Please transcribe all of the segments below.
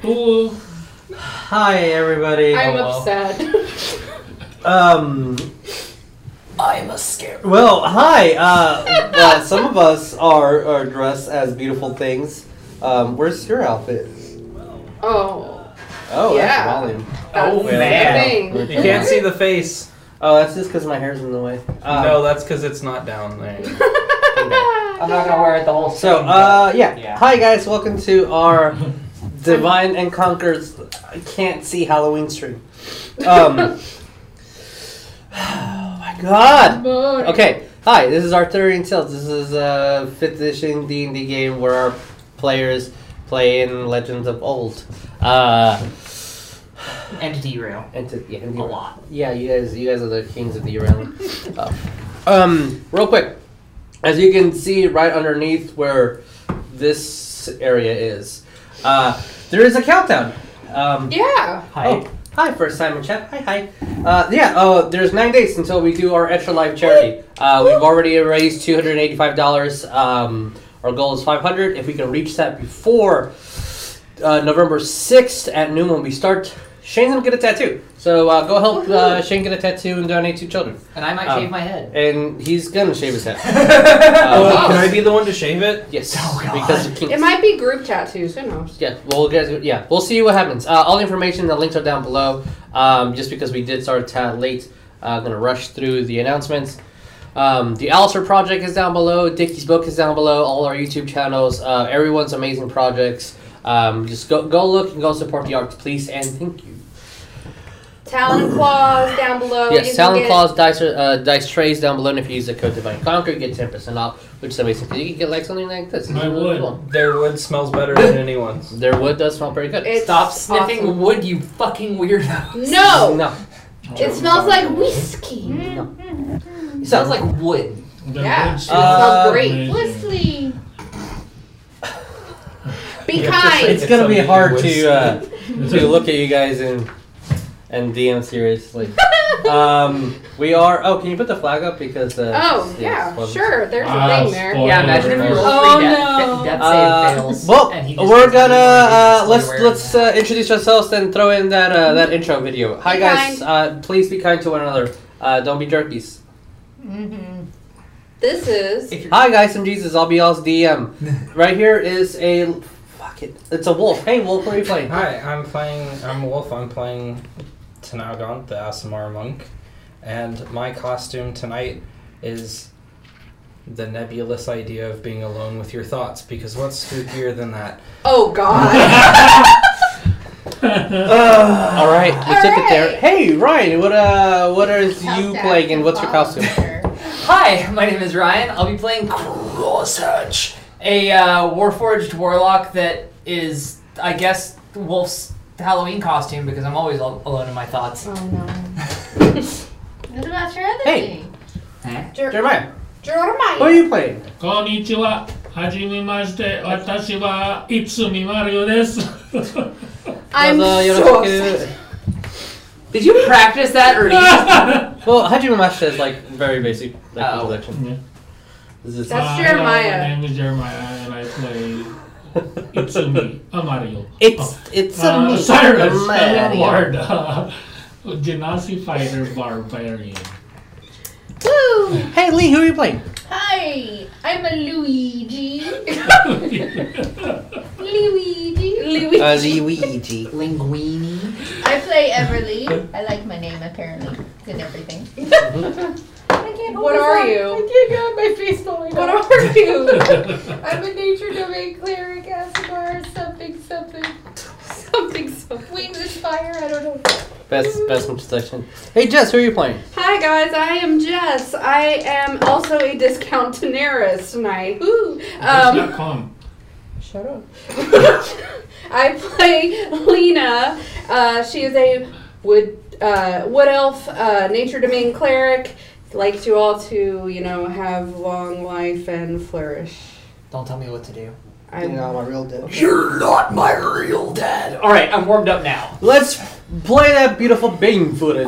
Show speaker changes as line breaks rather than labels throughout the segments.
Bull.
Hi, everybody.
I'm
well.
upset.
Um, I'm a scare. Well, hi. Uh, well, some of us are, are dressed as beautiful things. Um, where's your outfit?
oh,
Oh,
Yeah.
that's volume.
that's
Oh,
the
man.
thing.
You can't see the face.
Oh, that's just because my hair's in the way. Uh,
no, that's because it's not down there.
I'm not gonna wear it the whole thing.
So, uh, yeah.
Yeah.
Hi, guys. Welcome to our Divine and Conquers I Can't See Halloween stream. Um, oh, my God.
Boring.
Okay, hi. This is Arthurian Tales. This is a fifth edition D and D game where our players play in Legends of Old. Uh,
but- entity real.
and to, yeah, and
A lot.
Yeah, you guys, you guys are the kings of the realm. Uh, um, real quick, as you can see right underneath where this area is, uh, there is a countdown. Um,
Yeah.
Hi.
Oh, hi, first time in chat. Hi, hi. Uh, yeah, uh, there's nine days until we do our Extra Life charity. Uh, we've already raised $285. Um, our goal is 500 If we can reach that before uh, November 6th at noon when we start, Shane's going to get a tattoo. So uh, go help uh, Shane get a tattoo and donate to children.
And I might
Um,
shave my head.
And he's going to shave his head.
Oh,
Uh,
Can I be the one to shave it?
yes.
Oh, God.
Because of
It
kinks.
might be group tattoos. Who knows?
Yeah, well, guys, yeah, we'll see what happens. Uh, all the information, the links are down below. Um, just because we did start ta- late, uh, I'm gonna rush through the announcements. Um, the Alistair project is down below. Dickie's book is down below. All our YouTube channels, uh, everyone's amazing projects. Um, just go go look and go support the arts, please, and thank you.
Talon claws down below. You
yes,
can
Talon
get-
Claws dice are- uh, dice trays down below, and if you use the code Divine Conquer, you get ten percent off, which is amazing. 'cause You can get like something like this. It's
I
really
would.
cool.
Their wood smells better than anyone's.
Their wood does smell pretty good.
It's
Stop sniffing
awesome.
wood, you fucking weirdo.
No,
No.
it smells like whiskey.
It
Sounds like wood.
The
Yeah.
woods
Uh,
are
smells great.
amazing.
Whiskey. Be
Yeah,
kind.
just
It's gonna be
Something
hard
was-
to uh,
It's
to
a-
look at you guys and and DM seriously. um, we are. Oh, can you put the flag up because? Uh,
Oh
it's- it's
yeah,
one-
sure. There's
Ah,
a thing there.
spoiler.
Yeah, imagine if you roll
Oh,
three
no.
death, death
Uh,
save fails.
well,
and he just
we're
doesn't
gonna
know
uh,
what
let's
he's wearing.
let's uh, introduce ourselves and throw in that uh, that intro video. Hi
Be
guys, uh, please be kind to one another. Uh, don't be jerkies.
This is.
If you're-
Hi guys, I'm Jesus. I'll be y'all's DM. right here is a fuck it. It's a wolf. Hey wolf, what are you playing?
Hi, I'm playing. I'm Wolf. I'm playing Tanagant, the Asimar monk, and my costume tonight is the nebulous idea of being alone with your thoughts. Because what's spookier than that?
Oh God.
All right, we
All
took it there.
right.
Hey Ryan, what uh, what are you playing and what's your costume?
Hi, my name is Ryan. I'll be playing Crosshatch, a uh, Warforged warlock that is, I guess, Wolf's Halloween costume because I'm always al- alone in my thoughts.
Oh no. what about your other
Hey.
thing?
Huh?
Jeremiah,
Jeremiah.
who are you playing?
こんにちは。はじめまして。私は、いつみまる です。
I'm
Well, uh,
so
Yoroshiku-
upset.
Did you practice that or did you just
Well, Hajime Mashita is like very basic like
Oh.
introduction.
Yeah.
This is
That's
Uh,
Jeremiah.
Hello, my name is Jeremiah and I play Itsumi Amario.
it's it's a
uh,
me,
Cyrus,
a
fellow
man.
ward, uh, Genasi fighter barbarian.
Woo!
Hey Lee, who are you playing?
Hi, I'm a Luigi. Luigi.
Louis.
Uh, Luigi.
linguini?
I play Everly. I like my name apparently. It's in everything. I can't
What
this
are
up.
you?
I can't get my face falling
what
off.
are you?
I'm a nature domain cleric, Asimar, something, something.
Something so.
Wings of fire, I don't know.
Best best introduction. Hey Jess, who are you playing?
Hi guys, I am Jess. I am also a discount Daenerys tonight. Woo!
Dot
Um,
com.
Shut up.
I play Lena. Uh, she is a wood uh, wood elf, uh, nature domain cleric. Likes you all to, you know, have long life and flourish.
Don't tell me what to do.
I
my real deal.
You're not my real dad. All right, I'm warmed up now.
Let's play that beautiful Bing footage.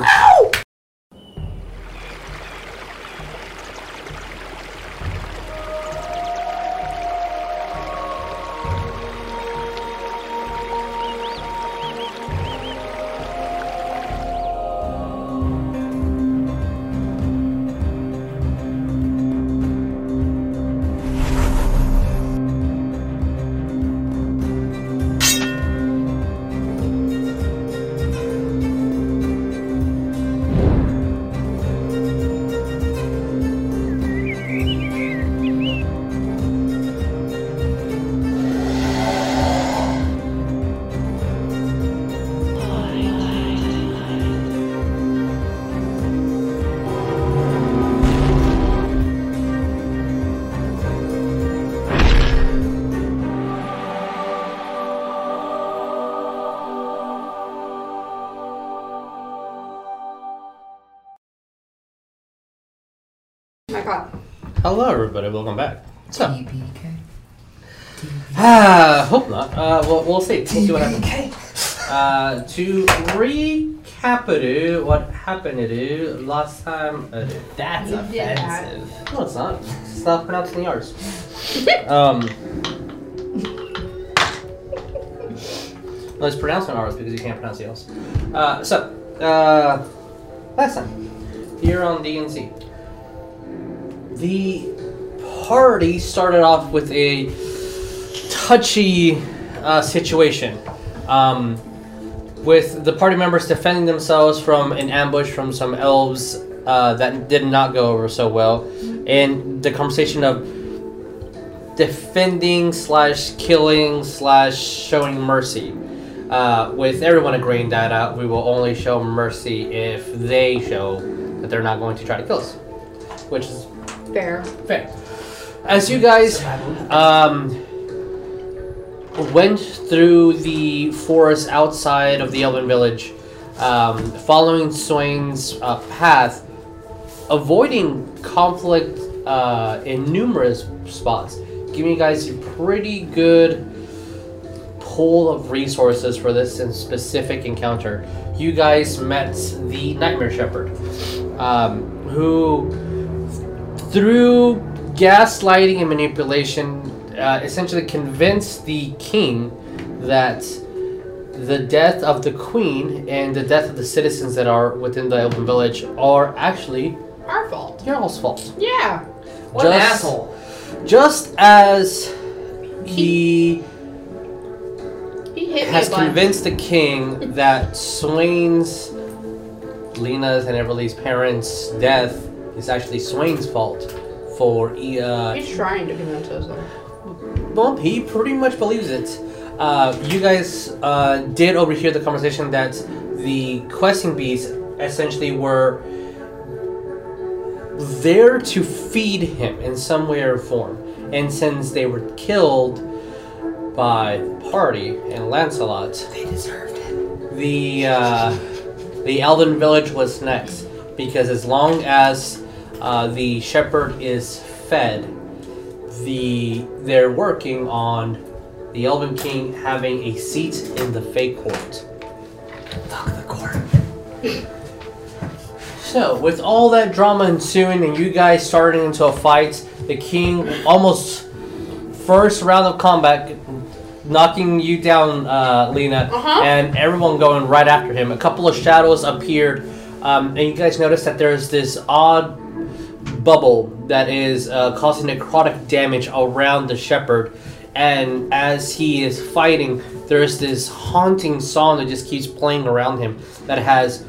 caught.
Hello, everybody. Welcome back. So,
TPK.
ah, hope not. Uh, we'll, we'll see. We'll see what happens.
TPK.
Uh, to recap, it, what happened it last time? It,
That's
You did that.
offensive.
no, it's not. It's not pronouncing the R's. Um, well, it's pronouncing R's because you can't pronounce the L's. Uh, so, uh, last time here on DNC, the party started off with a touchy uh, situation. Um, with the party members defending themselves from an ambush from some elves uh, that did not go over so well, and the conversation of defending slash killing slash showing mercy. Uh, with everyone agreeing that uh, we will only show mercy if they show that they're not going to try to kill us, which is
Fair.
fair. As you guys um, went through the forest outside of the Elven village, um, following Swain's uh, path, avoiding conflict uh, in numerous spots, giving you guys a pretty good pool of resources for this and specific encounter. You guys met the Nightmare Shepherd, um, who through gaslighting and manipulation, uh, essentially convinced the king that the death of the queen and the death of the citizens that are within the elven village are actually
Our fault.
your all's fault.
Yeah.
What an
Just-
asshole.
Just as he
He hit
has
me a bunch.
convinced the king that Swain's, Lena's, and Everly's parents' death is actually Swain's fault for uh,
He's trying to convince us. though.
Well, he pretty much believes it. Uh, you guys uh, did overhear the conversation that the questing bees essentially were there to feed him in some way or form. And since they were killed by the party and Lancelot, they deserved it. The uh, the Elven village was next because as long as uh, the shepherd is fed, the they're working on the Elven King having a seat in the Fey Court. Fuck the court. So, with all that drama ensuing and you guys starting into a fight, the king almost first round of combat knocking you down, uh, Lena,
Uh-huh.
and everyone going right after him. A couple of shadows appeared, um, and you guys notice that there's this odd bubble that is uh, causing necrotic damage around the shepherd. And as he is fighting, there's this haunting song that just keeps playing around him that has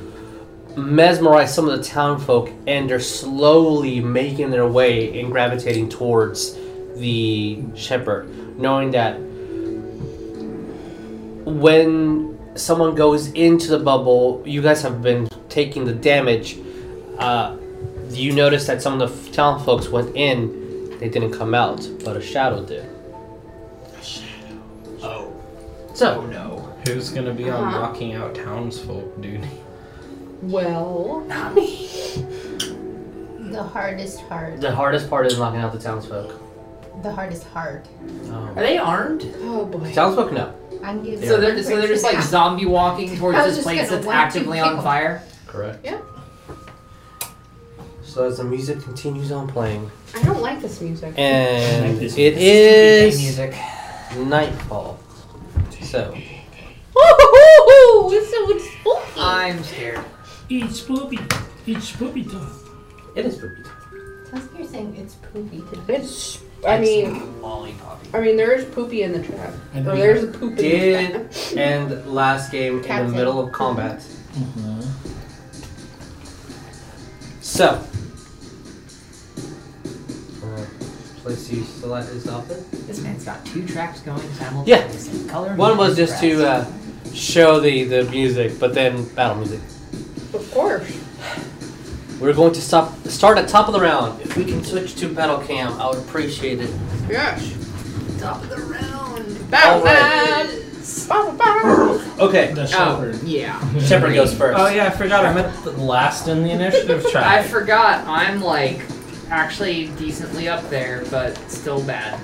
mesmerized some of the town folk, and they're slowly making their way and gravitating towards the shepherd, knowing that when someone goes into the bubble, you guys have been taking the damage. Uh, you notice that some of the f- town folks went in, they didn't come out, but a shadow did.
Oh.
So,
Oh no.
Who's gonna be on
Uh-huh.
knocking out townsfolk, dude?
Well,
The hardest heart.
the hardest part is knocking out the townsfolk.
The hardest heart.
Are
Um,
they armed?
oh boy.
townsfolk, no.
I'm giving
So they're so they're just like zombie walking towards
I was
this
just
place
gonna
that's
one, two,
actively on
pickle.
fire.
Correct.
Yeah.
So as the music continues on playing,
I don't like this music.
and
This-
it
This
is
music.
nightfall. So,
Ooh, it's so it's spooky.
I'm scared.
It's poopy. It's poopy time.
it is spooky.
Plus you're saying it's poopy today.
it's. I mean,
lollipoppy.
I mean, there is poopy in the trap.
And
Or
we
there's a poop in the trap.
Did end last game in
Captain.
the middle of combat.
Mm-hmm.
So, uh, place you select is up there.
This man's got two tracks going simultaneously.
simultaneously.
Yeah. Color.
One was just to uh, show the, the music, but then battle music.
Of course.
We're going to stop, start at top of the round. If we can switch to battle cam, I would appreciate it.
Yes.
top of the round.
Bow,
All
bow. Bow, bow, bow.
Okay,
The
Oh
shepherd.
yeah.
Shepard goes first.
Oh yeah, I forgot. I meant the last in the initiative track.
I forgot. I'm like actually decently up there, but still bad.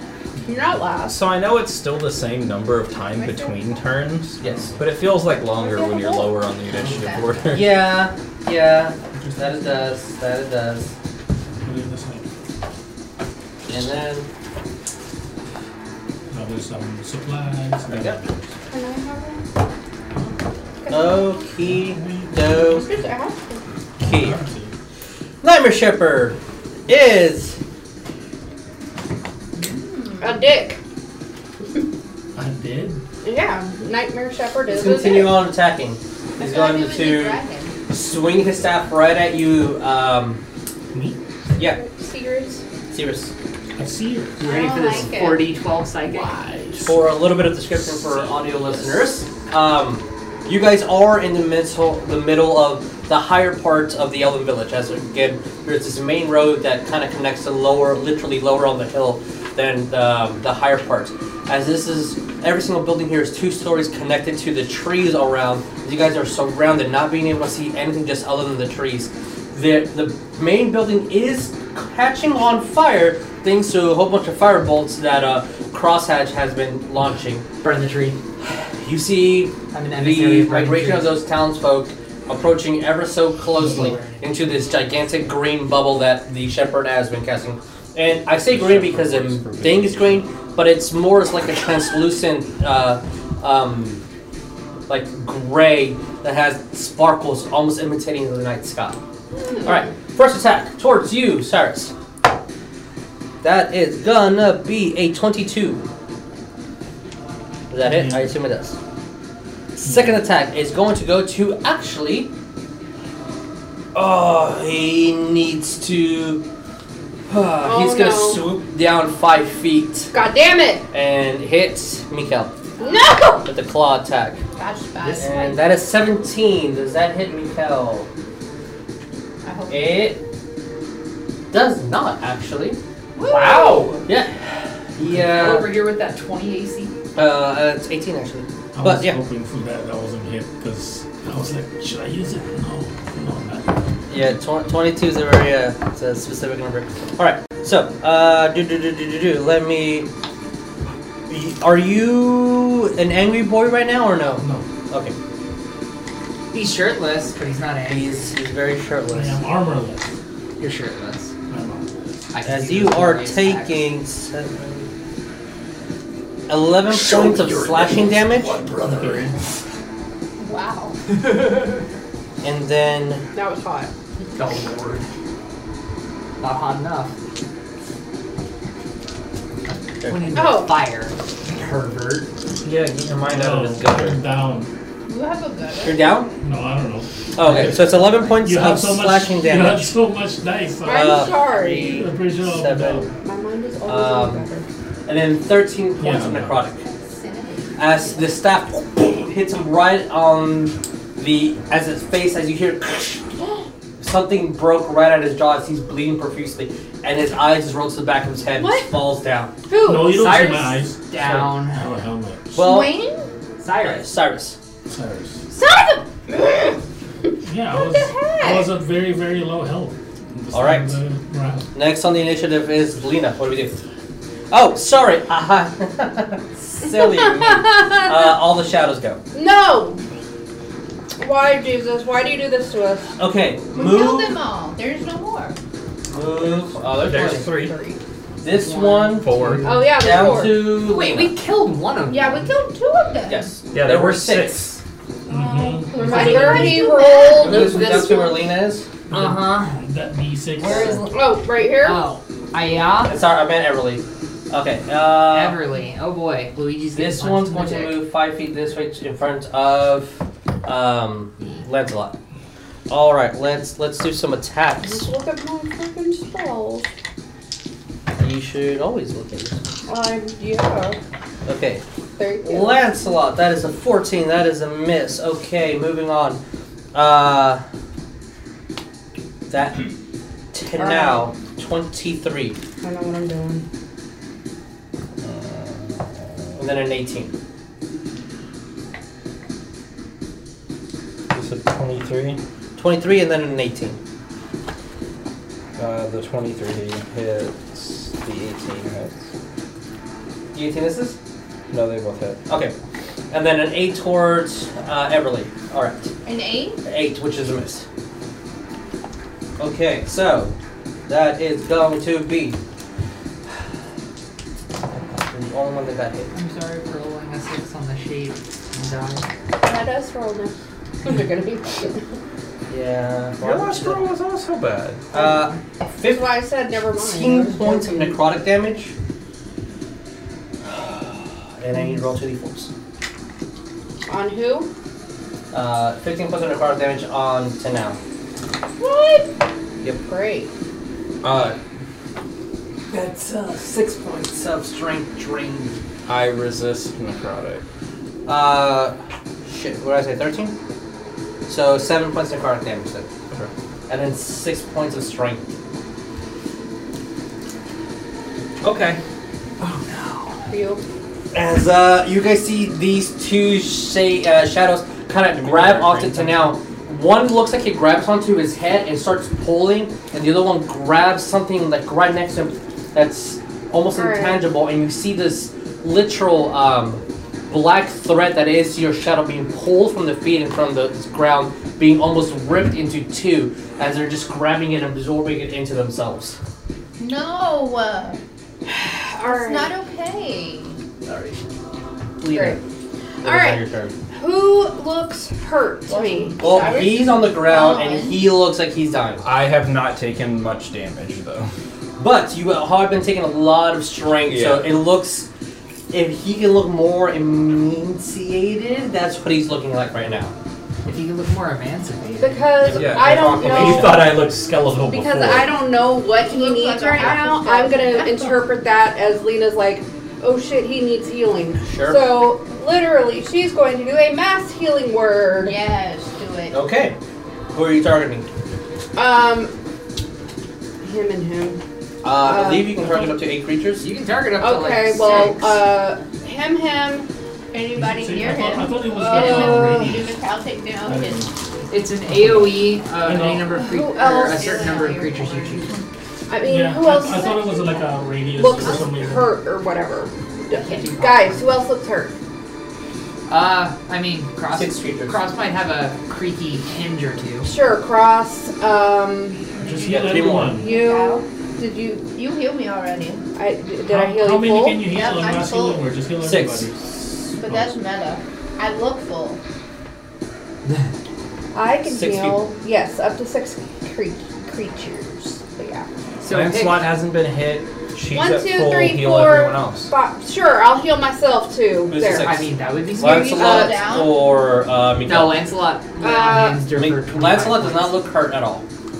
You're not last.
So I know it's still the same number of time between turns,
Yes.
but it feels like longer when you're lower on the initiative order.
Yeah, yeah. That it does. That it does.
Leave the same.
And then
Now there's some supplies.
There you go.
Can I have one?
Okie
It's good to have.
dokie. Nightmare Shepherd is
A dick.
I did.
Yeah, Nightmare Shepherd
let's
is.
continue
a
on attacking.
I
He's
feel like it
going
was a
to
dragon.
swing his staff right at you, um
Me?
yeah,
dick. Sears.
Sirius.
I see you.
You ready
I
for
don't
this
like it.
40, 12 psychic?
For a little bit of description for audio listeners. Um you guys are in the middle, the middle of the higher parts of the Elven Village. As again, there's this main road that kind of connects the lower, literally lower on the hill than the, the higher parts. As this is, every single building here is two stories connected to the trees around. You guys are surrounded, not being able to see anything just other than the trees. The, the main building is catching on fire thanks to a whole bunch of fire bolts that uh, Crosshatch has been launching.
Burn the tree.
You see
I'm an emissary
the
of burning
migration of
trees.
those townsfolk approaching ever so closely into this gigantic green bubble that the shepherd has been casting. And I say green because the thing is green, but it's more it's like a translucent, uh, um, like gray that has sparkles almost imitating the night sky.
Hmm.
Alright, first attack towards you, Cyrus. That is gonna be a 22. Is that it? I assume it does. Second attack is going to go to actually. Oh, he needs to.
Oh,
he's gonna
no.
swoop down five feet
God damn it!
and hit Mikael
No!
with the claw attack.
Gosh,
This-
bad.
And that is 17. Does that hit Mikael?
I hope.
It does not actually.
Wow!
Yeah.
Over
Yeah.
here with that 20 AC.
Uh, it's 18 actually. But,
I was
yeah.
hoping for that. That wasn't hit because I was like, should I use it? No, no, not.
Yeah, tw- 22 is a very uh, it's a specific number. All right, so uh, do do do do do do. Let me. Are you an angry boy right now or no?
No,
Okay,
He's shirtless, but he's not angry.
he's he's very
I
shirtless.
am armorless.
You're shirtless.
I'm armorless.
I can
As
see
you
those
are
glorious abs.
taking seven, 11 points of slashing damage,
Okay.
Wow.
and then
That was hot.
Oh lord. Not hot enough. When in
Oh.
fire, pervert.
Yeah, get your mind out of his
No,
gutter.
I'm down.
You have a gutter.
you're down.
No, I don't know.
Oh, okay, so it's 11 points
You
of
have so much.
slashing
You
damage.
have so much dice.
I'm
I'm
Uh,
sorry.
pretty sure I'm
Seven.
down.
My mind is always
Um,
on better.
and then 13 points
Yeah,
of
no.
necrotic.
Cinnamon.
As the staff hits him right on the as his face, as you hear something broke right out of his jaw as he's bleeding profusely, and his eyes just roll to the back of his head
What?
and falls down.
Who?
No, you don't see my
Cyrus
eyes. I
down.
have a helmet.
Well,
Wayne?
uh,
Cyrus.
Cyrus.
Cyrus.
Son of a-
Yeah, I
What
was.
the
I
heck?
was at very, very low health.
All right.
The round.
Next on the initiative is Lena. What do we do? Oh, sorry. Aha. Silly. me. Uh, all the shadows go.
No! Why, Jesus? Why do you do this to us?
Okay,
We killed
move.
them all. There's no more.
Move. Oh, there's,
There's
one.
three,
This one
four.
Oh, yeah, there's
down
four.
to.
Wait, we killed one of them.
Yeah, we killed two of them.
Yes.
Yeah, there were six.
Oh,
Mhm.
Remember, he
do
rolled
Remember this-
this
That's where
one.
Lena is.
Uh huh.
That D6.
Where is?
Oh, right here?
Oh, Aya.
Sorry, I meant Everly. Okay. Uh,
Everly. Oh boy, Luigi's. getting
This one's
punched in
going
the
to
dick.
move five feet this way in front of um, Lancelot. All right, let's let's do some
Let's
attacks.
look at my freaking spells.
You should always look at it.
Um, yeah.
Okay,
There you go.
Lancelot. That is a fourteen. That is a miss. Okay, moving on. Uh, that to now twenty-three,
I know what I'm doing.
and then an eighteen.
Is it 23?
23 and then an 18.
Uh, Uh, the 23 hits, the 18 hits.
You think this is?
No, they both hit.
Okay. And then an eight towards uh, Everly. All right.
An eight?
Eight, which is a miss. Okay, so that is going to be. You're the only one that got hit.
I'm sorry for rolling a six on the sheet and die.
Let us roll now. They're gonna be fucking.
Yeah.
Your last roll was also bad.
Uh,
That's why I said never
15
mind.
points of necrotic damage. And I need to roll 2d4s.
On who?
Uh, 15 points of necrotic damage on to now.
What?
Yep.
Great.
Uh,
That's uh, 6 points of strength drain.
I resist necrotic.
Uh, shit, what did I say, 13? So 7 points of necrotic damage then.
Okay.
And then 6 points of strength. Okay.
You.
As uh, you guys see these two sha- uh, shadows kind
You
of
mean
grab
they're
onto
green?
Tanel. One looks like he grabs onto his head and starts pulling, and the other one grabs something like right next to him that's almost
Alright.
intangible, and you see this literal um, black thread that is your shadow being pulled from the feet and from the ground, being almost ripped into two as they're just grabbing it and absorbing it into themselves.
No. uh,
All
It's
right.
not okay.
Sorry.
Great.
Leader, it is now
Alright.
your turn.
Who looks hurt to me?
Well,
Cyrus?
he's on the ground and
Gone.
he looks like he's dying.
I have not taken much damage though.
But you have been taking a lot of strength, so
Yeah.
it looks. If he can look more emaciated, that's what he's looking like right now.
If you could look more emancipated.
Because
Yeah,
I don't
fucking
know.
Oh.
You thought I looked skeletal
Because
before.
I don't know what
He
he
looks
needs
like a
right
half
now.
a
I'm gonna
skeleton.
interpret that as Lena's like, oh shit, he needs healing.
Sure.
So literally, she's going to do a mass healing word.
Yes, do it.
Okay. Who are you targeting?
Um, him and him.
Uh, I believe you can target up to eight creatures.
You can target up to like
Okay,
six.
well, uh, him, him.
Anybody
See,
near
I, thought, I
him? Oh.
thought it was
Uh,
done already.
Do the cow take down
I
his-
didn't
it's an AOE of
I
uh,
know.
any number of
Who
creatures, or a
else
certain
is
number of
out
creatures you
here?
choose.
I mean,
yeah,
who else
I, I thought it was like a radius
looks
or something.
hurt or whatever? Guys, who else looks hurt?
Uh, I mean, Cross.
Six creatures.
Cross might have a creaky hinge or two.
Sure, Cross. Um,
Just
Yeah,
heal
three more.
everyone.
you.
Ow.
Did you?
You healed me already,
I did
how,
I heal
how
you
many
full?
can you heal?
Yeah,
I'm
I'm
not
full.
healing word, just heal
Six.
everybody. Oh.
but that's meta. I look full.
I can
Six
heal. Yes, up to six cre- creatures. But yeah.
So
So
pick-
slot hasn't been hit. She's
One,
at
two,
full
three,
heal
four,
everyone else.
But sure, I'll heal myself too.
Who's
there.
the
I mean, that would be scary.
slow
uh,
Lancelot
down?
or uh, Mikael?
No, Lancelot. went on hands
I
there
mean,
for 25
Lancelot does
points.
not look hurt at all.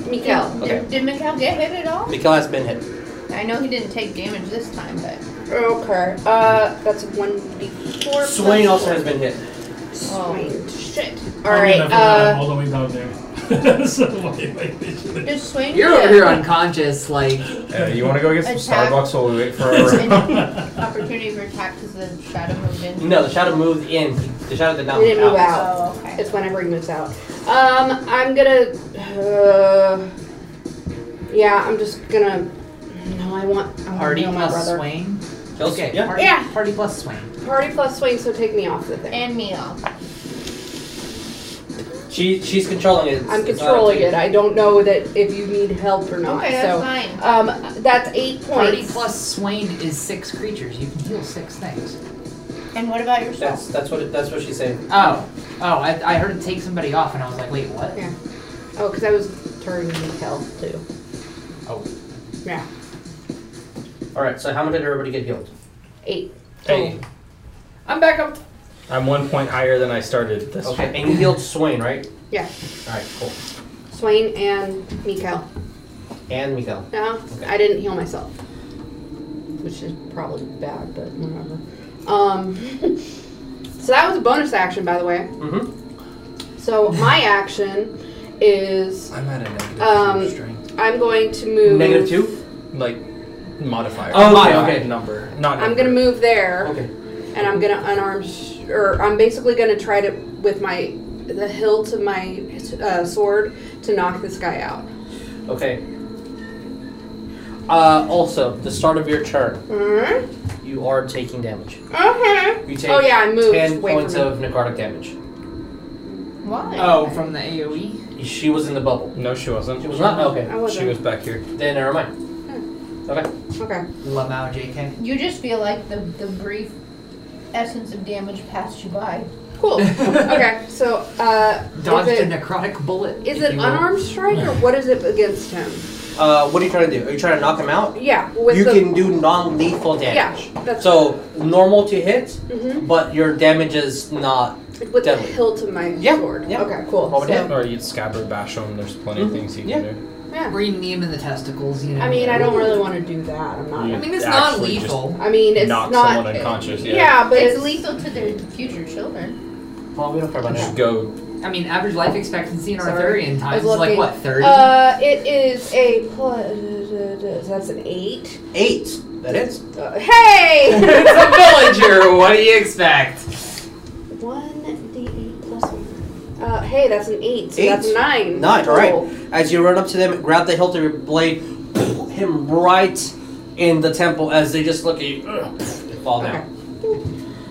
Mikael.
Okay.
Did, did Mikhail get hit at all?
Mikael has been hit.
I know he didn't take damage this time, but
Okay. Uh, that's one d four.
Swain also has been hit.
Swain. Shit. All
I mean,
right.
I forgot I'm
Uh,
all the way down there. so why am I mentioning it?
did Swain?
You're
get
over here unconscious, like
Uh, you want to go get some
Attack.
Starbucks while we wait for our
an opportunity for attack because the shadow moved in?
No, the shadow moved in. The shadow did not
It didn't
move
move
out.
Oh, okay.
it's when I bring this out. Um, I'm gonna. Uh, yeah, I'm just gonna. No, I want. I want
party
to heal my
plus
brother.
Swain.
Kills?
Okay.
Yeah.
Party,
Yeah.
Party plus Swain.
Party plus Swain, so take me off the thing.
And me off.
She she's controlling it.
I'm
It's not up to
controlling
you.
it. I don't know that if you need help or not.
Okay, that's
so,
fine.
um, that's eight
Party
points.
plus Swain is six creatures. You can heal six things.
And what about yourself?
That's that's what it, that's what she's saying.
Oh, oh, I, I heard take somebody off, and I was like, wait, what?
Yeah. Oh, because I was turning hell too.
Oh.
Yeah,
All right. So how much did everybody get healed?
eight.
Hey,
I'm back up.
I'm one point higher than I started this
Okay,
one.
and you healed Swain, right?
Yeah,
All right, cool.
Swain and Mikael.
And Mikael.
No,
Okay.
I didn't heal myself, which is probably bad, but whatever. Um, so that was a bonus action, by the way.
Mm-hmm.
So my action is
I'm at a negative
Um,
two strength.
I'm going to move
Negative two.
Like modifier.
Oh, okay,
Modifier,
okay.
Number. Not.
um, I'm
number.
gonna move there.
Okay.
and I'm gonna unarm, sh- or I'm basically gonna try to with my the hilt of my uh, sword to knock this guy out.
Okay. Uh, also, the start of your turn,
Mm-hmm.
you are taking damage.
Okay.
You take
Oh, yeah, I moved.
ten
Wait for
points
me.
of necrotic damage.
Why?
Oh, from the AOE.
She was in the bubble.
No, she
She
wasn't.
was not okay.
I
She
wasn't.
was back here.
Then never mind.
Okay.
Lamau JK.
You just feel like the, the brief essence of damage passed you by.
Cool. okay. So, uh,
Dodged
is
a
it,
necrotic bullet.
is
if
it
you will.
unarmed strike or what is it against him?
Uh, what are you trying to do? Are you trying to knock him out?
Yeah. With
you
the,
can do non-lethal damage.
that's-
so normal to hit,
Mhm.
but your damage is not.
With
deadly.
the hilt of my
Yeah,
sword.
yeah.
Okay. Cool.
Roll it
So-
down.
Or you'd stab or bash him. There's plenty of
Mhm.
things you
Yeah.
can do.
yeah.
Green knee him in the testicles, you know.
I mean, I don't really want to do that. I'm
I
Yeah.
not.
mean, it's not
Actually just-
lethal.
I mean, it's
Knock
not.
someone unconscious.
yeah.
Yeah.
but
it's,
it's
lethal to their future children.
Well, we don't care about
Just
that.
go.
I mean, average life expectancy in
Sorry.
Arthurian
I was
times is like
looking.
what, 30?
Uh, it is a plus. That's an eight.
Eight. That is.
Uh, hey!
it's a villager. What do you expect?
one d eight plus one. Uh, hey, that's an eight. So
Eight.
That's nine.
Nine, all
total.
right. As you run up to them, grab the hilt of your blade, him right in the temple as they just look at you, fall down.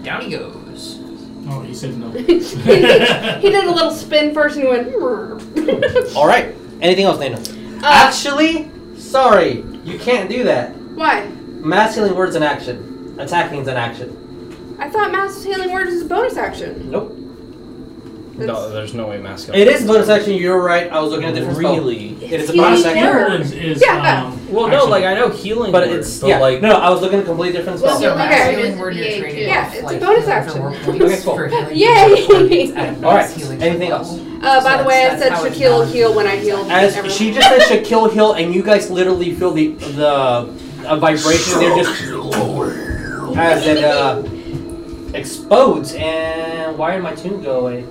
Down he goes.
No, he Oh, said no.
he, did, he did a little spin first and he went. "Mrr."
All right. Anything else, Dana?
uh,
Actually, sorry, you can't do that.
why?
Masculine words an action. Attacking is an action.
I thought mass healing word is a bonus action.
Nope.
That's-
No, there's no way mascot.
It is bonus action. You're right. I was looking at different spell.
really.
It is a
Healing
bonus
word.
action,
Everyone's is
Yeah.
um,
Well, no,
action.
like I know healing,
but
words,
it's
but
yeah.
like
no, no, I was looking at a completely different
Well,
spell.
yeah,
so
okay.
max
It
is
healing word
VA
you're trading
too.
off,
Yeah, it's a
like,
bonus
for
action.
work points
cool.
for healing
Yay!
points at max
All right,
healing
anything
level.
else?
Uh, by
So
the way, I
that's-
said
that's how it's
Shaquille
done.
heal when I healed.
As
everyone.
she just said Shaquille Hill, and you guys literally feel the the a vibration there just as it uh, explodes. And why did my tune go away?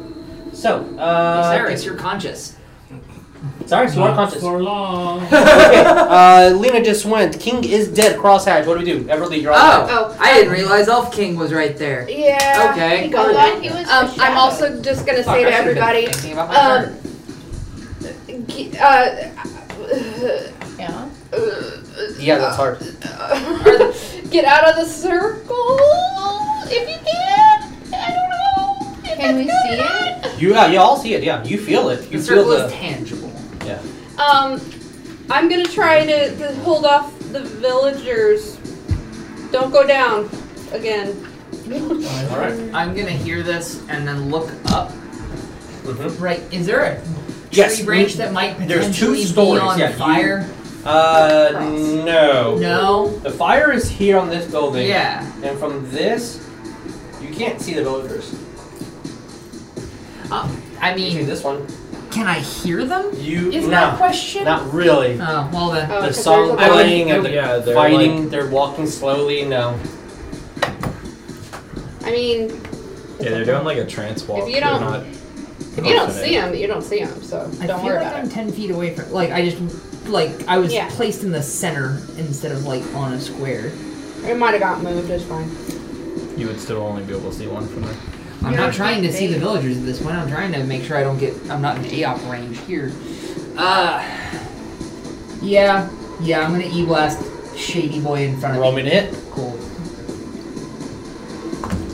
So, uh,
Osiris, you're conscious.
sorry, so you are
Not
conscious.
for long.
okay, uh, Lena just went. King is dead. Crosshatch. What do we do? Everly, you're on.
Oh.
I didn't realize Elf King was right there.
Yeah. he
Okay.
Oh,
got
God,
it.
he was
Um, I'm
the shadow.
also just gonna
Fuck,
say
I
to
should've been
everybody,
thinking about my
um,
turn.
g- uh,
Yeah.
Yeah, that's hard.
get out of the circle if you can. I don't know. if
Can we
that's
see
good or not.
it?
You yeah, you all see it. Yeah, you feel it. You
the
feel
circle is
the.
tangible.
Um, I'm gonna try to, to hold off the villagers. Don't go down again.
All right.
I'm gonna hear this and then look up.
Mhm.
Right, is there a tree
Yes,
branch
we-
that might
there's two
potentially
stories,
be on
yeah, you-
fire?
Uh,
Cross.
no.
No.
The fire is here on this building.
Yeah.
And from this, you can't see the villagers.
Uh, I
You see
mean,
this one.
can I hear them?
You
Is
no,
that a question?
not really.
Oh, well then.
the
Oh, 'cause there's
song
a-
I would-
playing and
I
they're
yeah, they're
fighting. They're walking slowly. No.
I mean,
like yeah, they're doing like a trance walk.
If you
They're
don't-
not
if you don't
confident.
see them, you don't see them. So
I
don't
feel
worry
like
about
I'm
it.
10 feet away from. Like, I just. Like, I was
Yeah.
placed in the center instead of, like, on a square.
It might have got moved. It's fine.
you would still only be able to see one from there.
I'm
You're
not trying to see the
big.
villagers at this point. I'm trying to make sure I don't get. I'm not in AOP range here. Uh. Yeah. Yeah, I'm gonna E blast Shady Boy in front of
Roll
me.
me to hit.
Cool.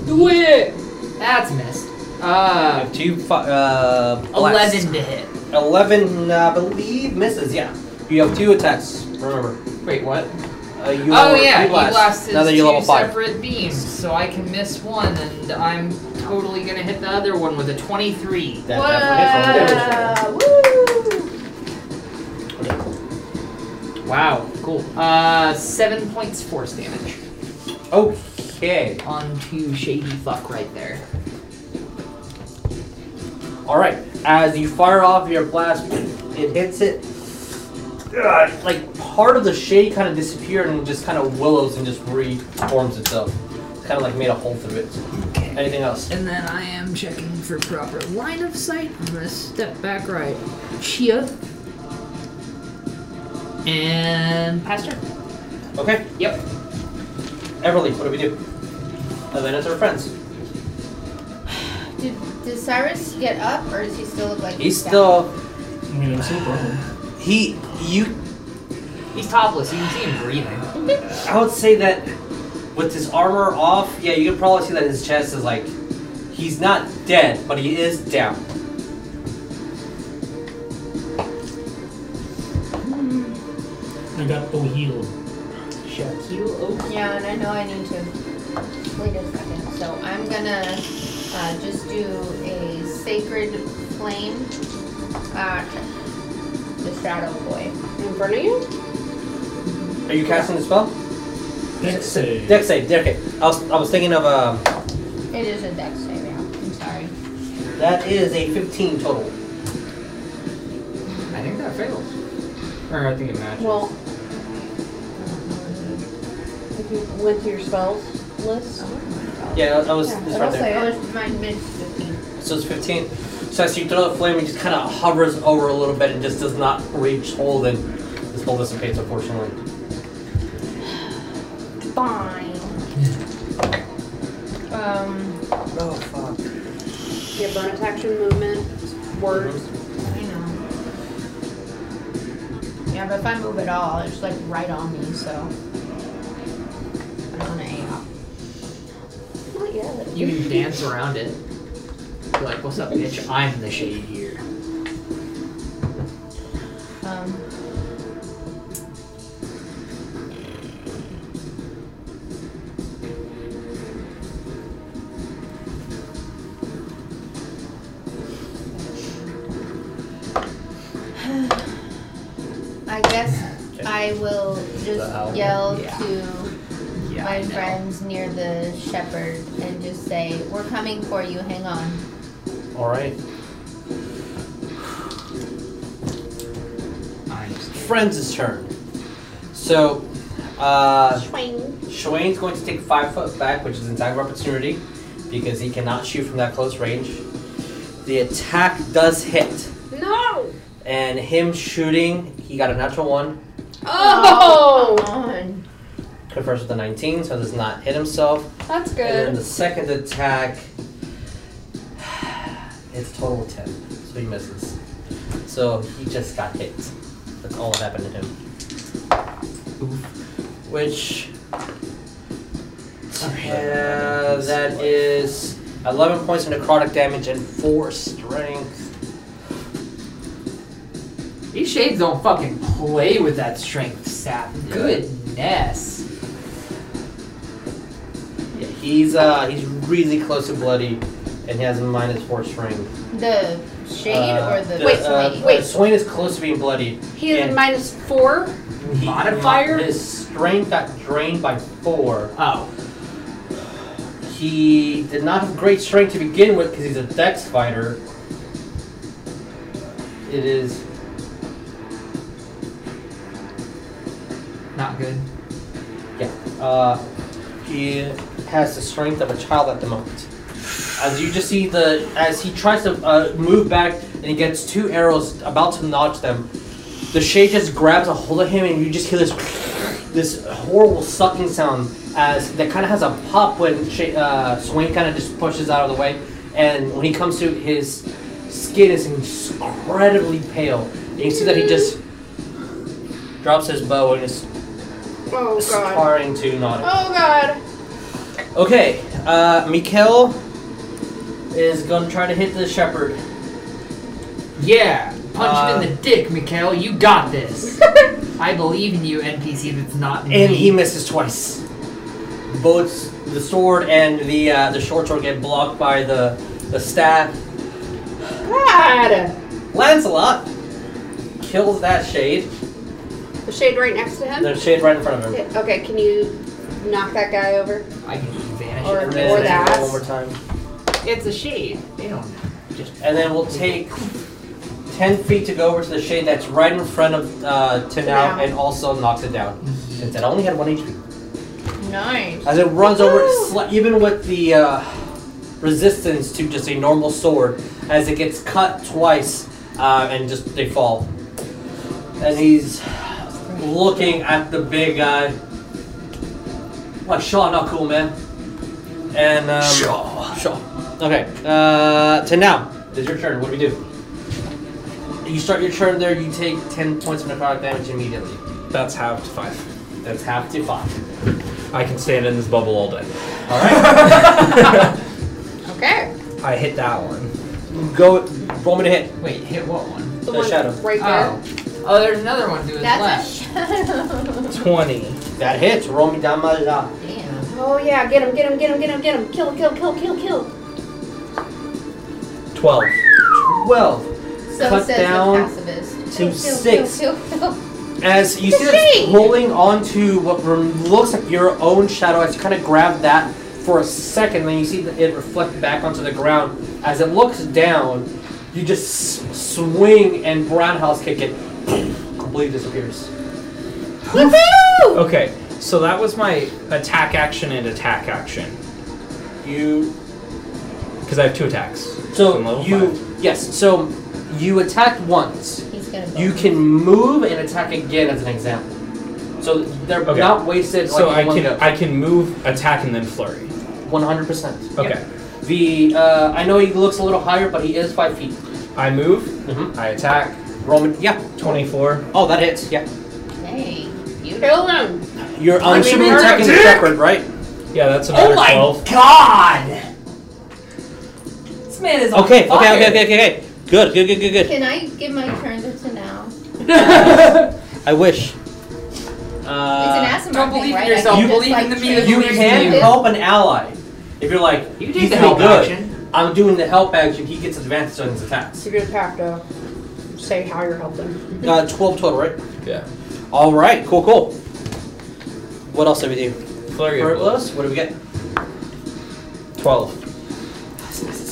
Do it.
That's missed. Uh.
Two. Fi- uh. blast.
11 to hit.
Eleven, I believe, misses. Yeah. You have two attacks. Remember.
Wait, what?
Uh, you
oh,
are-
yeah,
you
E blast is
now that you're
two
level five.
separate beams, so I can miss one, and I'm totally gonna hit the other one with a 23.
That definitely hits on the damage
Uh,
Wow. Woo.
Wow, cool. Uh, seven points force damage
roll. Okay.
onto Shady Fuck right there.
All right. As you fire off your blast, it hits it. Ugh, Like part of the shade kind of disappeared and just kind of willows and just reforms itself. It's kind of like made a hole through it.
Okay.
Anything else?
And then I am checking for proper line of sight. I'm gonna step back right here. And pastor.
Okay.
Yep.
Everly, what do we do? And then it's our friends.
Did, did Cyrus get up, or does he still look like
He's
down?
still
I mean, it's no problem.
he you
He's topless. You can see him breathing.
I would say that with his armor off, yeah, you can probably see that his chest is like he's not dead, but he is down.
I got to heal.
Yeah, and I know I need to. Wait a second. So I'm gonna uh, just do a sacred flame at the shadow boy.
In front of you?
Are you casting the spell?
Dex save.
Dex save. Dex save. I was, I was thinking of um.
It is a dex save. Yeah, I'm sorry.
That is a 15 total.
I think that fails. Or I think it matches.
Well, if you went to your spells list,
Yeah, that was it's
Yeah,
right
I'll
there.
say-
Oh, it's my mid 15.
So it's 15. So as you throw the flame, it just kind of hovers over a little bit and just does not reach hold, and the spell dissipates. Unfortunately.
Fine. Um,
Oh fuck.
you have bonus action movement, words.
I know. Yeah, but if I move at all, it's like right on me, so. I don't know.
Not yet.
You can dance around it. You're like, what's up, bitch? I'm the shade here.
Um. I guess I will
The owl.
just yell
Yeah.
to
Yeah.
my
I know.
friends near the shepherd and just say, "We're coming for you. Hang on."
All right.
I'm scared.
Friends' turn. So, uh,
Swing.
Shwayne's going to take five foot back, which is an attack of opportunity, because he cannot shoot from that close range. The attack does hit,
No!
and him shooting, he got a natural one,
Oh!
come on.
confers with a 19, so does not hit himself.
That's
And then
good.
the second attack, it's total 10, so he misses. So he just got hit. That's all that happened to him. Which. Uh, that is 11 points of necrotic damage and 4 strength.
These shades don't fucking play with that strength sap. Goodness.
Yeah, he's uh he's really close to bloody and he has a minus 4 strength.
The shade
Uh,
or the,
Wait,
uh,
Wait,
uh, Swain is close to being bloody.
He is
and-
in minus four.
He-
Modifier?
His strength got drained by four.
Oh.
He did not have great strength to begin with because he's a dex fighter. It is
Not good.
yeah. Uh, he has the strength of a child at the moment. As you just see the as he tries to uh, move back and he gets two arrows about to notch them, the shade just grabs a hold of him and you just hear this this horrible sucking sound as that kind of has a pop when Sha uh, Swain kind of just pushes out of the way and when he comes to his skin is incredibly pale and you see that he just drops his bow and is
Oh god.
starting to nod.
Oh god.
Okay, uh, Mikkel is going to try to hit the shepherd.
Yeah. Punch
Uh,
him in the dick, Mikhail. You got this. I believe in you, NPC that's not in
And
me.
he misses twice. Both the sword and the uh, the short sword get blocked by the, the staff.
God!
Lancelot kills that shade.
The shade right next to him?
There's shade right in front of him.
Yeah, Okay, can you knock that guy over?
I can vanish
Or-
it from
And
this
then
or
thing.
that.
One more time.
It's a shade. They don't know. Just
And then we'll take 10 feet to go over to the shade that's right in front of uh, Tanao
Tanao.
and also knocks it down. Since it only had 1 HP.
nice.
As it runs over, sli- even with the uh, resistance to just a normal sword, as it gets cut twice, uh, and just they fall. And he's looking at the big guy, like Shaw, not cool, man. And um, Shaw, Shaw. Okay, uh, to now. It's your turn. What do we do? You start your turn there. You take ten points of necrotic damage immediately.
That's halved to five.
That's half to five.
I can stand in this bubble all day.
All right.
Okay.
I hit that one.
Go. Roll me to hit.
Wait, hit what one?
The
The
one
shadow.
right there.
Oh. Oh, there's another one to his left.
That's a shadow.
20.
That hits. Roll me down my dot.
Damn.
Oh yeah, get him, get him, get him, get him, get him. Kill, kill, kill, kill, kill.
12.
Twelve.
So
Cut
it says
down
the pacifist.
to six.
Kill, kill, kill.
As you see
Shade!
it rolling onto what rem- looks like your own shadow, as you kind of grab that for a second, then you see that it reflect back onto the ground. As it looks down, you just s- swing and brown house kick it. Completely disappears.
Woohoo!
Okay, so that was my attack action and attack action.
You
Because I have two attacks. I'm
so
level
you
five.
yes so you attack once.
He's gonna.
You
bolt.
can move and attack again as an example. So they're
Okay.
not wasted.
So I
like
can I can move, attack, and then flurry.
one hundred percent.
Okay.
The uh, I know he looks a little higher, but he is five feet.
I move,
Mm-hmm.
I attack.
Roman, yeah.
24.
Oh, that hits. Yeah.
Hey, you
Kill him.
You're
I
I'm assuming
mean,
you're
you're
attacking
a
the
dick!
shepherd, right?
Yeah, that's another
Oh my
12.
god! This man is on
Okay. Okay.
fire.
Okay. Okay. Okay. okay. Good. Good. Good. Good. Good.
Can I give my turn to now? It's
I wish.
an
Uh,
ass
Don't
thing,
believe in
right?
yourself.
I can just,
Believe in
like,
the meat
turn
of
you
Believe in
can
you.
help an ally if you're like
You
you
did the
feel
help
good.
action.
I'm doing the help action. He gets advantage on his attacks.
So you're gonna have to say how you're helping.
Uh, Twelve total, right?
Yeah.
All right. Cool. Cool. What else did we do?
Flurry of
Bird
blows.
blows? What do we get?
12.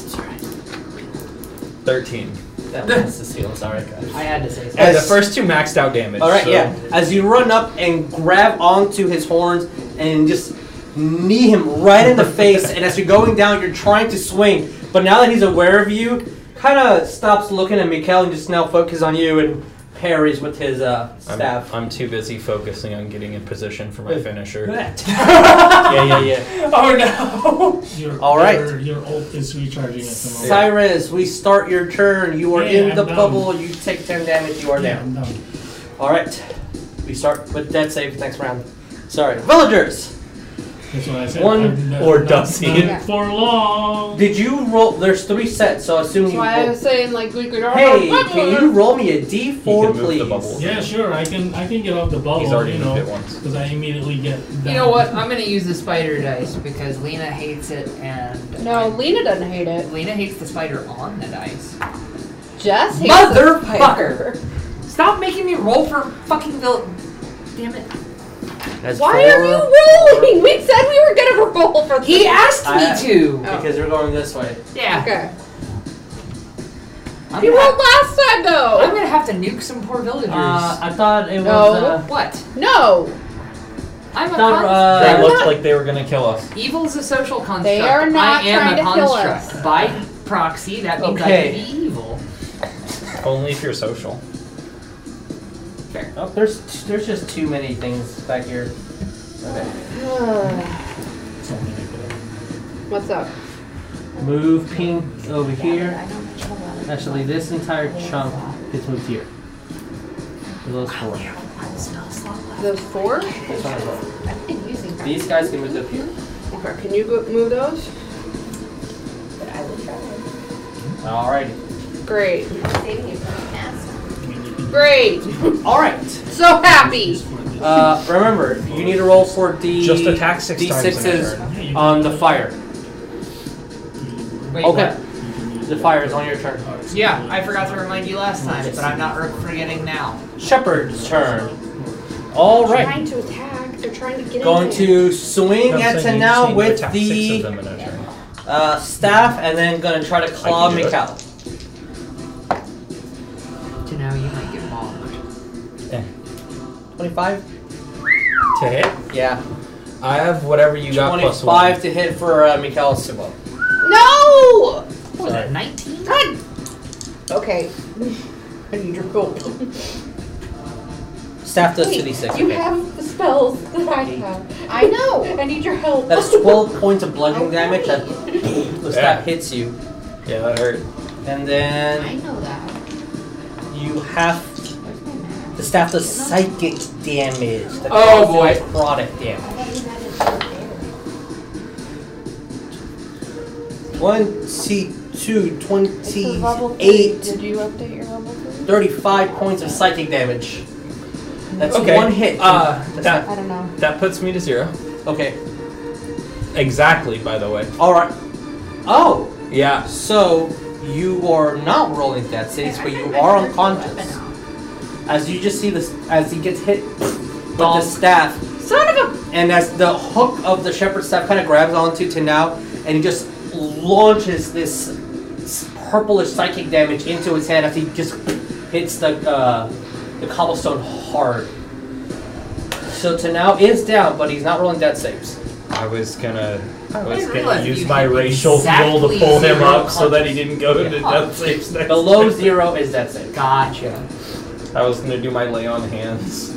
Sorry.
13.
That was the seal. Sorry, guys.
I had to say something.
And the
As-
first two maxed out damage.
All right,
so-
yeah. As you run up and grab onto his horns and just knee him right in the face, and as you're going down, you're trying to swing. But now that he's aware of you, kind of stops looking at Mikkel and just now focuses on you and parries with his uh,
I'm,
staff.
I'm too busy focusing on getting in position for my
Good.
finisher.
yeah, yeah, yeah.
Oh no!
Your,
All right.
Your, your ult is recharging at the moment.
Cyrus, we start your turn. You are
Yeah,
in
I'm
the
down.
bubble. You take 10 damage. You are
Yeah,
down.
I'm down.
All right. We start with dead save next round. Sorry. Villagers!
That's what I said.
One
I'm not-
or
not-
does he?
not
Yeah.
For long.
Did you roll? There's three sets, so I assume
That's
you.
why I
Roll.
was saying like we could.
Hey, can you roll me a D4,
He can move the
please?
bubble.
Yeah, sure. I can. I can get off the bubble.
He's already
you
moved
know,
it once.
because I immediately get. Down.
You know what? I'm gonna use the spider dice because Lena hates it and.
No, Lena doesn't hate it.
Lena hates the spider on the dice.
Jess hates
Motherfucker.
the spider.
Stop making me roll for fucking the. Damn it.
That's
Why
four.
are you rolling? We said we were gonna roll for
He
this.
asked me
I-
to!
Oh.
Because you're going this way.
Yeah.
Okay.
I'm
He
gonna,
rolled last time
I'm
though.
gonna have to nuke some poor villagers.
I thought it was.
No. uh,
what?
No,
I'm a
Thought,
con-
uh,
They
I'm
looked
not-
like they were gonna kill us.
Evil's a social construct.
They are not
I am
trying
a
to kill
construct.
us.
By proxy, that means I
Okay.
can be evil.
Only if you're social.
Oh, there's there's just too many things back here. Okay.
What's up?
Move pink over
I
here.
don't have a lot of-
Actually, this entire chunk gets moved here. Those four.
Those four?
That's fine as well.
I've been using that,
These guys can move up here.
Okay, can you go move those?
but I will try it.
Alrighty.
Great,
Saving you from an ass.
great.
Alright.
So happy.
Uh, remember, you need to roll for D.
Just attack six times in a
D6s
turn.
on the fire.
Wait,
Okay. The fire is on your turn.
what? Yeah, I forgot to remind you last time, but I'm not forgetting now.
Shepherd's turn. All right.
Trying to attack. They're trying to get
Going
in there.
to swing
I'm
at
saying you just need
now
to
with
attack six
the
of them in a turn.
uh, staff, and then gonna try to claw
I can do it.
Mikal.
To know you might get bombed.
Twenty-five.
To hit?
Yeah.
I have whatever you got plus
Twenty-five
one.
to hit for uh, Mikal Sibo.
No.
What was that, 19?
God. Okay. I need your help.
Staff does two
Wait,
D six.
you have the spells that I have.
I know.
I need your help.
That's twelve points of
Oh,
bludgeoning damage. That the
Yeah.
staff hits you,
Yeah, that hurt.
and
I
then
know that.
you have
Where's my map?
the staff does psychic damage. That
Oh,
causes
boy.
Product damage.
I thought you had it there.
One, C, two,
It's a
20,
level three.
eight,
Did you update your level three?
35 points of psychic damage. That's
Okay.
one hit.
Uh,
That's
that-
I don't know.
That puts me to zero.
not- okay.
Exactly, by the way.
All right. Oh,
Yeah.
so you are not rolling that saves, but you are unconscious. As you just see this, as he gets hit with the
Bonk.
staff,
Son of a.
and as the hook of the shepherd's staff kind of grabs onto to now, and he just launches this s- purplish psychic damage into his hand as he just hits the uh, the cobblestone hard. So to now is down, but he's not rolling death saves.
I was gonna. I was
didn't
gonna
realize
use
you
my
hit
racial fuel
exactly
to pull him
zero
up so that he
punches.
didn't go to the
Yeah.
death saves next.
Below
turn.
zero is death save.
Gotcha.
I was gonna do my lay on hands.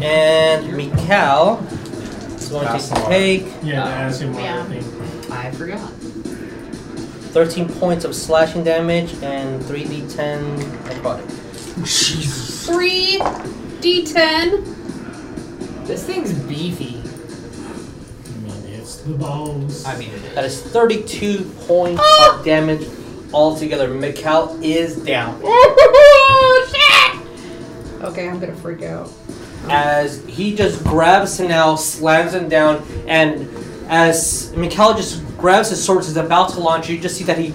And Mikal is going to
Asmar.
take
Yeah, that's him
Yeah.
thing.
I forgot.
13 points of slashing damage and 3d10 necrotic.
Three D10.
This thing's beefy.
I mean, it's the balls.
I mean, it is.
That is 32 points of damage altogether. Mikal is down.
Shit! Okay, I'm gonna freak out.
as he just grabs him now, slams him down, and as Mikhail just grabs his sword, is about to launch, you just see that he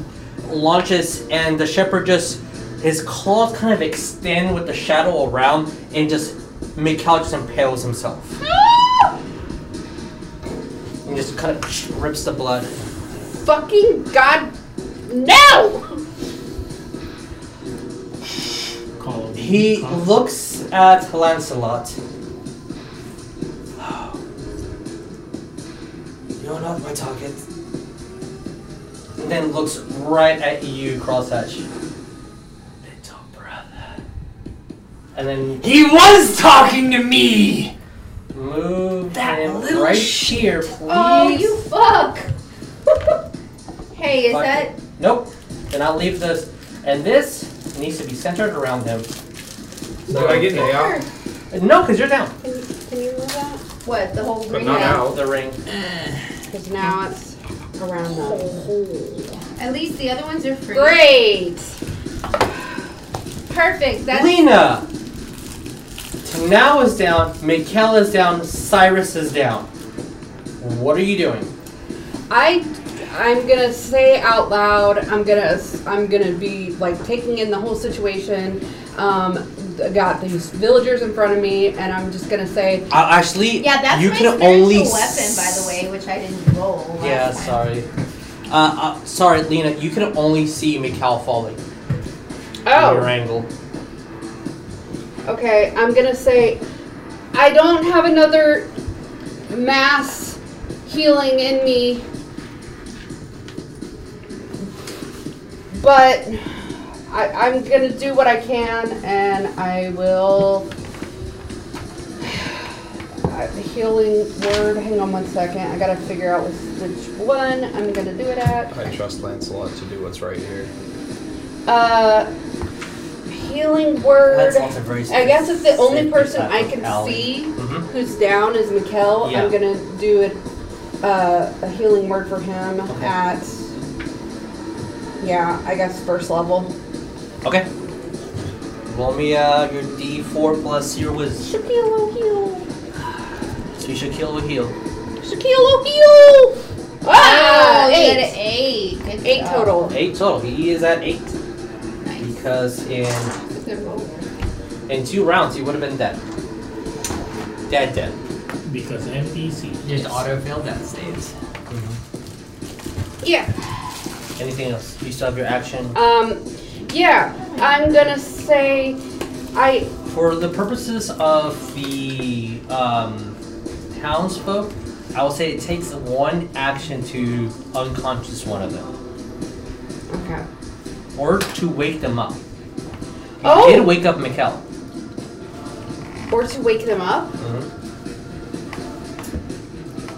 launches, and the shepherd just his claws kind of extend with the shadow around, and just Mikhail just impales himself. And just kind of rips the blood.
Fucking god. No!
Call him.
He
Call him.
looks at Lancelot. You're not my target. And then looks right at you, Crosshatch. Little brother. And then
He was talking to me!
move
That
him
little
right
shit.
here, please.
Oh, you fuck! hey, is
Fuck
that
Nope. Then I'll leave this. And this needs to be centered around him.
So I get day out,
No, because you're down.
Can you move that?
what the whole
but
green?
not
thing?
out.
The ring.
Because now it's around them.
At least the other ones are free.
Great!
Perfect. That's
Lena! Tanao is down, Mikkel is down, Cyrus is down. What are you doing?
I I'm gonna say out loud. I'm gonna I'm gonna be like taking in the whole situation. Um, I got these villagers in front of me, and I'm just gonna say,
Uh, actually,
yeah. That's
you
my
can
spiritual
only
weapon, by the way, which I didn't roll. last
Yeah,
time.
sorry. Uh, uh, sorry, Lena, you can only see Mikkel falling from your
oh,
angle.
okay. I'm gonna say, I don't have another mass healing in me, but I, I'm gonna do what I can, and I will. Uh, healing word. Hang on one second. I gotta figure out which which one I'm gonna do it at.
I trust Lancelot to do what's right here.
Uh, healing word.
Lancelot's a very
I guess if the only
specific
person
type
I
of
can
ally.
see
Mhm.
who's down is Mikkel.
Yeah.
I'm gonna do it, uh, a healing word for him
Okay.
at. Yeah, I guess first level.
Okay. Roll me uh, your d4 plus your wisdom.
Shaquille O'Heal.
So you should kill or heal.
Shaquille O'Heal. Ah,
Oh, you
eight.
had an eight. Good
Eight
job.
total.
Eight total. He is at eight
Nice.
because in
That's a good roll.
In two rounds, he would have been dead. Dead, dead.
Because NPC.
Just auto failed that saves.
Yeah.
Anything else? You still have your action.
Um, yeah. I'm gonna say, I
For the purposes of the um, townsfolk, I will say it takes one action to unconscious one of them,
okay.
or to wake them up. You
Oh.
did wake up Mikkel.
Or to wake them up.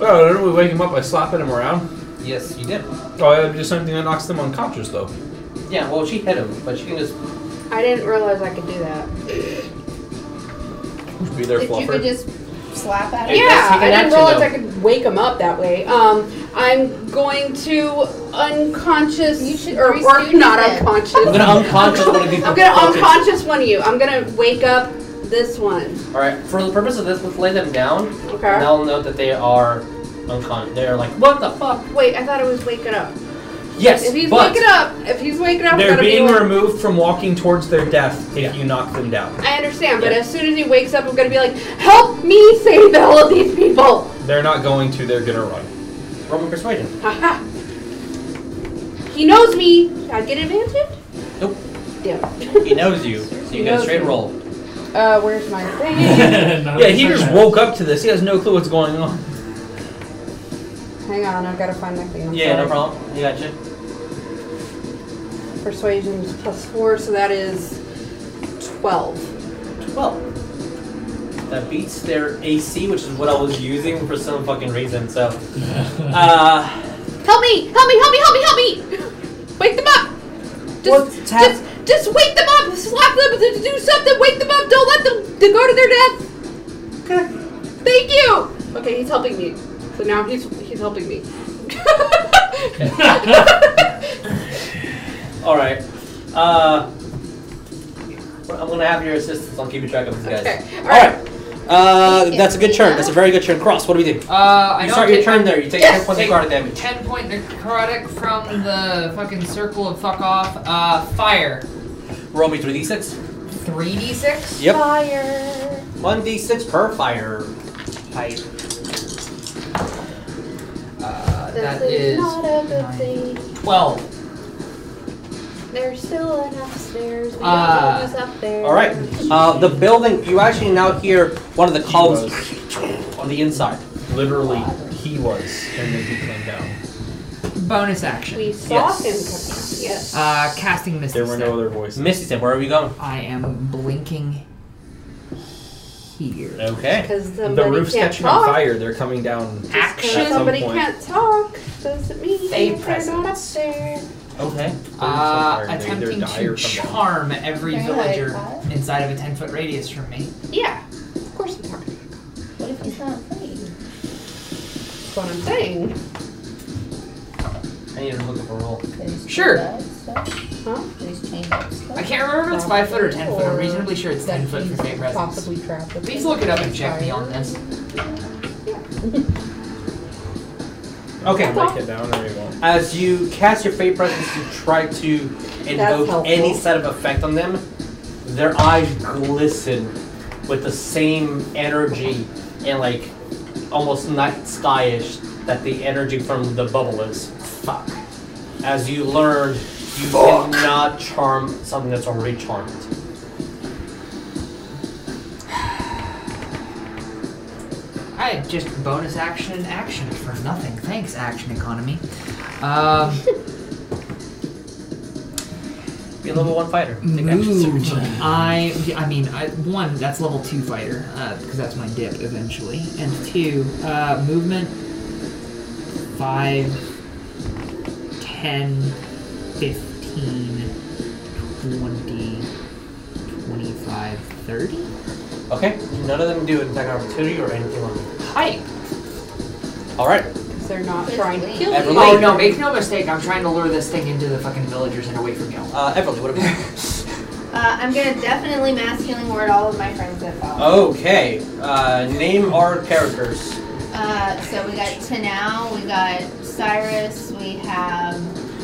Oh, didn't we wake him up by slapping him around?
Yes, you did.
Oh, I do something that knocks them unconscious though.
Yeah, well, she hit him, but she can just
I didn't realize I could do that.
Be there,
If you could
Fluffer.
just slap at it.
It does
Yeah,
take
I
an
didn't
action,
realize
though.
I could wake him up that way. Um, I'm going to unconscious
You should
or,
grease
or
you
not
then.
unconscious.
I'm gonna unconscious one of these.
I'm gonna unconscious one of you. I'm gonna wake up this one.
All right. For the purpose of this, let's lay them down.
Okay.
And I'll note that they are unconscious. They're like, what the fuck?
Wait, I thought it was waking up.
Yes,
If he's
but
waking up, if he's waking up, I'm
They're
gonna
being
be like,
removed from walking towards their death if
Yeah.
you knock them down.
I understand, but as soon as he wakes up, I'm gonna be like, "Help me save all of these people!"
They're not going to. They're gonna run.
Roman persuasion.
Haha. He knows me. I get advantage.
Nope.
Yeah.
He knows you, so
He
you get a
knows
straight
me.
roll.
Uh, where's my thing?
Yeah, he just woke up to this. He has no clue what's going on.
Hang on, I've gotta find my thing. I'm
Yeah, no
sorry.
problem. You gotcha.
Persuasion's plus four, so that is twelve.
Well, that beats their AC, which is what I was using for some fucking reason. So, uh,
Help me! Help me! Help me! Help me! Help me! Wake them up! Just,
What's hap-
just, just wake them up! Slap them! d- Do something! Wake them up! Don't let them to go to their death. Thank you. Okay, he's helping me. So now he's he's helping me.
all right. Uh, I'm gonna have your assistance on keeping track of these guys.
okay. All
All right.
right.
Uh, that's a good turn. That's a very good turn. Cross. What do we do?
Uh, I
You
know
start
I'm
your
ta-
turn there. You take
Yes.
ten points of
Take-
guard damage.
Ten point necrotic from the fucking circle of fuck off. Uh, fire.
Roll me three d6.
Three d six.
Yep.
Fire.
One d6 per fire type.
Uh,
This
that
is
is
not a good
nine,
thing.
twelve.
There's still an upstairs. We don't
Ah.
know who's up there.
All right. Uh, the building. You actually now hear one of the columns on the inside.
Literally, he was, and then he came down.
Bonus action.
We saw
Yes.
him. Yes.
Uh, casting mist.
There were
instead.
no other voices.
Misty said, "Where are we going?"
I am blinking here.
Okay.
Because
The
somebody
roof's
can't
catching on
talk.
fire. They're coming down.
Just 'cause
Action.
Somebody
At some
can't talk doesn't mean
They
that they're not up
presence.
there.
Okay.
Uh,
They either
attempting
die
to
or come down.
charm every
Can I, like,
villager
that?
inside of a 10 foot radius from me.
Yeah, of course I'm talking.
What if he's not funny?
That's what I'm saying.
I need to look up a roll.
Could he
Sure.
change up stuff?
Huh?
Could he change up stuff?
I can't remember if it's 5 foot or 10 foot. I'm
Or
reasonably sure it's
That
10 foot
he's
for fate presence.
Possibly trapped. with
Please
him.
look it up and check me on this.
Okay.
He'll Break it down or he won't.
As you cast your fate presence to try to
helpful.
invoke any set of effect on them, their eyes glisten with the same energy and like almost night skyish that the energy from the bubble is. Fuck. As you learn, you cannot charm something that's already charmed.
I had just bonus action and action for nothing. Thanks, action economy. Um,
Be a level one fighter. Take action
move.
surge.
I, I mean, I, one, that's level 2 fighter, uh, because that's my dip eventually. And two, uh, movement 5, 10, 15, 20, 25, 30?
Okay. None of them do an attack opportunity or anything like that.
Hi!
All right.
Because they're not trying to kill
Everly.
you.
Oh no, make no mistake, I'm trying to lure this thing into the fucking villagers and away from you.
Uh, Everly, what about you?
Uh, I'm gonna definitely mass healing word all of my friends that follow.
Oh. Okay. Uh, name our characters.
Uh, so we got Tanao, we got Cyrus, we have.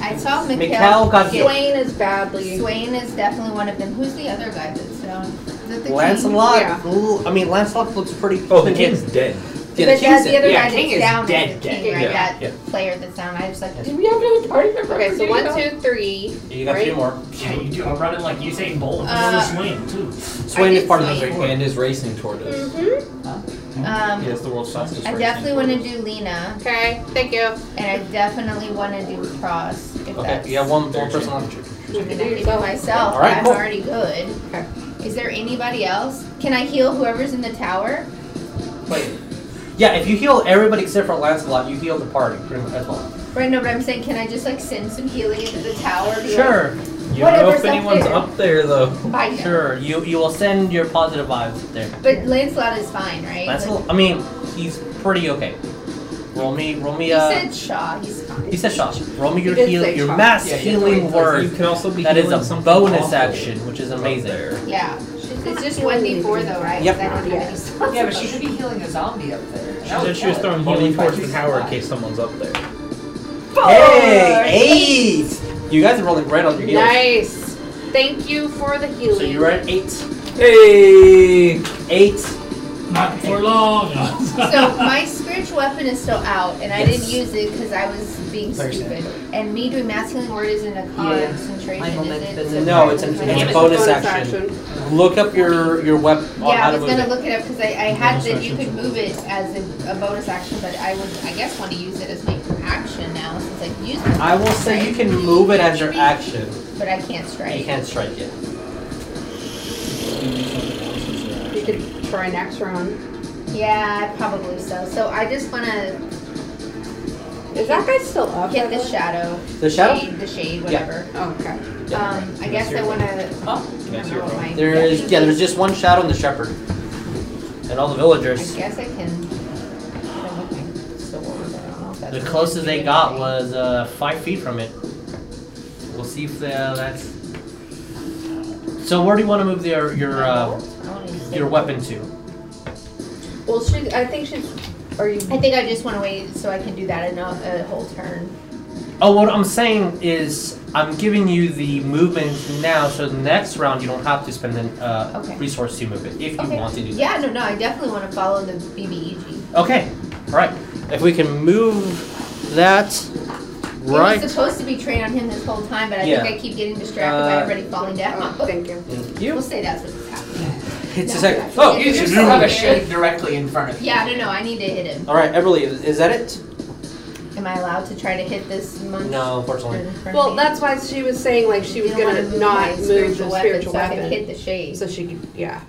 I saw
Mikhail
Mikhail.
got
get-
Swain is badly.
Swain is definitely one of them. Who's the other guy that's down? Is it the king?
Lancelot.
yeah.
ooh, I mean, Lancelot looks pretty.
Oh, the kid's dead.
Yeah, the
but
king's
that's the
dead.
other
yeah,
guy
king
that's
is
down.
dead,
is the
dead.
king, right?
Yeah,
That
yeah.
player that's down. I was like,
Yes.
did we have another party member?
Okay, so
for
one,
you?
two, three.
You got three
right?
more.
Yeah, you do. I'm running like Usain Bolt.
Uh,
I'm swing too.
Swain is
did
part of the
Swain.
three.
And is racing toward us.
Mhm.
Um,
Mm-hmm.
He has the world's fastest
I
racing
definitely want to
tortoise.
do Lena,
Okay, thank you.
and I definitely want to do Cross. If
Okay,
that's,
you have one, one person left.
I mean, I
Do
can do
yourself.
myself.
All right,
I'm
cool.
already good.
Okay.
Is there anybody else? Can I heal whoever's in the tower?
Wait. Yeah, if you heal everybody except for Lancelot, you heal the party pretty much as well.
Right, no, but I'm saying, can I just like send some healing into the tower? Be like,
Sure. You
You don't know
Whatever,
if anyone's
something.
up there though.
Bye.
Sure, you you will send your positive vibes up there.
But Lancelot is fine, right?
That's
Like,
I mean, he's pretty okay. Roll me, roll me.
he
Uh,
said Shaw. He's fine.
he said, "Shosh, roll me your
did
heal,
say
your
Shosh.
mass
Yeah, yeah,
healing
wait,
You
word."
can also be
That is
healing
a
something
bonus
awful
action, which is amazing.
There.
yeah. It's just one d4 though, right? 'Cause
Yep.
I don't have any spells.
Yeah, but she should be healing a zombie up there.
She said she was throwing healing force and power in case someone's up there.
Hey, eight! You guys are rolling great on your heels.
Nice. Thank you for the healing.
So you're at eight.
Hey!
Eight.
Not for long.
so my spiritual weapon is still out, and I didn't use it because I was being
Sorry,
stupid. And me doing mass healing word isn't a
Yeah.
concentration,
I'm
is
on
it?
that-
it?
No, it's an- it's a
Yeah,
bonus action. Look up your your weapon.
Yeah,
how to
I was
move
gonna
it.
look it up because I, I had
Bonus
that you
action.
could move it as a, a bonus action, but I would, I guess, want to use it as my action now since I've used it.
I will say you can move it as your action.
But I can't
You
strike.
can't strike it.
You could try next round.
Yeah, probably so. So I just want to
Is that guy still up?
get
by
the
way?
shadow.
The shadow?
Shade, the shade, whatever.
Oh, okay.
Um, I guess I want to.
That's
Oh
your one.
There is yeah. There's just one shadow in the shepherd, and all the
I
villagers.
guess I can. I don't know if I still want it, I don't know if that's
The
what
closest they
it's
got
doing.
was uh, five feet from it. We'll see if the, that's. So where do you want to move your your uh,
I wanna use
your
it.
weapon to?
Well, she. I think she's. Are you? oh,
I think I just want to wait so I can do that in a, a whole turn.
Oh, what I'm saying is I'm giving you the movement now, so the next round you don't have to spend an uh,
Okay.
resource to move it if you
Okay.
want to do that.
Yeah, no, no, I definitely want to follow the E BBEG.
Okay. All right. If we can move that
It
right.
was supposed to be trained on him this whole time, but I
Yeah.
think I keep getting distracted by
Uh,
everybody falling down.
Oh, thank you.
Thank
We'll
you.
say that's what's happening.
It's a
No,
second.
that's
Oh,
it.
You just have a shade directly in front of you.
Yeah, no, no, I need to hit him.
All right, Everly, is is that it?
Am I allowed to try to hit this monk?
No,
in
unfortunately.
front of
Well,
me?
that's why she was saying like she
You
was
don't wanna
gonna
move my
not move the spiritual
so I can
weapon,
hit the shade.
so she could. Yeah.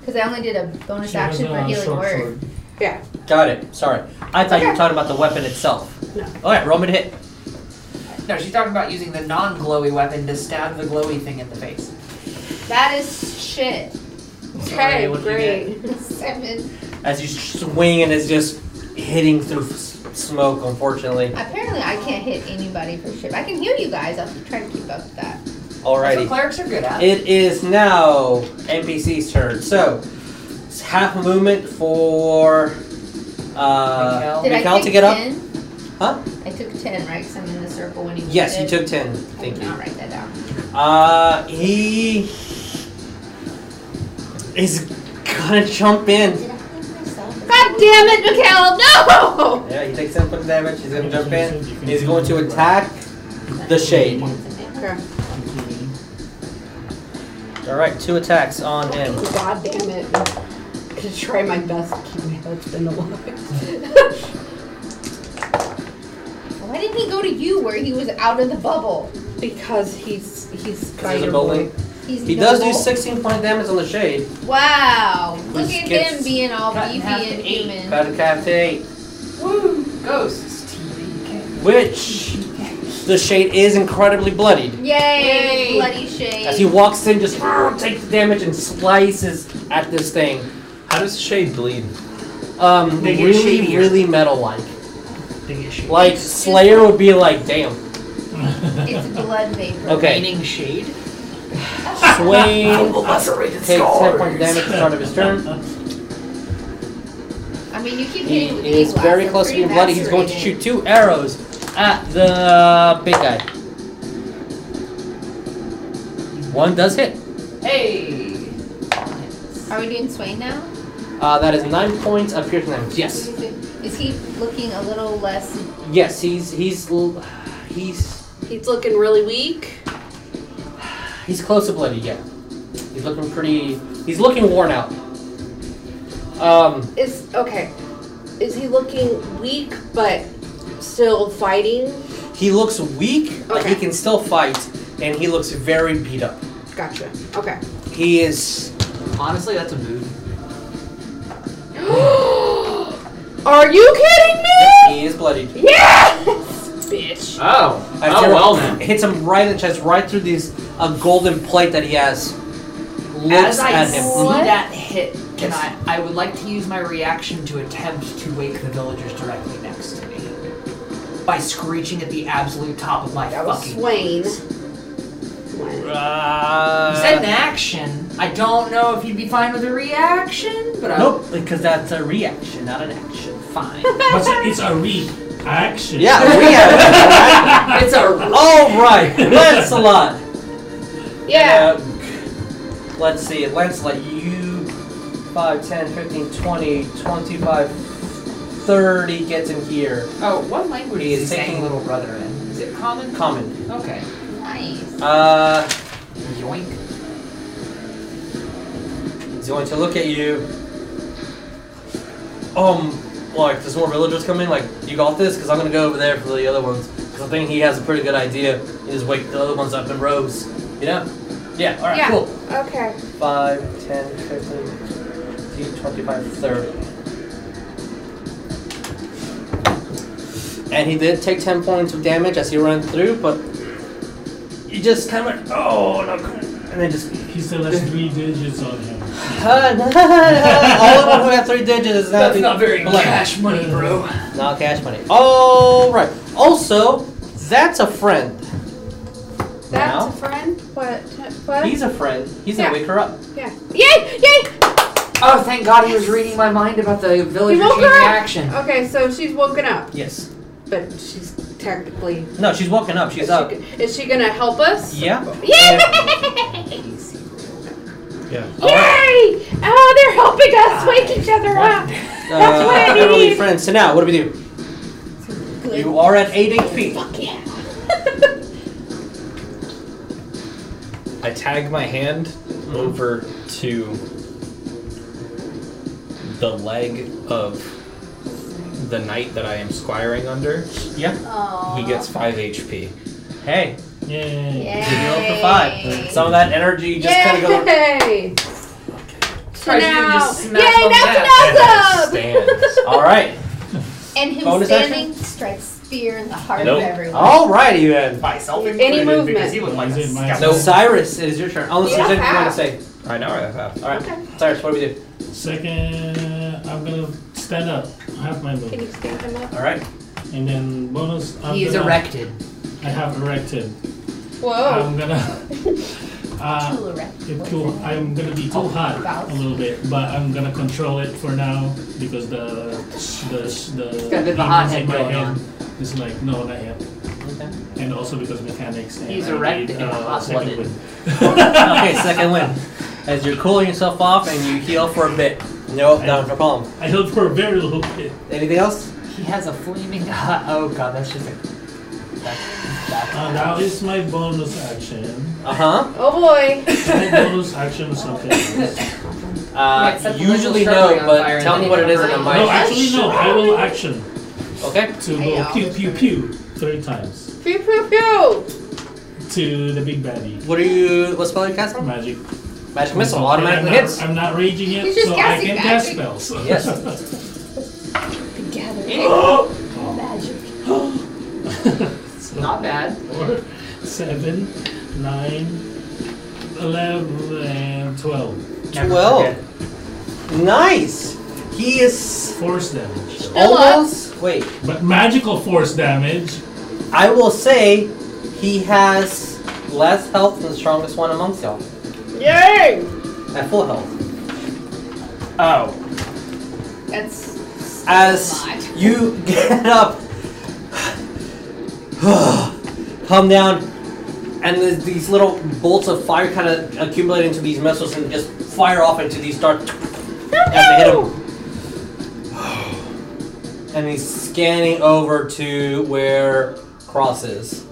Because I only did a bonus action for healing word.
Yeah.
Got it. Sorry. I thought you were
Okay.
talking about the weapon itself.
No.
All right, roll me to hit.
No, she's talking about using the non-glowy weapon to stab the glowy thing in the face.
That is shit.
Okay.
what do you
great.
Seven.
As you swing and it's just hitting through s- smoke, unfortunately.
Apparently, I can't hit anybody for shit. I can heal you guys. I'll try to keep up with that.
That's what
Alrighty.
clerics are good at.
It is now NPC's turn. So, it's half movement for uh,
Mikhail.
Did
Mikhail
I take
to get up?
10?
Huh?
I took 10, right? Because I'm in the circle when you
Yes, you
did.
took ten.
I
Thank
did
you.
not write that down.
Uh, he is gonna jump in.
Did I hit myself?
God damn it, Mikhail! No.
Yeah, he takes input damage. He's gonna jump in. He's going to attack the shade.
Okay.
All right, two attacks on him.
God damn it. I'm gonna try my best to keep my husband alive.
Why didn't he go to you where he was out of the bubble?
because he's he's
He's
spider
a bully.
boy.
He's
He does do
noble.
16 point damage on the shade.
Wow. Look at
gets
him being all
cut in
beefy
half to
and
eight.
human.
Got a cap to eight,
Woo! Ghosts. TVK.
which the shade is incredibly bloodied.
Yay!
Yay.
Bloody
As he
shade.
walks in, just "Arr," takes the damage and slices at this thing.
How does Shade bleed?
Um,
They get
really,
shadier.
really metal like. Like Slayer would be like, damn.
It's blood vapor.
Okay,
Meaning shade.
swing.
lacerated
Takes 10 point damage at the start of his turn.
I mean, you keep
He
hitting with
is
these ones,
very
I'm
close to
pretty
being bloody. He's going to
macerated.
shoot two arrows at the big guy. One does hit.
Hey!
Are we doing sway now?
Uh, that is nine points of piercing damage. Yes.
Is he looking a little less?
Yes, he's he's l- he's
He's looking really weak.
he's close to bloody. Yeah, he's looking pretty. He's looking worn out. Um,
Is okay. Is he looking weak but still fighting?
he looks weak, but he
Okay.
can still fight, and he looks very beat up.
Gotcha. Okay.
He is.
Honestly, that's a mood.
Are you kidding me?
He is bloodied.
Yes, bitch.
Oh.
I
oh
tear-
well then.
Hits him right in the chest, right through these a golden plate that he has looks
As I
at
see
him. Mm-hmm.
What?
that hit, can I? I would like to use my reaction to attempt to wake the villagers directly next to me by screeching at the absolute top of my
That was
fucking.
Swain.
lungs.
Swain.
You
Uh,
said an action. I don't know if you'd be fine with a reaction, but uh, I.
Nope, because that's a reaction, not an action.
Fine.
But it's a reaction.
Yeah, a reaction.
it's a.
All right, Lancelot.
Yeah.
Uh, let's see, Lancelot, you 5, 10, 15, 20, 25, 30 gets in here.
Oh, what language
He
is he
is
saying
taking-
little brother in? Is it common?
Common.
Okay.
Nice.
Uh,
Yoink.
he's going to look at you. Um, like, there's more villagers coming. Like, you got this? Because I'm going to go over there for the other ones. Because I think he has a pretty good idea. He just wake the other ones up in rows. You know? Yeah, alright,
Yeah.
cool.
okay.
5, 10, 15, 15, 25, 30. And he did take 10 points of damage as he ran through, but he just kind of went, oh, no, come on," And then just,
He still has three digits on him.
"Ah, no." all of them who had three digits is now
That's
the-
not very
black.
cash money,
Mm.
bro.
Not cash money. All right. Also, that's a friend.
That's a
Now,
friend. What? What?
he's a friend. He's
Yeah.
gonna wake her up.
yeah. Yay! Yay!
Oh, thank God he was reading my mind about the villager
woke
chain
her up.
reaction.
Okay, so she's woken up,
Yes.
but she's technically.
No, she's walking up. She's
Is
up.
she, is she gonna help us?
Yeah.
Yay!
Yeah.
Yay! Oh, they're helping
Ah.
us wake each other up.
Uh,
That's what I
they're really
need.
friends. So now, what do we do? You are at 80 feet.
Fuck yeah.
I tag my hand
Mhm.
over to the leg of the knight that I am squiring under.
Yeah.
Oh.
He gets 5 HP.
Hey,
Yeah.
Yay.
you rolled for five. Some of that energy just kind of goes.
Yay! So
Surprised you didn't
now,
just
yay!
smack on
that.
That's
And it
awesome.
stands.
All right.
And him
Bonus action? Oh.
standing strikes spear in the heart
Nope.
of everyone.
All righty then.
Myself
Any included, because movement. he
looked like a
So
scoundrel.
Cyrus, it is your turn. Unless
You
there's
don't
anything you want to
have.
say.
I know I have.
All right,
Okay.
Cyrus, what do we do?
Second, I'm gonna stand up. I have my
Can
move.
you stand him up?
All right.
And then bonus. I'm
He is
gonna-
erected.
I have erected.
Whoa.
I'm gonna. uh,
Cool erect.
It too, I'm gonna be too hot a little bit, but I'm gonna control it for now because the the the,
got a bit of a
demons
hothead
in my
going
head
on.
is like no, not yet,
Okay.
and also because mechanics. And
He's
I
erect
need,
and
uh, second
hot-blooded.
wind.
okay, second win. As you're cooling yourself off and you heal for a bit. No, no, no problem.
I held for a very little bit.
Anything else?
He has a flaming. Oh God, that's just a. That's, that's
Uh, that is my bonus action.
Uh huh.
Oh boy.
My bonus action is something else.
Uh,
Right, set the
usually
little
no,
shrubbery on fire
but
and
tell
then
me
you
what it
can
is and I
burn
No,
might.
actually no. I will action
Okay.
to
Hey,
go
y'all.
pew pew pew three times
Pew pew pew.
to the big baddie.
What are you? What spell are you casting?
Magic
Magic missile
missile.
automatically
And I'm not-
hits.
I'm not raging it,
He's just
so I
casting
can cast
magic.
spells.
Yes.
Gather magic.
So,
not bad.
Four, seven, nine, eleven, and twelve.
Twelve. Nice. He is
Force damage.
Still up.
almost. Wait.
But magical force damage.
I will say, he has less health than the strongest one amongst y'all.
Yay!
At full health. Oh.
That's so
as
much.
you get up, come down, and there's these little bolts of fire kind of accumulate into these missiles and just fire off into these dark. as they hit him. And he's scanning over to where Cross is.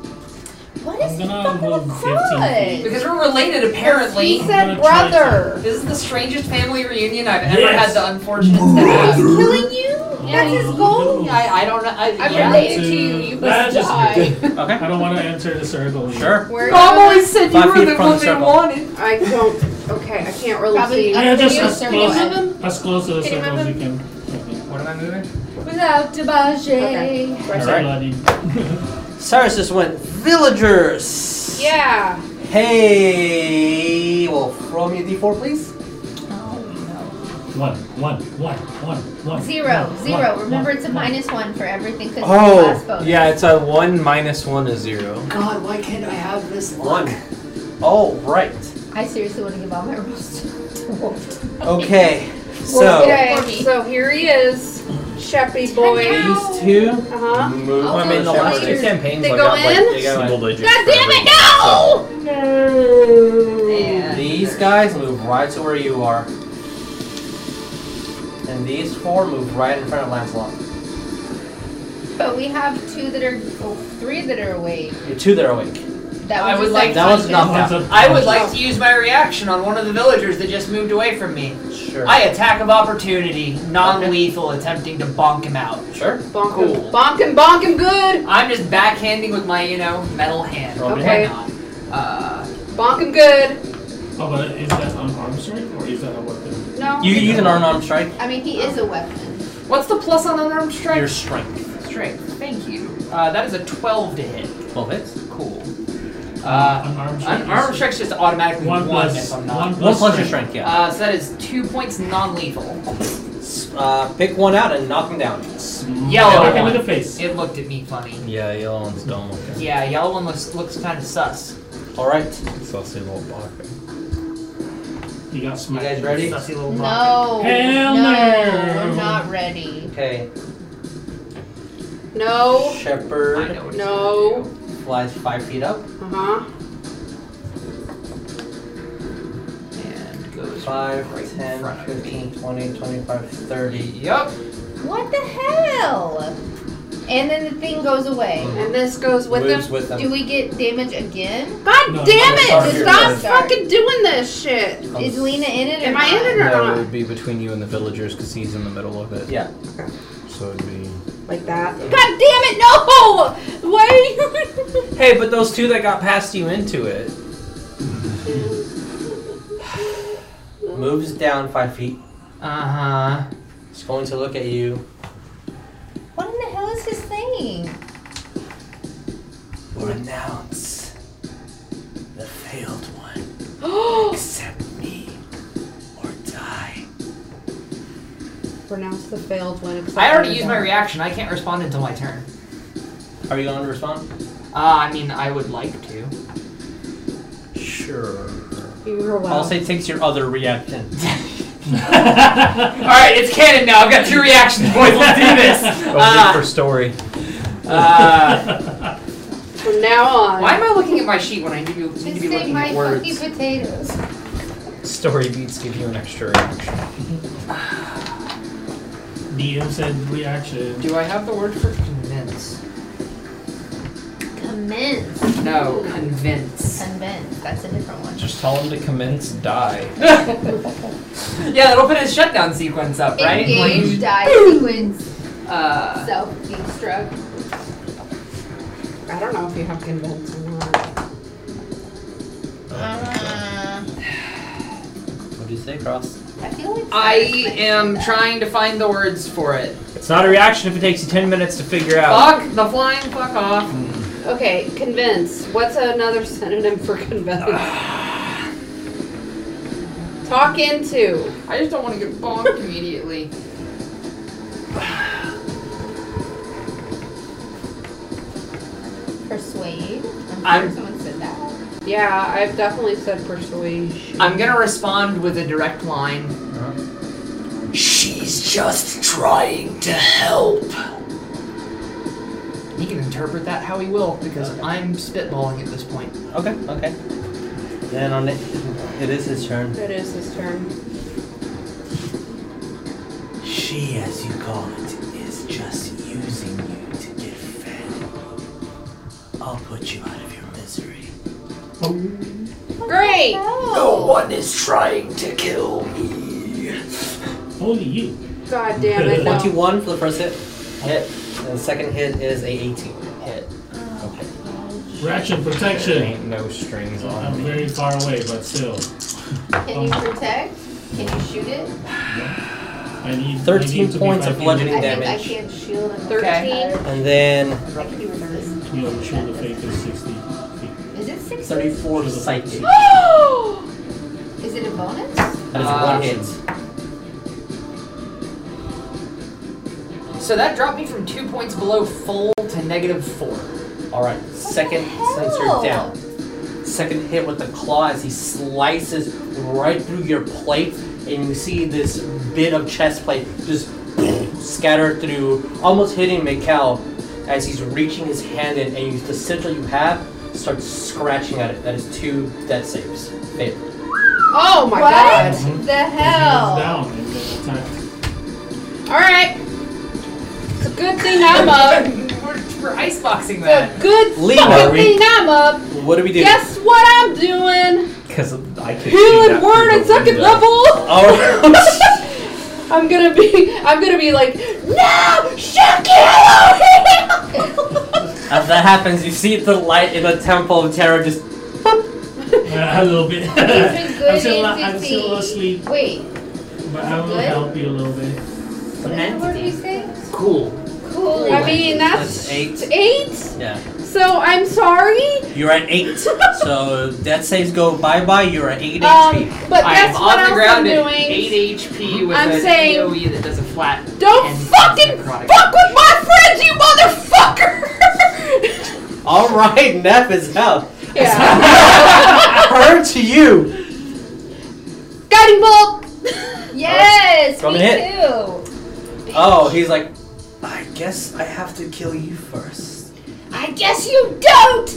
What is
I'm
the
gonna
fuck
move
with
15 feet.
crud?
Because we're related, apparently.
He said
I'm gonna try
brother.
This is the strangest family reunion I've ever
Yes.
had the unfortunate to
He's
have.
killing you?
That's his goal.
No.
I, I don't know. I,
I'm
yeah.
related to you. You
That
must
is
die.
I
Okay.
don't want to enter the circle. either.
Sure.
Where
Mom always said you
Five
were
feet
the
from
one
the
they
circle.
wanted.
I don't. Okay, I can't really
Probably-
see.
Yeah,
Can
just
you
as
move
close,
him?
as close to the
Can you
circle as you
move
can. Okay.
What am I moving?
Without Debaje.
Okay.
That's
Alright.
bloody.
Cyrus just went, Villagers!
Yeah.
Hey, Wolf, roll me a d4, please.
Oh,
One, one, one, one, one.
no. Zero,
one,
zero.
one,
Remember,
one,
it's a
one.
minus one for everything because it's the last
Oh,
bonus.
yeah, it's a 1 minus 1 is 0.
God, why can't I have this
One. All right.
I seriously want to give all my rolls to Wolf.
Okay.
Well,
So
okay, so here he is, Sheppy boy.
Hello.
these two.
Uh huh.
Move.
Oh,
I mean, the
Sure.
last two campaigns
They
I
go
got
in?
like they got,
Single
like,
digit.
God damn it, no!
No.
These guys move right to where you are. And these four move right in front of Lancelot.
But we have two that are, oh, three that are awake.
You're two that are awake.
That
I
was
would
a
like-
That was
subconscious.
not-
One's up.
I would like to use my reaction on one of the villagers that just moved away from me.
Sure.
I attack of opportunity, non-lethal, attempting to bonk him out.
Sure.
Bonk
Cool.
him, bonk him, bonk him good.
I'm just backhanding with my, you know, metal hand.
Roll
Why
damage.
not? Uh,
Bonk him good.
Oh, but is that an arm strike or is that a weapon?
No.
You use an unarmed strike.
I mean, he is a weapon.
what's the plus on unarmed strike?
Your strength.
Strength. Thank you. Uh, that is a 12 to hit.
Twelve hits.
Cool. Uh,
an arm strike.
unarmed
is
strike's just automatically
One
one,
plus
if I'm
one
not.
One plus your
strength.
strength, yeah.
Uh, so that is two points non-lethal.
Uh, pick one out and knock him down.
Yellow
Smack him in
one.
the face.
It looked at me funny.
Yeah, yellow ones don't look at
Yeah, yellow one looks looks kind of sus.
All right.
Saucy little block.
He got
You
smacked.
guys ready?
Sussy little monkey.
No.
Hell
no.
no.
We're not ready.
Okay.
No.
I
Shepherd
know what he's
No.
gonna do.
flies five feet up.
Uh huh.
And goes
Five,
right in
10,
front of
15,
me.
20, 25, 30.
Yup.
What the hell? And then the thing goes away.
And this goes with
Moves
him.
with them.
Do we get damage again?
God
No,
damn
sorry,
it!
you're
Stop
right.
fucking doing this shit.
Um,
Is Lena in it? or
Am I
not?
in it
No,
or
it
not?
would be between you and the villagers because he's in the middle of it.
Yeah.
So it'd be.
Like that. God damn it! No. Why are you?
Hey, but those two that got past you into it.
Moves down five feet.
Uh huh.
It's going to look at you.
What in the hell is his thing?
Renounce the failed one. Accept me or die.
Pronounce the failed one. except
I already
for
used
that.
my reaction. I can't respond until my turn.
Are you going to respond?
Uh, I mean, I would like to.
Sure.
You were
I'll
well.
say takes your other reaction.
All right, it's canon now. I've got two reactions. Boys, let's do this.
Oh,
for
Uh,
story.
uh,
From now on.
why am I looking at my sheet when I need to, need to
His
be
thing,
looking
my
at
funky
words?
potatoes.
Story beats give you an extra reaction.
DM said reaction.
Do I have the word for convince?
Commence.
No, convince.
Convince. That's a different one.
Just tell him to commence die.
Yeah, that'll put his shutdown sequence up, right?
Engage, die, sequence,
Uh,
self, instruct.
I don't know if you have convinced or not.
Uh,
What do you say, Cross?
I feel like
I am trying to find the words for it.
It's not a reaction if it takes you 10 minutes to figure out.
Fuck the flying fuck off.
Okay, convince. What's another synonym for convince? Talk into.
I just don't want to get bonked immediately.
persuade. I'm sure
I'm-
someone said that.
Yeah, I've definitely said persuasion.
I'm gonna respond with a direct line. She's just trying to help. He can interpret that how he will, because I'm spitballing at this point.
Okay, okay. Then on it, it is his turn.
It is his turn.
She, as you call it, is just using you to get fed. I'll put you out of your misery.
Oh.
Great!
No.
One is trying to kill me.
Holy you.
God damn it, no.
21 for the first hit. Hit. And the second hit is a 18. Hit.
Reaction
There
protection.
ain't no strings
I'm
on me.
very far away, but still.
Can you protect? Can you shoot it?
I need I
13
need to be
points
five
of bludgeoning
I
feet
think I
damage.
can shield him.
Thirteen.
Okay.
And then
I can resist.
away. You know, shoulder fake is 60 feet.
Is it six?
34 psychic.
Is it a bonus?
That is
Uh,
one hit.
So that dropped me from two points below full to negative four.
Alright, second sensor
hell?
down. Second hit with the claw as he slices right through your plate, and you see this bit of chest plate just scattered through, almost hitting Mikkel as he's reaching his hand in, and you, the center you have starts scratching at it. That is two death saves. Failed.
Oh my
What?
god.
Mhm.
The
It's
hell?
down and then attack.
Alright. It's a good thing I'm up.
we're, we're
It's
iceboxing
a
that.
good
Lena,
fucking
are we-
thing I'm up.
What do we do?
Guess what I'm doing?
Because I can
Healing word at second level.
Oh,
I'm gonna be, I'm gonna be like, no, Shuki, hello,
As that happens, you see the light in the Temple of Terror just.
Uh, a little bit.
These are good
I'm still, a- I'm still
entities.
asleep,
Wait,
but I will
Good?
help you a little bit.
what is the word we say?
Cool.
Cool.
I mean, that's
That's eight.
eight.
Yeah.
So I'm sorry.
You're at 8. so death saves go bye bye. You're at 8
Um,
HP.
but
I am
that's what
on the
else
ground
I'm
at
doing.
8 HP with
I'm
a
saying-
AoE that does a flat.
Don't
and
fucking
necrotic.
fuck with my friends, you motherfucker!
Alright, Nep is out.
yeah.
Her to you.
Guiding bolt!
Yes,
Roll
me
the hit.
too.
Oh, he's like, I guess I have to kill you first.
I guess you don't.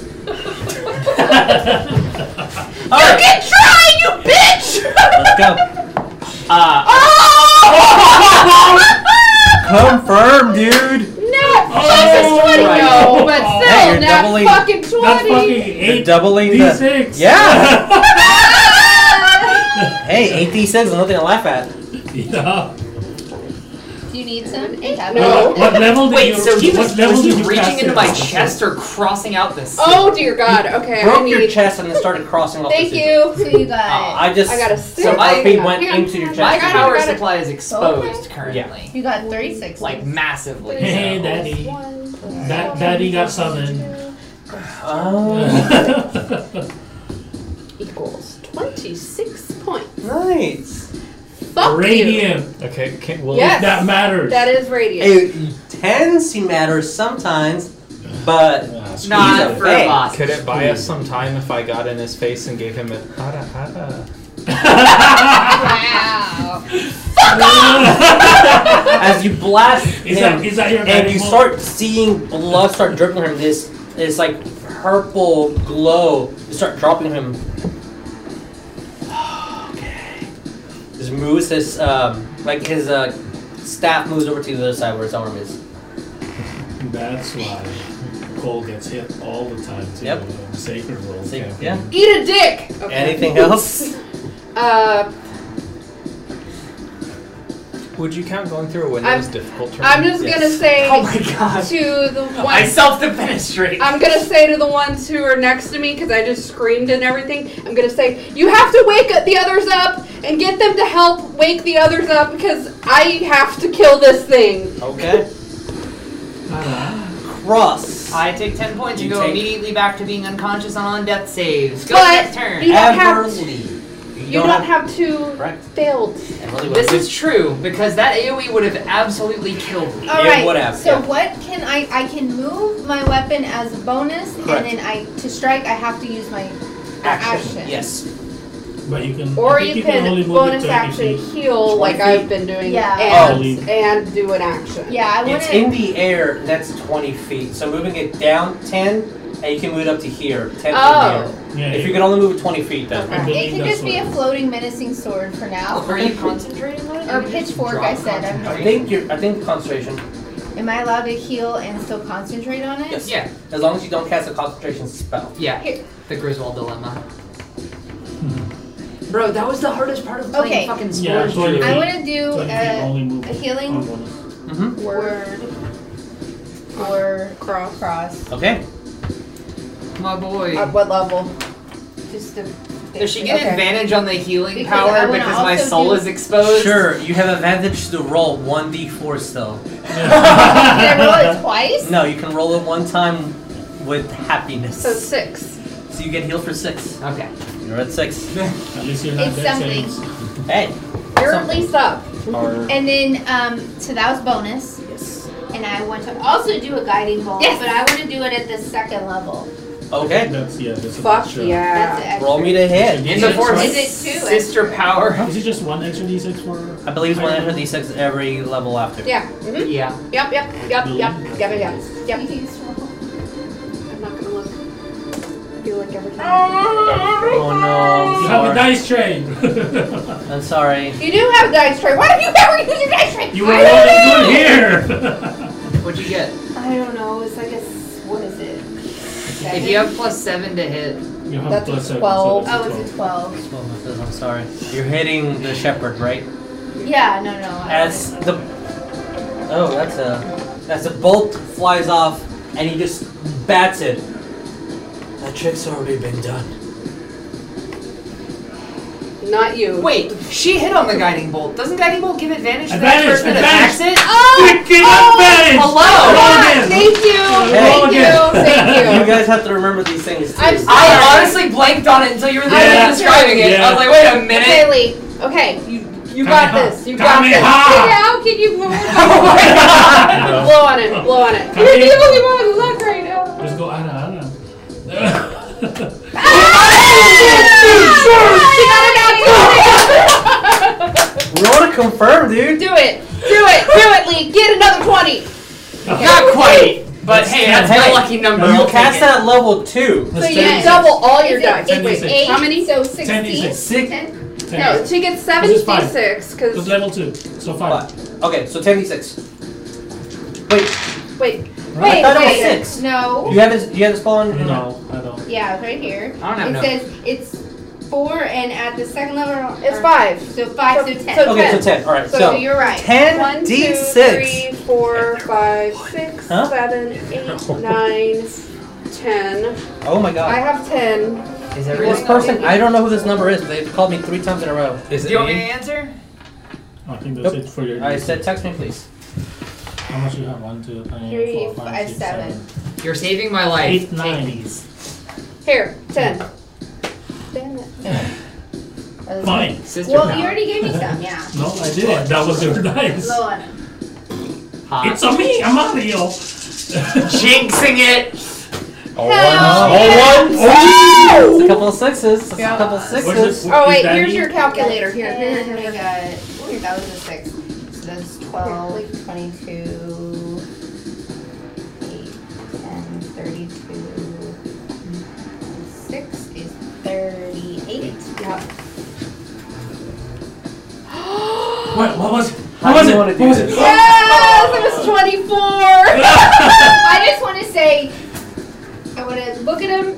You can try, you bitch!
Let's go. Uh,
oh!
confirm, dude.
Not
Oh,
Jesus 20
right.
no, but
Oh,
still,
hey, you're
not
doubling-
fucking 20!
That's fucking
You're
eight
doubling the.
d6.
Yeah.
Ah!
Hey, 8 d6 is nothing to laugh at.
Yeah.
Do you need some?
No.
What, what level did
Wait,
you?
so he
Oh, what
was,
level
was
did
he
you
reaching
cast
into
it?
my chest or crossing out this?
oh dear god, okay, I
Broke your
need.
chest and then started crossing off
Thank
the
you.
So you
Uh,
got
I just
I got a six.
so my
Hang
feet
on,
went
hang on,
into your
hang on.
My
chest.
got it, I
power
got it.
supply is exposed currently,
you got 36.
like massively.
Hey,
so.
daddy.
One,
That daddy got summoned.
Oh,
Equals 26 points.
nice.
Fuck you.
Radiant.
Okay, can, well,
Yes.
That matters.
That is radiant.
It tends to matter sometimes, but
Ah, screw
He's
Not
a
for
fake.
a boss.
could it buy us some time if I got in his face and gave him a hada hada?
wow.
as you blast him
Is that is that your
and
daddy
you
mo-
start seeing blood start dripping from him, this this like purple glow you start dropping him. okay. This moves this um like his uh staff moves over to the other side where his arm is.
That's why Cole gets hit all the time too.
Yep.
on Sacred roll.
See?
campaign.
Yeah.
Eat a dick! Okay.
Anything else?
Uh,
Would you count going through a window
I'm-
as difficult? terrain?
I'm just gonna
Yes.
say
Oh my gosh.
to the ones
I self defenestrate.
I'm gonna say to the ones who are next to me because I just screamed and everything. I'm gonna say you have to wake the others up and get them to help wake the others up because I have to kill this thing.
Okay. Cross.
I take 10 points and
You
go
take-
immediately back to being unconscious on death saves. Go
But-
next turn.
You don't have-
Everly.
You don't, have, two
Correct.
failed.
Everly
This
was-
is true because that AoE would have absolutely killed me.
All
Yeah,
right.
what app?
So
Yeah.
what can I? I can move my weapon as a bonus,
Correct.
and then I to strike I have to use my action.
Yes.
But you can.
Or
I think
you can
only move
bonus
it to
action
anything.
heal like I've been doing
Yeah.
and,
Oh.
and do an action.
Yeah, I want
It's in
to.
the air. That's 20 feet. So moving it down 10, and you can move it up to here. 10 feet in the
Oh.
air.
Yeah.
If you can only move it 20 feet, then.
Okay.
It can
that's
just be
what-
a floating menacing sword for now.
Are you concentrating on it? You
Or
just
pitchfork,
drop
I said, I'm-
I
concentration?
think you're. I think concentration.
Am I allowed to heal and still concentrate on it?
Yes.
Yeah,
As long as you don't cast a concentration spell.
yeah.
Here.
The Griswold dilemma.
Hmm.
Bro, that was the hardest part of playing
Okay.
fucking
Yeah, I
Splurge.
told you.
I want to do
So you can
a,
only move
a healing
on bonus.
Mm-hmm.
word or
Cross.
cross.
Okay.
My boy.
Uh,
At what level?
Just a.
Does she get
Okay.
advantage on the healing
Because I
power
wanna
because my
also
soul
do-
is exposed?
Sure. You have advantage to roll 1d4 still.
Can I roll it twice?
No, you can roll it one time with happiness.
So six.
so you get healed for six.
Okay.
You're at six.
At least you have
It's
that
something.
chance.
Hey.
You're at
something.
least up.
Our
And then, um, so that was bonus.
Yes.
And I want to also do a guiding bolt,
Yes.
but I want to do it at the second level.
Okay.
That's yeah. That's
Fuck
a
yeah.
That's an
Roll me to hit.
In the force.
Is it two?
Sister power.
Is it just one extra d6 for?
I believe it's one hundred d6 every level after.
Yeah. hmm
Yeah.
Yep, yep, yep, yep, yep, yep, yep.
Yep. Please roll.
I'm not gonna look. I do look every time.
Oh no.
You
I'm
have a
sorry.
dice tray.
I'm sorry.
You do have dice tray. Why don't you ever use your dice tray?
you
I
were
don't
all
know.
good here.
What'd you get?
I don't know. It's like a s- what is it? Seven?
If you have plus seven to hit,
you have
That's
plus seven.
twelve.
So that's
oh, it's a twelve.
Well, this is- I'm sorry. You're hitting the shepherd, right?
Yeah, no, no. I
As the oh, that's a as the bolt flies off and he just bats it. That trick's already been done.
Not you.
Wait, she hit on the guiding bolt. Doesn't guiding bolt give advantage to that
Advantage,
person that
advantage.
attacks it?
Oh!
Freaking
Oh,
advantage!
Hello!
Roll again.
Thank you. Thank
You
you. Thank you.
guys have to remember these things. Too.
I'm
I honestly blanked on it until you were literally
Yeah.
describing it. I was like, wait a minute.
Okay, Lee. Okay, you you got
Tommy
this.
Ha.
You got
Tommy
this.
Ha.
Now can you blow
Oh
it?
my god!
Blow on it. Blow on it.
Tommy.
You're the only one with luck right now. Ah!
Just go Anna, Anna.
Roll to confirm, dude.
Do it. Do it. Do it, Lee. Get another 20.
Not quite. But hey, that's my
Hey,
lucky number.
You
I'll take
cast
it.
that level two.
So
That's
you
10.
double all your
Is it-
dice.
is it
Wait,
eight?
how many?
So sixteen.
Ten d6.
Six.
Ten.
Ten.
No, she gets seven
This is fine.
d6
It was
because
level two, so five.
Five. Okay, so ten d six. Wait, I
wait, wait,
thought
wait.
it was six.
No.
You have this. You have this spawn.
No, I don't.
Yeah, it's right here.
I don't have
it
no-
says it's four, and at the second level,
It's
or-
five.
So five, so,
So-
ten.
so-
Okay,
ten.
so ten. All right,
so,
so,
you're right.
ten
One,
d
two,
six.
three, four, five, six,
Huh?
seven, eight, nine, ten.
Oh my
I
god.
have ten.
Is
This
everything?
person, I don't know who this number is. but They've called me three times in a row.
is
Do
it
you want me to
me?
answer?
I think that's
Nope.
it for your.
I said, text me, please.
How much you have? One, two, three,
Three,
four, five,
five,
six,
seven.
seven.
You're saving my life.
Eight,
Take
nine.
these.
Here, ten.
Damn it. Uh,
Fine.
Sister
Well,
power.
you already gave me some. Yeah.
No, I didn't. That was your dice.
Low on 'em.
Hot.
It's a me, a Mario.
jinxing it.
Oh,
Hell
one.
yeah.
It's a couple of sixes. It's a couple of
Where's
sixes.
the-
Oh
is
wait,
that
here's
me?
your calculator. Here, here, here,
And I
here.
got, that was a six. So that's 12, 22, 8, 10, 32, 6 is 38.
Yeah.
What? What was?
How
What was
do
it?
you wanna
What
do
was
this?
it?
Yes, it was twenty-four.
I just want to say, I want to look at him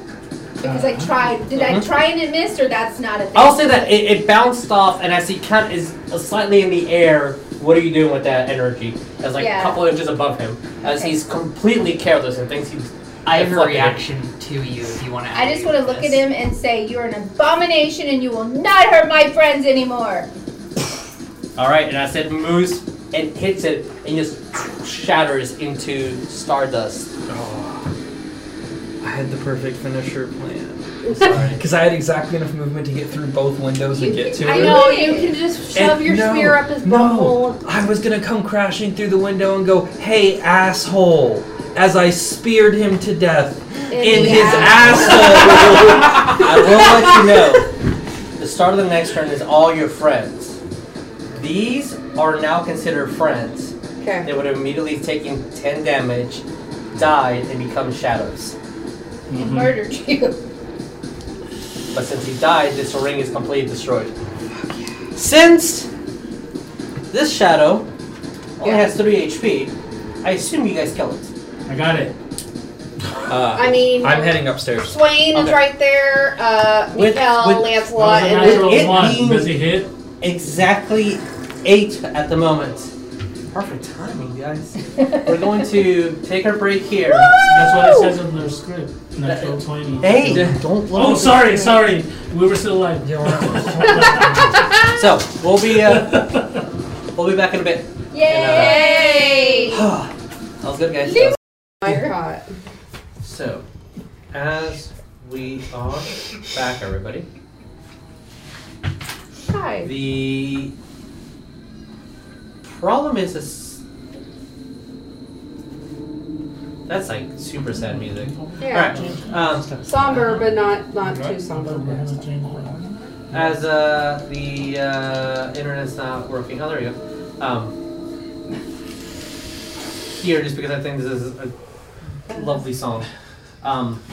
because I tried. Did I try and it missed or that's not a thing?
Uh-huh. I'll say that it, it bounced off, and as the count is slightly in the air, what are you doing with that energy? As like
Yeah.
a couple inches above him, as
Okay.
he's completely careless and thinks he's.
I have a
deflected it.
reaction to you if you want to.
I just want to look at him and say, You're an abomination and you will not hurt my friends anymore.
All right, and I said moves and hits it and just shatters into stardust.
Oh.
I had the perfect finisher plan.
Sorry.
Because I had exactly enough movement to get through both windows and get to
I
it.
know you can just shove
And
your
no,
spear up his
No,
butthole.
I was gonna come crashing through the window and go, "Hey, asshole!" As I speared him to death in his asshole.
I will let you know. The start of the next turn is all your friends. These are now considered friends.
Okay.
They would have immediately taken 10 damage, died, and become shadows.
Mm-hmm.
Murdered you.
But since he died, this ring is completely destroyed. Since this shadow only
Yeah.
has 3 HP, I assume you guys kill it.
I got it.
Uh,
I mean,
I'm heading upstairs.
Swain is
Okay.
right there. Uh,
With-
Mikael,
with-
Lancelot,
that was a
it-
and
natural
it
one.
being-
Does he hit?
Exactly 8 at the moment. Perfect timing, guys. We're going to take our break here.
That's what it says on their script. Natural twenty.
Hey, don't look.
Oh, sorry, sorry. We were still alive.
Yeah, we're-
So we'll be uh, we'll be back in a bit.
Yay!
that was good, guys.
my god.
So, as we are back, everybody.
Hi.
The problem is this. That's like super sad music.
Yeah.
Alright. Um,
Somber, but not not too somber.
Something.
as uh, the uh, internet's not working. Oh, there you go. Um, here, just because I think this is a lovely song. Um,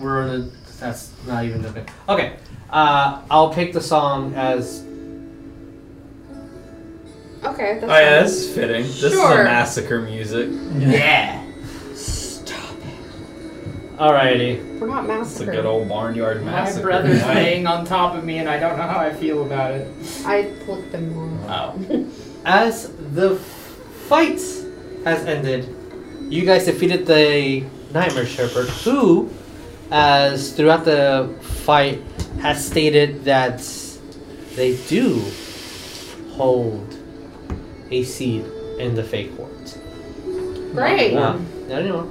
we're in a. That's not even the thing. Okay. Uh, I'll pick the song as
Okay.
Oh yeah,
That's fine.
that's fitting. This is
Sure.
a massacre music.
Yeah. Alrighty.
We're not
It's a
massacred.
good old barnyard massacre.
My brother's
Right.
laying on top of me, and I don't know how I feel about it.
I flipped them wrong.
Oh.
As the f- fight has ended, you guys defeated the Nightmare Shepherd, who, as throughout the fight, has stated that they do hold a seed in the fake world.
Great.
Uh, not anymore.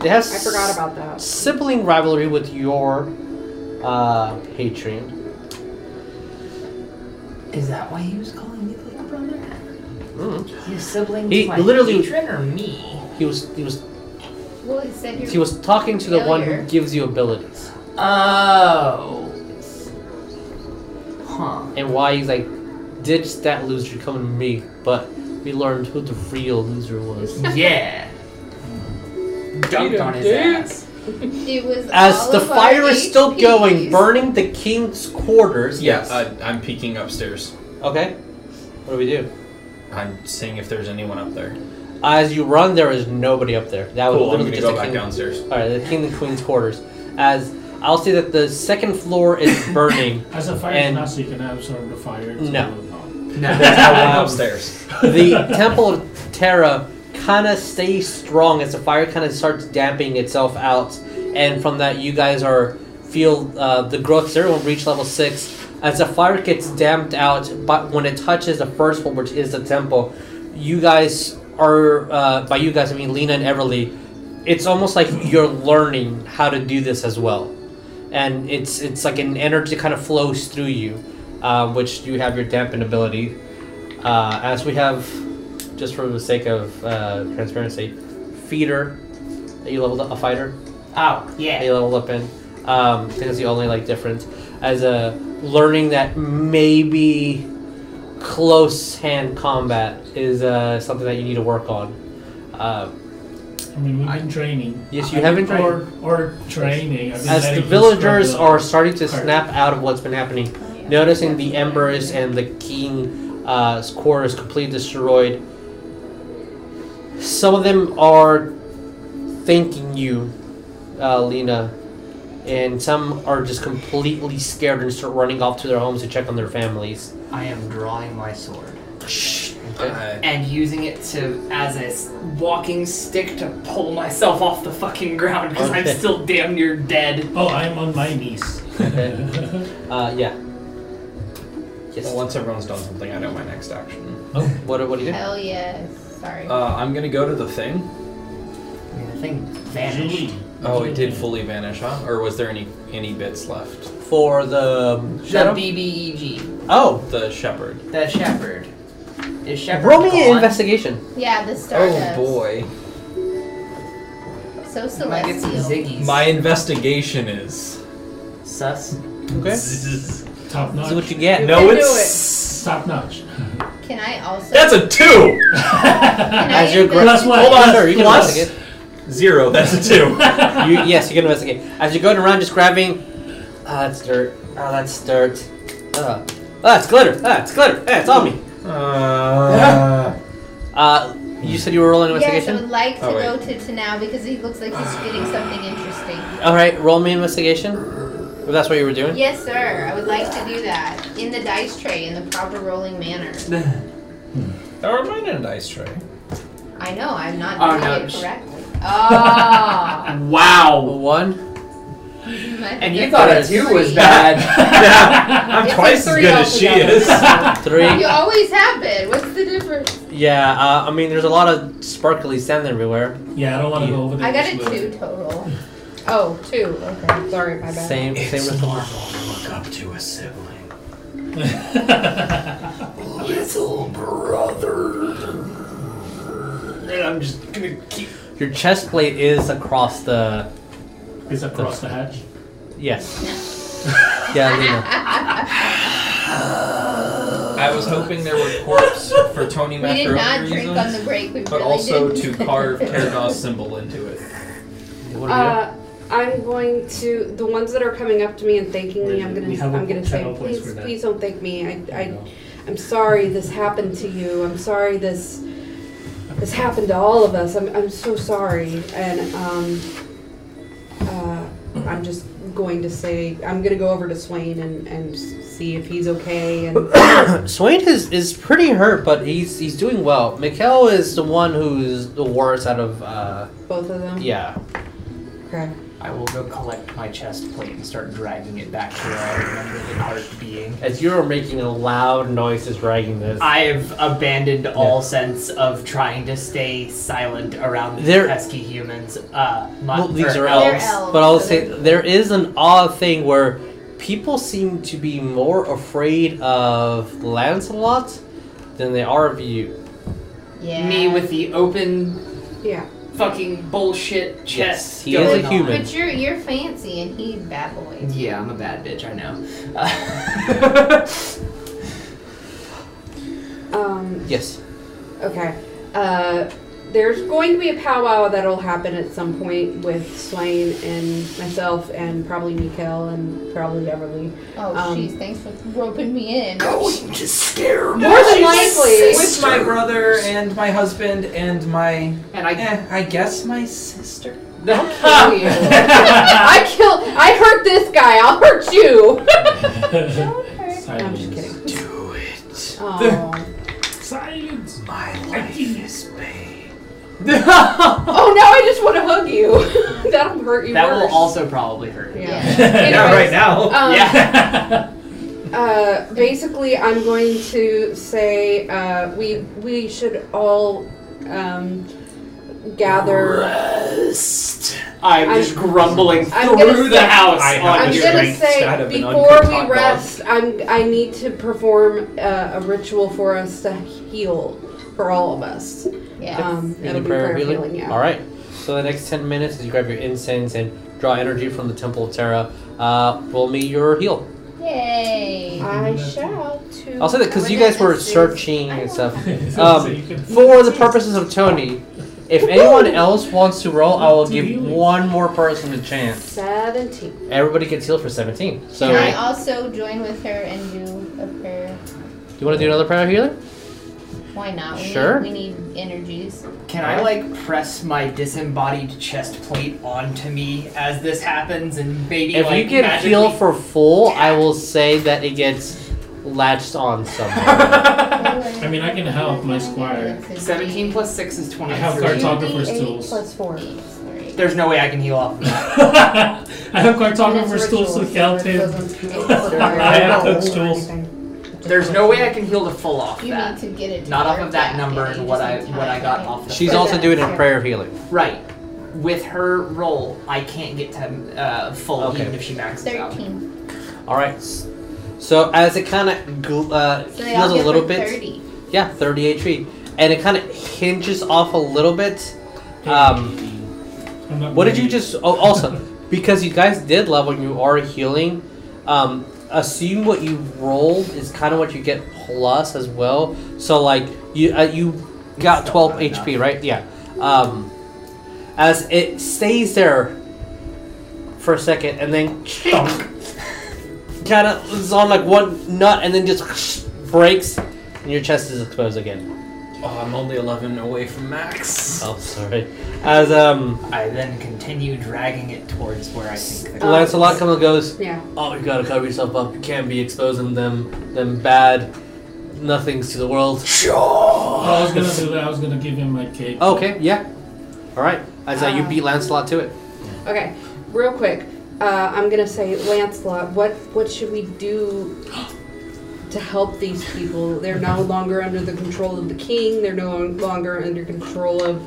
They have
um, I forgot about that.
sibling rivalry with your uh, Patreon.
Is that why he was calling me like a brother?
Hmm.
Mm.
His sibling
He
to my
literally-
patron or me?
He was he was
Well, he said you're
He was talking to the one who
Failure.
gives you abilities
Oh. Huh.
and why he's like, ditch that loser, come to me. But we learned who the real loser was.
Yeah. Dunked on his ass.
It was
As
all
the
of our
fire is still
HPs.
going, burning the king's quarters.
Yeah, uh, I'm peeking upstairs.
okay. What do we do?
I'm seeing if there's anyone up there.
As you run, there is nobody up there. That was
Cool. I'm
literally
gonna
just
go
the
back
king.
downstairs.
All right, the king and queen's quarters. As I'll say that the second floor is burning.
As a fire
And-
class, you can absorb the fire. so-
No.
That's how I went
Um,
upstairs.
the Temple of Terra kind of stays strong as the fire kind of starts damping itself out, and from that you guys are feel uh, the growth. 'cause Everyone reach level six as the fire gets damped out, but when it touches the first one, which is the temple, you guys are uh, by you guys I mean Lena and Everly. It's almost like you're learning how to do this as well, and it's it's like an energy kind of flows through you, um, which you have your dampen ability. Uh, as we have, just for the sake of uh, transparency, feeder that you leveled up, a fighter
Oh,
that
yeah.
you leveled up in, um, because the only like difference as a learning that maybe close hand combat is uh, something that you need to work on. Uh,
I mean, we've
I-
been training.
Yes, you
I
have
mean,
been
Or, or training. I've been
as the
letting you
villagers
scrub
are starting to
card.
snap out of what's been happening, noticing the embers and the king uh, core is completely destroyed. Some of them are thanking you, uh, Lena, and some are just completely scared and start running off to their homes to check on their families.
I am drawing my sword
Uh,
and using it to as a s- walking stick to pull myself off the fucking ground because I'm
Okay.
still damn near dead.
the- Oh, I'm on my knees.
Okay. uh, yeah. Yes.
well, once everyone's done something, I know my next action.
What, do- what do you do?
Hell yes. Sorry.
Uh, I'm gonna go to the thing.
I mean, the thing vanished.
Oh, it
Hmm.
did fully vanish, huh? Or was there any any bits left?
For the
The
shadow.
BBEG,
oh,
The shepherd.
the shepherd. Is shepherd
roll me an
gone?
investigation.
yeah, the star
Oh
does.
boy,
So
Might get some
celestial.
ziggies.
my investigation is.
sus.
Okay.
Top
This is
notch.
what you get.
No,
can do
it's
Top notch.
Can I also?
that's a two.
can I
As your
invest-
gro-
Plus one,
Hold on,
plus-
sir, you can
plus.
investigate.
Zero. That's a two.
You, yes, you can investigate. As you're going around, just grabbing. Ah, that's dirt. Ah, that's dirt. Ah, that's glitter. Ah, it's glitter. Ah, it's on me.
Uh,
Uh, you said you were rolling
Yes, I
investigation.
would like to
Oh, wait.
go to Tanao because he looks like he's getting something interesting.
All right, roll me investigation. If that's what you were doing.
Yes, sir. I would like to do that in the dice tray in the proper rolling manner.
that reminded an ice tray.
I know I'm not
Oh,
doing
no.
it correctly. Oh,
Wow.
One.
And you thought a
Yes.
two was bad.
yeah, I'm
It's
twice as
like three
good as she is.
altogether.
Three.
You always have been. What's the difference?
Yeah. Uh, I mean, there's a lot of sparkly sand everywhere.
Yeah, I don't want to go over there.
I got a
Just
two total.
Oh, two. Okay. Sorry, my bad.
Same, same with the
normal to look up to a sibling.
and
Little brother.
I'm just gonna keep.
Your chest plate is across the.
Is across the hatch?
Yes. yeah, Lena.
I was hoping there were corpse for Tony
We did not
Macaroni
drink on the
reasons,
break. We
but
really
also to
didn't.
carve Karados symbol into it.
What are you
Uh, I'm going to the ones that are coming up to me and thanking me. I'm gonna.
We have a
I'm gonna say,
channel place
please,
for that.
please don't thank me. I, I, I'm sorry this happened to you. I'm sorry this, this happened to all of us. I'm, I'm so sorry. And um, uh, I'm just going to say, I'm gonna go over to Swain and and see if he's okay. And
doing? Swain is, is pretty hurt, but he's he's doing well. Mikhail is the one who's the worst out of. Uh,
both of them.
yeah.
Okay.
I will go collect my chest plate and start dragging it back to where I remember the cart being.
As you are making a loud noise, is dragging this.
I've abandoned all sense of trying to stay silent around these
There-
pesky humans. Uh, my,
Well, these are
or elves.
elves,
They're elves,
but I'll
so
say
they're-
there is an odd thing where people seem to be more afraid of Lancelot than they are of you.
Yeah.
Me with the open
Yeah.
fucking bullshit chest.
Yes, he is a
going on.
human.
But you're you're fancy and he's bad boy.
Yeah, I'm a bad bitch. I know. Uh,
Um,
Yes.
Okay. Uh, there's going to be a powwow that'll happen at some point with Swain and myself and probably Mikael and probably Everly.
Oh
Um,
jeez, thanks for roping me in.
Going to scare me.
More than likely.
With my brother and my husband and my,
and I.
eh, I guess my sister.
Kill you. I kill. I hurt this guy. I'll hurt you. I'm just kidding.
Do it.
Oh.
Silence.
My life is pain.
oh, now I just want to hug you. That'll hurt you.
that will
worse.
also probably hurt. me.
Yeah.
Not right now.
Um,
Yeah.
Uh, basically, I'm going to say uh, we we should all um, gather.
Rest.
I'm,
I'm-
just grumbling
I'm gonna
through the
say-
house.
I have
on
a
I'm
your-
gonna
drink stat
say
of an
before
uncooked
we
hot dog.
rest, I'm I need to perform uh, a ritual for us to heal for all of us.
Yeah.
Um,
Any
it'll be
prayer of
prayer
healing?
healing. Yeah.
All right. So the next ten minutes, as you grab your incense and draw energy from the Temple of Terra, uh, roll me your heal.
Yay.
I shall to.
I'll say that because you
Witness
guys were
is-
searching
I
and
don't
stuff. Um,
So you can-
For the purposes of Tony, if anyone else wants to roll, I will give one more person a chance.
Seventeen.
Everybody gets healed for 17. So,
Can I
do
also join with her and do a prayer?
you want to do another prayer healer?
Why not? We
Sure.
Need, we need energies.
Can I like press my disembodied chest plate onto me as this happens and maybe
If
like
you get
magically...
heal for full, I will say that it gets latched on somewhere.
I mean, I can help my squire.
Seventeen plus six is
I have
twenty-three.
cartographer's
Eight
tools.
plus four.
There's no way I can heal off. of that.
I have
And it's
cartographer's tools to
rituals, so
count
it
him.
doesn't- it doesn't
I have
require
those
a roll or
tools.
anything. Just
There's
like-
no way I can heal to full off
You
that.
need to get it. to
Not off
work
of that
back,
number
and
and
you
what
just
I
need
what I
time.
got off. The
She's also doing a prayer of healing.
right. With her roll, I can't get to uh, full
Okay.
even if she maxes out.
Thirteen.
All right. s- So as it kind of gl- uh,
So they all
heals a
get
little
like
bit,
Thirty.
yeah, 30 HP, and it kind of hinges off a little bit. Um,
I'm not
What did
ready.
you just? Oh, also, because you guys did level and you are healing, um, assume what you rolled is kind of what you get plus as well. So like you uh, you got
Still
twelve
not
HP, right? Yeah. Um, as it stays there for a second and then kind of is on like one nut and then just breaks and your chest is exposed again.
Oh, I'm only 11 away from max.
Oh, sorry. As um,
I then continue dragging it towards where I think. the-
Um,
Lancelot comes and goes.
Yeah.
Oh, you gotta cover yourself up. You can't be exposing them them bad nothings to the world.
I was gonna do that. I was gonna give him my cake.
Okay, yeah. All right. I say you beat Lancelot to it.
Okay, real quick. Uh, I'm gonna say, Lancelot, what what should we do to help these people? They're no longer under the control of the king. They're no longer under control of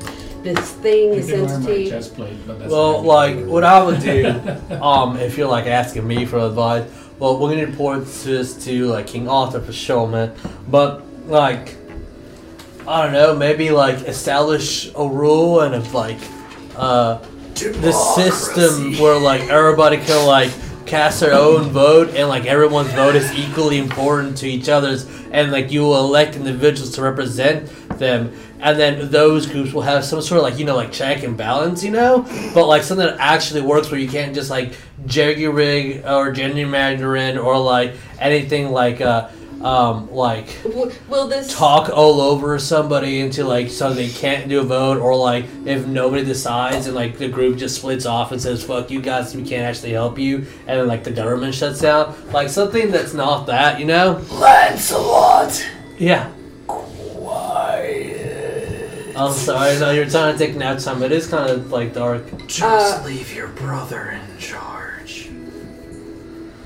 this thing,
You
this
can wear my
entity.
chest plate, but that's
Well,
not-
like what I would do, um, if you're like asking me for advice, well, we're gonna report this to like King Arthur for sure, man. But like, I don't know, maybe like establish a rule and if like, uh, the system where like everybody can like cast their own vote and like everyone's vote is equally important to each other's and like you will elect individuals to represent them and then those groups will have some sort of like you know like check and balance you know but like something that actually works where you can't just like jerry rig or gerrymandering or like anything like uh um like
W- will this
talk all over somebody into like so they can't do a vote or like if nobody decides and like the group just splits off and says fuck you guys we can't actually help you and then like the government shuts down like something that's not that you know
Lancelot!
yeah I'm sorry, no, you're trying to take nap time, but it is kind of like dark.
Uh,
leave your brother in charge.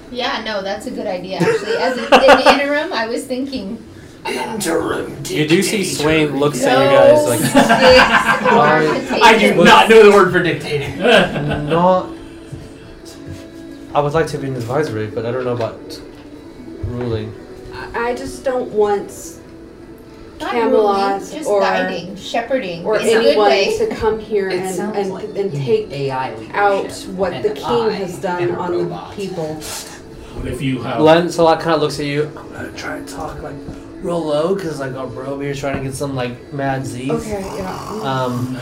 Yeah, no, that's a good idea actually. As an in interim, I was thinking
Interim
You do see Swain looks at you
No.
guys like,
sticks or potatoes.
I do not know the word for dictating.
Not. I would like to be an advisory, but I don't know about ruling.
I just don't want
Not
Camelot
ruling, just
or-
guiding, shepherding
or
in a good
anyone
way.
to come here
It
and
sounds
and,
like
and take
AI leadership
out what
and
the king
I
has
am
done
a
on
robot.
the people.
What if you have
Lancelot kind of looks at you. I'm gonna try and talk like real low because like our bro over here is trying to get some like mad Z's.
Okay, yeah.
Um,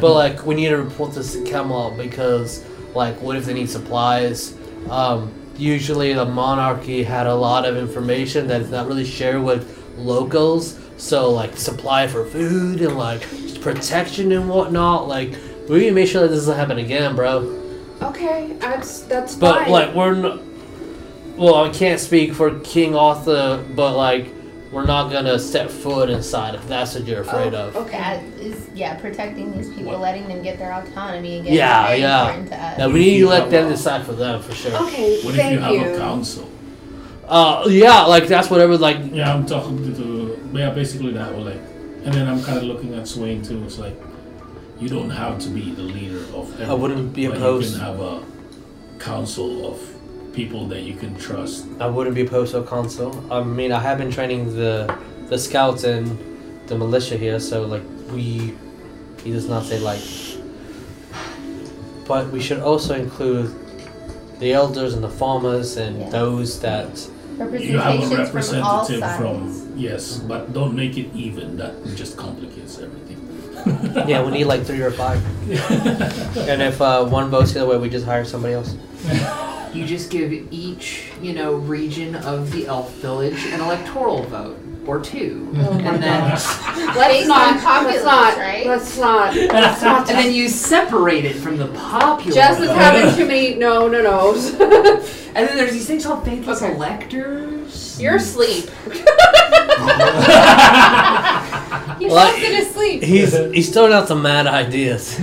but like we need to report this to Camelot because like what if they need supplies? Um, usually the monarchy had a lot of information that is not really shared with locals. So like supply for food and like protection and whatnot. Like we need to make sure that this doesn't happen again, bro.
Okay, that's that's
But
fine.
like we're, n- well, I can't speak for King Arthur, but like we're not gonna step foot inside if that's what you're afraid of.
Oh, okay.
That is, yeah, protecting these people, letting them get their autonomy again.
Yeah,
is very
yeah.
Important to us.
Now we need to let them decide for them for sure.
Okay,
what if
thank
you have
you.
a council?
Uh, yeah, like that's whatever. Like
Yeah, I'm talking to the yeah, basically that way. Like, and then I'm kind of looking at Swain too. It's like you don't have to be the leader of. Everyone,
wouldn't be
but
opposed.
You can have a council of people that you can trust.
I wouldn't be opposed to a council. I mean, I have been training the the scouts and the militia here, so like we, he does not say like. But we should also include the elders and the farmers and
Yeah.
those that
You have a
Representations from all
representative
sides.
from yes, but don't make it even. That just complicates everything.
Yeah, we need like three or five. and if uh, one votes the other way, we just hire somebody else.
You just give each, you know, region of the elf village an electoral vote or two,
Oh
and then
Let's
Based on
not,
populace,
let's not,
right?
let's not, let's not.
and then you separate it from the populace.
Jess is having too many. No, no, no.
and then there's these things called faithless
Okay.
electors.
You're asleep. you
Like-
shouted asleep.
He's he's throwing out some mad ideas.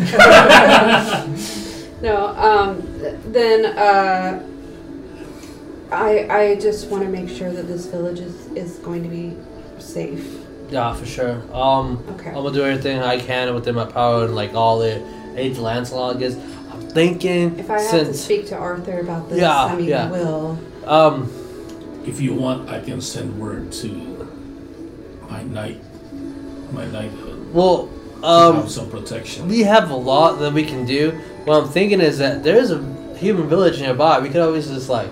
No, um, th- then, uh, I, I just want to make sure that this village is, is going to be safe.
yeah, for sure. Um,
Okay.
I'm gonna do everything I can within my power and like all the aid Lancelot gives. I'm thinking
If I have to
since
speak to Arthur about this,
Yeah,
I mean,
yeah.
I will.
um
If you want, I can send word to my knight, my knighthood,
well
to
um
have some protection.
we have a lot that we can do. What I'm thinking is that there's a human village nearby. We could always just like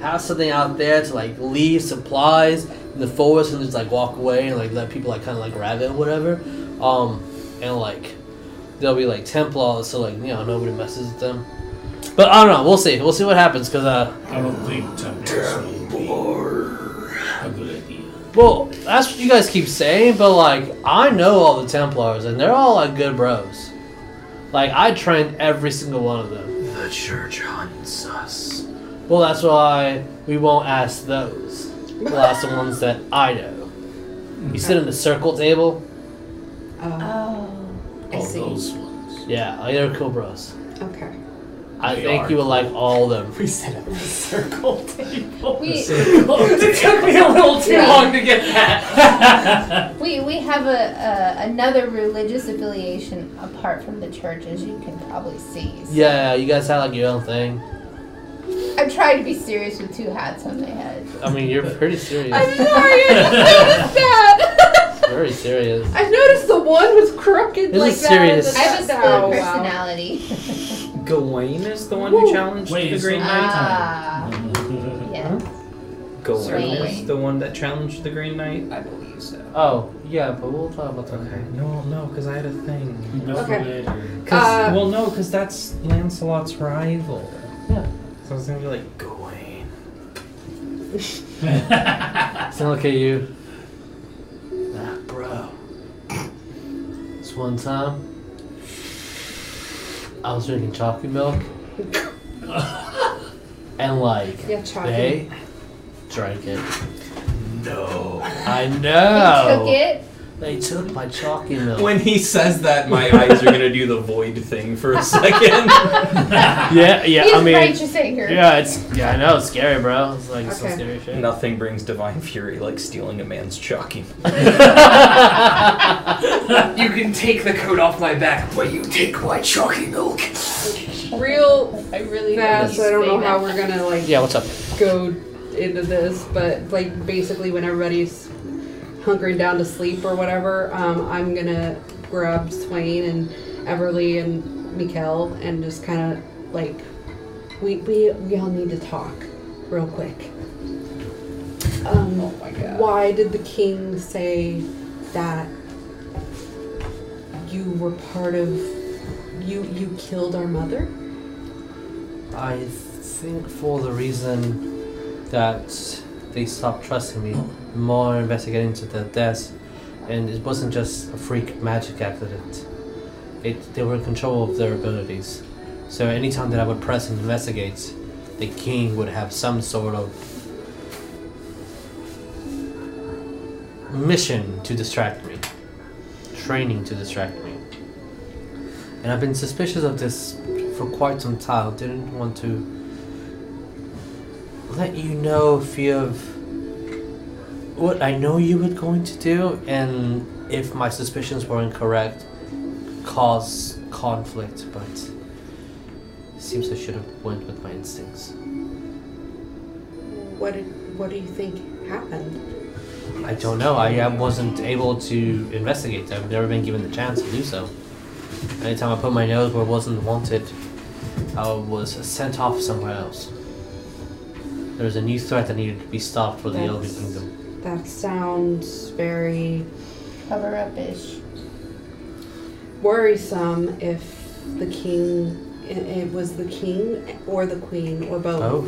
have something out there to like leave supplies in the forest and just like walk away and like let people like kind of like grab it or whatever. Um, and like there'll be like Templars, so like you know nobody messes with them. But I don't know. We'll see. We'll see what happens. Cause uh,
I don't think Templars would be a good idea.
well, that's what you guys keep saying. But like I know all the Templars and they're all like good bros. Like I trained every single one of them.
The church hunts us.
Well, that's why we won't ask those. We'll ask the ones that I know. You sit in the circle table?
Uh,
Oh,
I
All
see.
those ones.
Yeah, like they're cool oh, bros.
Okay.
I
They
think
are.
you would like all of them.
We set up a circle table.
We-
it took me a little too
Yeah.
long to get that.
We we have a, a another religious affiliation apart from the church, as you can probably see. So
Yeah, you guys have like your own thing.
I tried to be serious with two hats on my head.
I mean, you're pretty serious.
I'm sorry, I just noticed that.
Very serious.
I noticed the one was crooked
This
like
is
that.
serious.
and
I have a
that-
split
oh, wow.
personality.
Gawain is the one who challenged
Wait,
the
it's
Green Knight.
Ah, yeah.
Gawain was
Wait.
the one that challenged the Green Knight.
I believe so.
Oh, yeah, but we'll talk about that.
Okay. No, no, because I had a thing.
Okay.
Later.
'Cause-
Uh,
well, no, because that's Lancelot's rival.
Yeah.
So I was gonna be like Gawain.
So look at you. Ah, bro. This one time, I was drinking chocolate milk, and like
Yeah, chocolate.
they drank it.
No.
I
You
know.
took it.
They took my chocolate milk.
When he says that, my eyes are gonna do the void thing for a second.
yeah, yeah.
He's
I mean,
righteous anger.
yeah, it's yeah. I know it's scary, bro. It's like some
Okay.
scary shit.
Nothing brings divine fury like stealing a man's chalky.
You can take the coat off my back, but you take my chalky milk.
real
I really
fast. I don't know how
we're.
we're gonna like
Yeah, what's up?
go into this, but like basically when everybody's hunkering down to sleep or whatever, um, I'm gonna grab Swain and Everly and Mikel and just kind of like we we we all need to talk real quick. Um, oh my god! Why did the king say that you were part of you you killed our mother?
I think for the reason that they stopped trusting me, more investigating into their deaths, and it wasn't just a freak magic accident. It they were in control of their abilities. So anytime that I would press and investigate, the king would have some sort of mission to distract me, training to distract me. And I've been suspicious of this for quite some time. Didn't want to let you know fear of what I know you were going to do, and if my suspicions were incorrect, cause conflict. But seems I should have went with my instincts.
What did, what do you think happened?
I don't know. I, I wasn't able to investigate. I've never been given the chance to do so. Anytime I put my nose where it wasn't wanted, I was sent off somewhere else. There was a new threat that needed to be stopped for the Elven
That's-
Kingdom.
That sounds very
Cover up ish.
worrisome if the king it- it was the king or the queen or both.
Oh,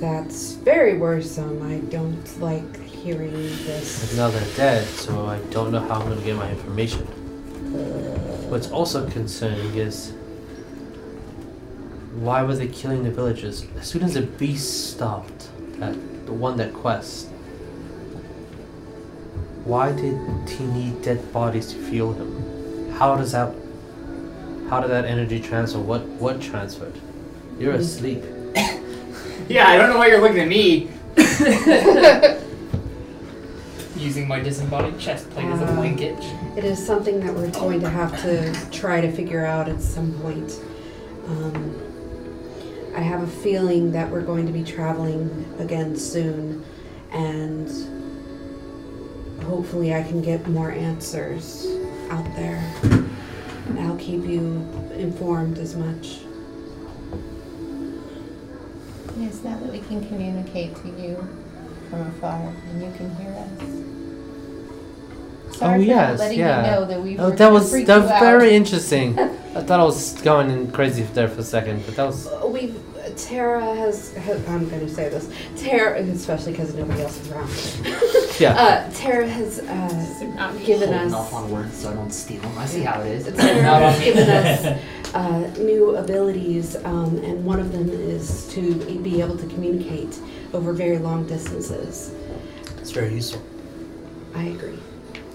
That's very worrisome. I don't like hearing
but
this.
now they're dead, so I don't know how I'm going to get my information. What's also concerning is why were they killing the villagers? As soon as the beast stopped, that the one that quest, why did he need dead bodies to fuel him? How does that? How did that energy transfer? What what transferred? You're
Mm.
asleep.
yeah, I don't know why you're looking at me. Using my disembodied chest plate as
Ah.
a
Um,
blanket.
It is something that we're going to have to try to figure out at some point. Um, I have a feeling that we're going to be traveling again soon, and hopefully, I can get more answers out there. And I'll keep you informed as much.
Yes, now that we can communicate to you from afar and you can hear us. Sorry for
Oh, yes,
not letting
yeah.
you know that we
Oh,
were
that was
freak
that
you
was very
out.
interesting. I thought I was going in crazy there for a second, but that was
we Tara has, ha I'm going to say this Tara especially because nobody else is around
Yeah.
uh, Tara has uh, given
Holding off
us
on words so I don't steal them. I see how it is. It's
Tara
not on
has
me.
given us uh, new abilities um, and one of them is to be able to communicate over very long distances
it's very useful.
I agree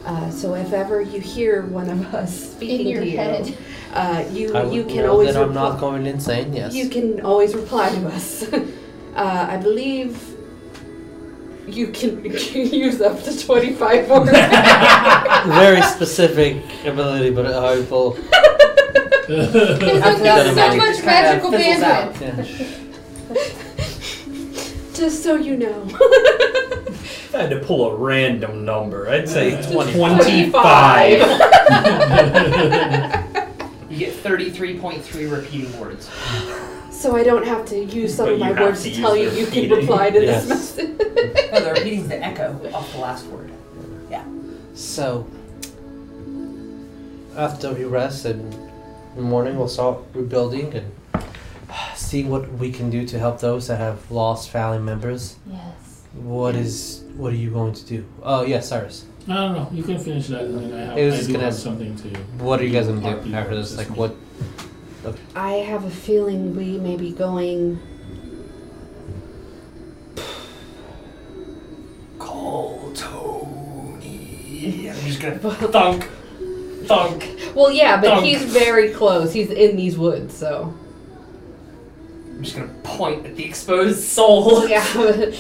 uh, so if ever you hear one of us speaking
In your
to you
head.
Uh, you
I would
you can
know
always
that I'm
reply-
not going insane. Yes.
you can always reply to us. uh, I believe you can use up to twenty five words.
Ah, Very specific ability, but helpful.
It's
that
got so
in mind.
much magical
fizzles out.
bandwidth.
Yeah.
Just so you know.
If I had to pull a random number, I'd say
25.
25.
You get 33.3 repeating words.
So I don't have to use some
But
of my
you have
words
to
to
use
tell you
their
you can
feeding.
reply to this
Yes.
message.
Oh,
No, the repeating's the echo off the last word.
So, after we rest and in the morning, we'll start rebuilding and see what we can do to help those that have lost family members.
Yes.
What is what are you going to do? Oh yeah, Cyrus.
I don't know. You can finish that, and then I have.
It was
I
just
do
gonna-
have something to.
What are you guys gonna do
Party
after
or
this? Like
just
what?
I have a feeling we may be going.
Call Tony. I'm just gonna thunk, thunk.
Well, yeah, but
Dunk.
he's very close. He's in these woods, so.
I'm just gonna point at the exposed soul.
Yeah, but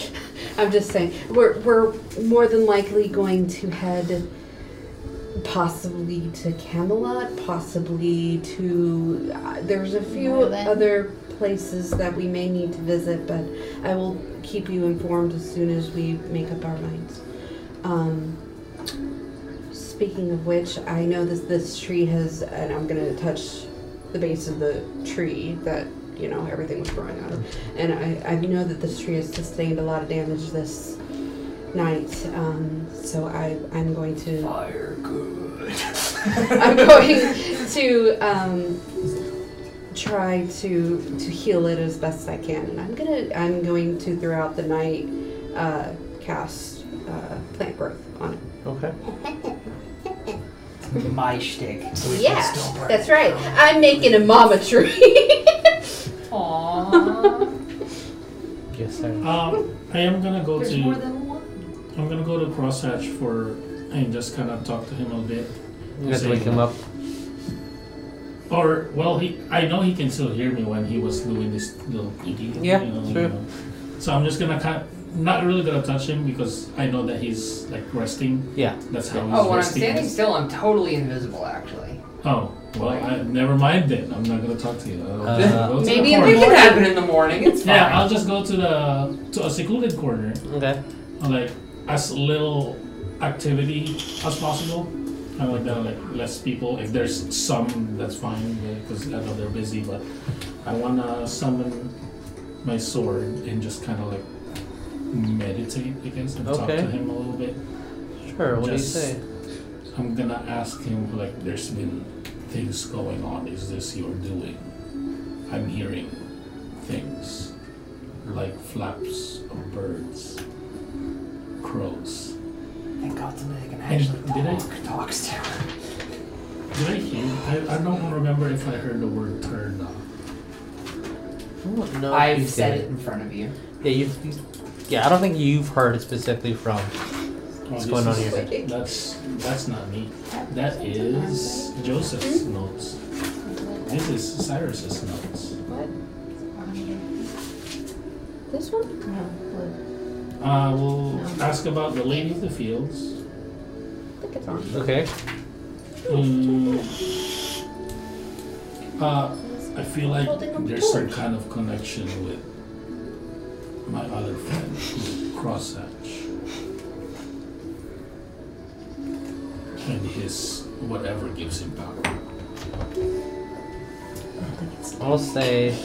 I'm just saying. We're, we're more than likely going to head possibly to Camelot, possibly to. Uh, there's a few
Merlin.
other places that we may need to visit, but I will keep you informed as soon as we make up our minds. Um, speaking of which, I know this this tree has, and I'm gonna touch the base of the tree that you know everything was growing out of, and I I know that this tree has sustained a lot of damage this night. Um, so I I'm going to
Fire good.
I'm going to um, try to to heal it as best I can, and I'm gonna I'm going to throughout the night uh, cast uh, plant growth on it.
Okay.
My shtick.
Yeah, that's right. I'm making a mama tree.
Aww.
Yes, sir.
Um, I am gonna go
There's
to.
more than one.
I'm gonna go to Crosshatch for and just kind of talk to him a bit.
You guys wake him up.
Or well, he I know he can still hear me when he was doing this little thingy.
Yeah,
you know,
true.
you know. So I'm just gonna kind not really gonna touch him because I know that he's like resting.
Yeah.
That's how he's
Oh, when I'm
resting.
standing still, I'm totally invisible, actually.
Oh well, I, never mind then. I'm not gonna talk to you. I'll just
Uh,
go to the
Maybe it
corner.
can happen in the morning. It's fine.
Yeah, I'll just go to the to a secluded corner,
Okay.
like as little activity as possible. And like there are like less people. If there's some, that's fine because I know they're busy. But I wanna summon my sword and just kind of like meditate, I guess, and talk
Okay.
to him a little bit.
Sure. What
Just-
do you say?
I'm gonna ask him like, there's been things going on. Is this your doing? I'm hearing things like flaps of birds, crows.
Thank God somebody can
And
actually
did I-
talk. Talks to.
Did I hear? I, I don't remember if I heard the word turn off.
No,
I've said it in front of you.
Yeah, you've. you- Yeah, I don't think you've heard it specifically from. What's
this
going on
is-
in your head?
That's that's not me. That is Joseph's notes. This is Cyrus's notes.
This one?
No, blue.
Uh, we'll ask about the lady of the fields.
I think it's on.
Okay.
Mm. Uh, I feel like there's some kind of connection with my other friend, Crosshatch. And his whatever gives him power.
I'll say
Yeah,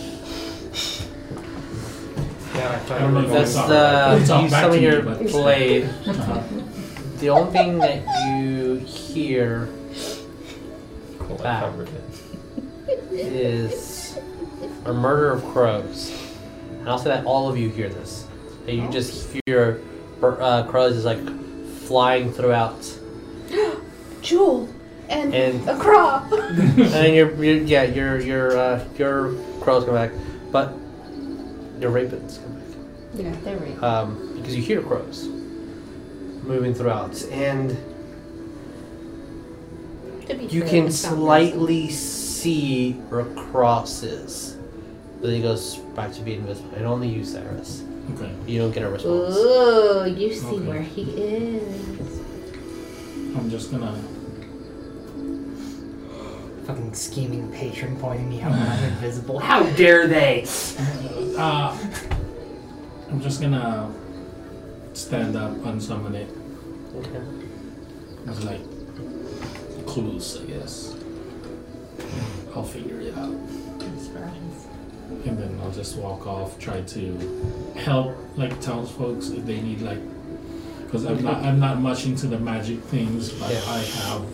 I thought
I
you
don't know
were
if
going
that's
that's all
the
right. It's all
you
back
summon
to you,
your
but-
blade.
Uh-huh.
The only thing that you hear
cool. I
back.
covered it.
is a murder of crows. And I'll say that all of you hear this. And you just hear bur- uh, crows is like flying throughout.
Jewel and,
And-
a crop.
and your your- yeah, your your uh, your crows come back, but your ravens come back.
yeah.
There we go.
um, because you hear crows moving throughout, and
To be
you
fair,
can
it's not
slightly see where cross is. But then he goes back to being invisible. It only you, Cyrus.
Okay.
You don't get a response.
Ooh, you see
Okay.
where he is.
I'm just gonna.
Fucking scheming patron pointing me out when I'm invisible. How dare they?
Uh, I'm just gonna stand up and summon it.
Okay.
It's like clues, I guess. I'll figure it out. And then I'll just walk off, try to help like townsfolks if they need like, because I'm not I'm not much into the magic things, but
Yeah.
I have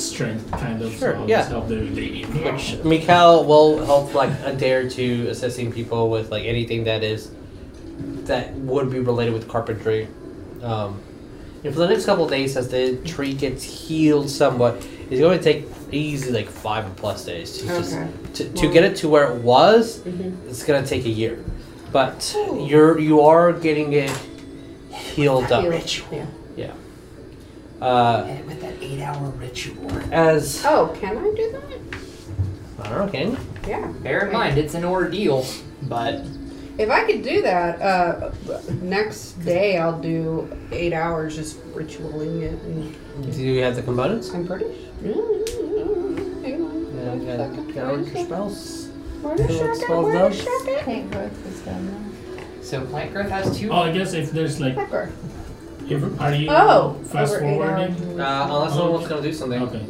strength kind of.
Sure,
so I'll
yeah.
just help them if they need.
Which Mikhail will help like a day or two assisting people with like anything that is that would be related with carpentry. Um, and for the next couple of days, as the tree gets healed somewhat, it's going to take easy like five plus days to just
Okay.
to, to get it to where it was. It's going to take a year, but you're you are getting it healed up.
Yeah.
Yeah. Uh,
And with that eight-hour ritual.
as
Oh, can I do that?
I don't know, can you?
Yeah.
Bear in mind, it's an ordeal, but
If I could do that, uh, next day I'll do eight hours just ritualing it, and
do you have the components?
I'm pretty.
uh,
sure- Hang on.
Yeah,
one
you gotta-
second,
gotta
one
work your
second.
spells.
Where's the
Who looks
shotgun?
twelve
Where's the
doves?
shotgun?
Plant growth is done.
so plant growth has two.
Oh, I guess if there's like,
Pepper.
if, are you
Oh,
fast
over eight
forwarding?
Uh, unless
Oh,
someone's gonna do something.
Okay.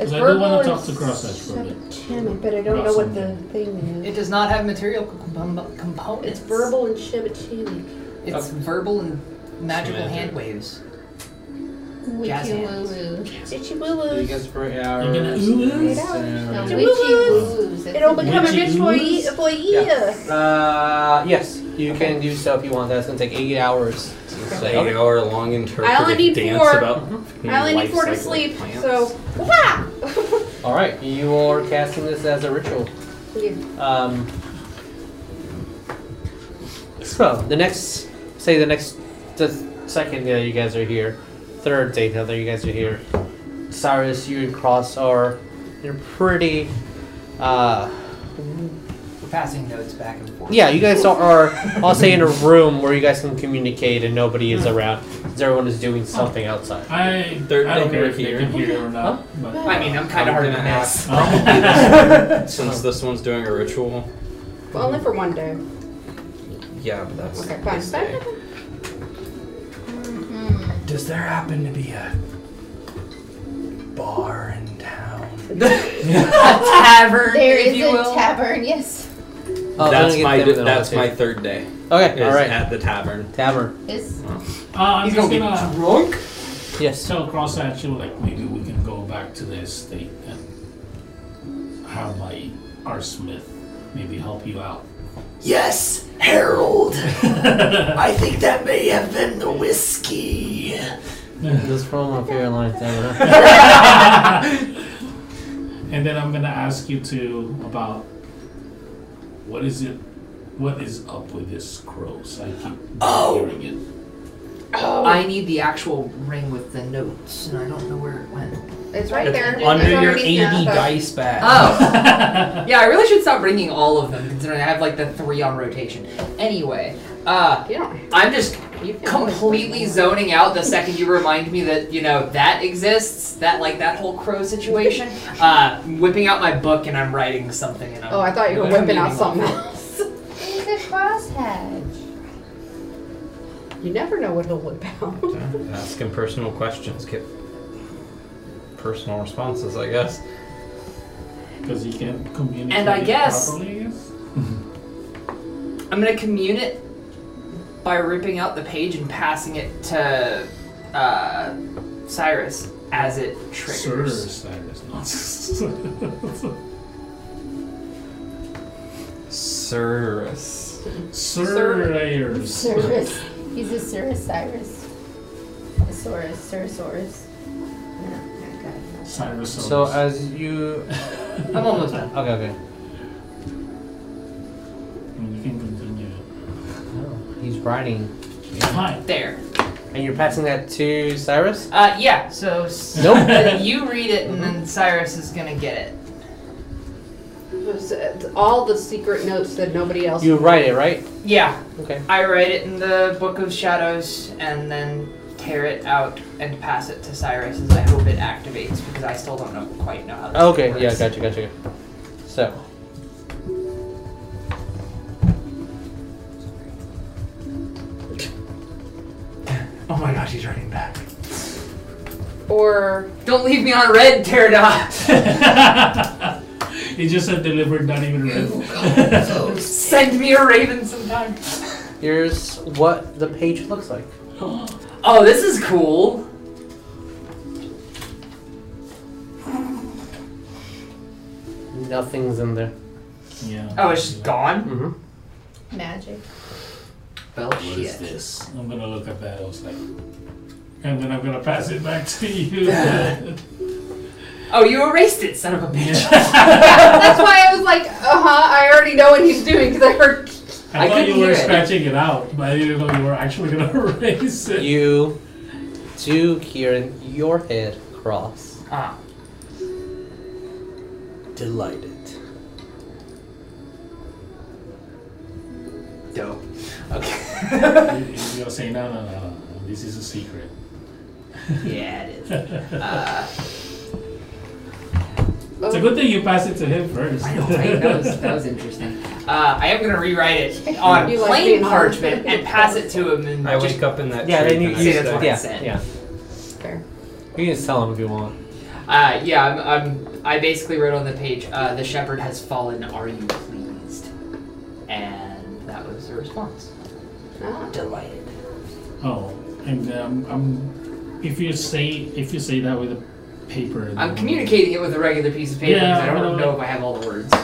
It's
Because I do
verbal
want to talk to
and
Crossedge for a bit.
Damn it, but I don't know what the thing is.
It does not have material compon- components.
It's verbal and shibachimi.
It's verbal and magical hand waves. Jazz
Wiki woo
hands.
woo.
Itchy
You
woo
guys for eight
You're gonna
hours.
ooh, ooh.
No,
Wiki
wiki
woos.
woos. It's
It'll
a-
become a
Witchy
bitch for ye
ooze?
for ye.
Uh, yes, you can do so if you want. That's gonna take eight hours.
It's an eight hour long interpretive
I only need
dance
four.
about
I only need
life
four to
cycle
sleep,
plants.
so. Wah!
All right, you are casting this as a ritual.
Yeah.
Um, so the next, say the next, the second day you guys are here, third day now that you guys are here, Cyrus, you and Cross are, you're pretty, uh,
We're passing notes back and forth.
yeah, you guys are, are I'll say in a room where you guys can communicate and nobody is around, because everyone is doing something outside.
I,
They're-
I don't
they're
care if they
here.
can hear or not. But, uh,
I mean, I'm kind of
I'm
hard to
gonna
miss.
Oh.
Since this one's doing a ritual,
Well, only for one day.
yeah, but that's
Okay, fine.
this day.
Does there happen to be a bar in town?
Tavern,
There
if
is
you
a
will.
tavern, yes.
Oh,
that's
then you
my
get them in
that's
all
my
too.
third day.
okay.
Is
All right,
at the tavern.
tavern.
It's
uh, I'm
He's
just
gonna
gonna
be drunk.
Yes.
tell Cross actually like maybe we can go back to the estate and have like our Smith maybe help you out.
Yes, Harold. I think that may have been the whiskey.
Just roll my favorite line, tavern.
And then I'm gonna ask you two about what is it, what is up with this crows? I keep hearing it.
Oh. I need the actual ring with the notes, and I don't know where it went.
It's right there. It's
Under your
underneath
80
the episode.
dice bag.
Oh. yeah, I really should stop bringing all of them, considering I have like the three on rotation. Anyway, uh,
You don't.
I'm just
You can
completely zoning out the second you remind me that you know that exists that like that whole crow situation uh whipping out my book and i'm writing something and I'm,
Oh, I thought you were
I'm
whipping out
reading
something
off
else.
he's a crosshatch.
You never know what he'll whip out.
Ask him personal questions, get personal responses, I guess.
Because you can't communicate
And I guess-
properly, I guess.
it. i'm gonna commune it by ripping out the page and passing it to uh cyrus as it
Sir
triggers
Cyrus, not
Cyrus.
Sir Ayers.
Cyrus. He's a Cirrus Cyrus. A Saurus, Sir Saurus.
Cyrus.
So
uh,
as you,
i'm almost done
okay, okay.
And you can continue.
Oh, He's writing,
Fine.
there
and you're passing that to Cyrus.
uh yeah so s-
Nope.
you read it and then cyrus is gonna get it
s- all the secret notes that nobody else.
You write it, right?
Yeah,
Okay.
I write it in the Book of Shadows and then tear it out and pass it to Cyrus as I hope it activates because I still don't know quite know how this
Okay,
works.
yeah, gotcha, gotcha. So.
Oh my gosh, he's running back.
Or
Don't leave me on red, Pterodot.
he just said delivered, not even read.
Send me a raven sometime.
Here's what the page looks like.
Oh, this is cool.
Nothing's in there.
yeah.
Oh, it's just gone.
Mm-hmm.
Magic.
Well,
What is
shit.
this? I'm gonna look at that. I was like, and then I'm gonna pass it back to you.
Oh, you erased it, son of a bitch.
that's why I was like, uh huh. I already know what he's doing because I heard.
I,
I
thought you
couldn't
were
hear it.
scratching it out, but I didn't know you were actually gonna erase it.
You do, Kieran, your head cross.
Ah,
Delighted.
dope.
You-
Okay.
you- You're saying, no, no, no, no, no, this is a secret.
yeah, it is. Uh,
It's a good thing you passed it to him first.
Oh. I know, right? That was, that was interesting. Uh, I am going to rewrite it on
You like
plain
being honest.
parchment and pass it to him and
I
just,
wake up in that
Yeah,
tree
then you
the
See,
next
that's
day.
what I
Yeah,
said.
yeah.
Fair.
You can just tell him if you want.
uh, yeah, I'm, I'm, I basically wrote on the page, uh, the shepherd has fallen, are you pleased? And that was the response.
Ah,
Delighted.
Oh, and um, um, if you say if you say that with a paper, then-
I'm communicating it with a regular piece of paper
Yeah,
because I
I
don't
know.
know if I have all the words.
I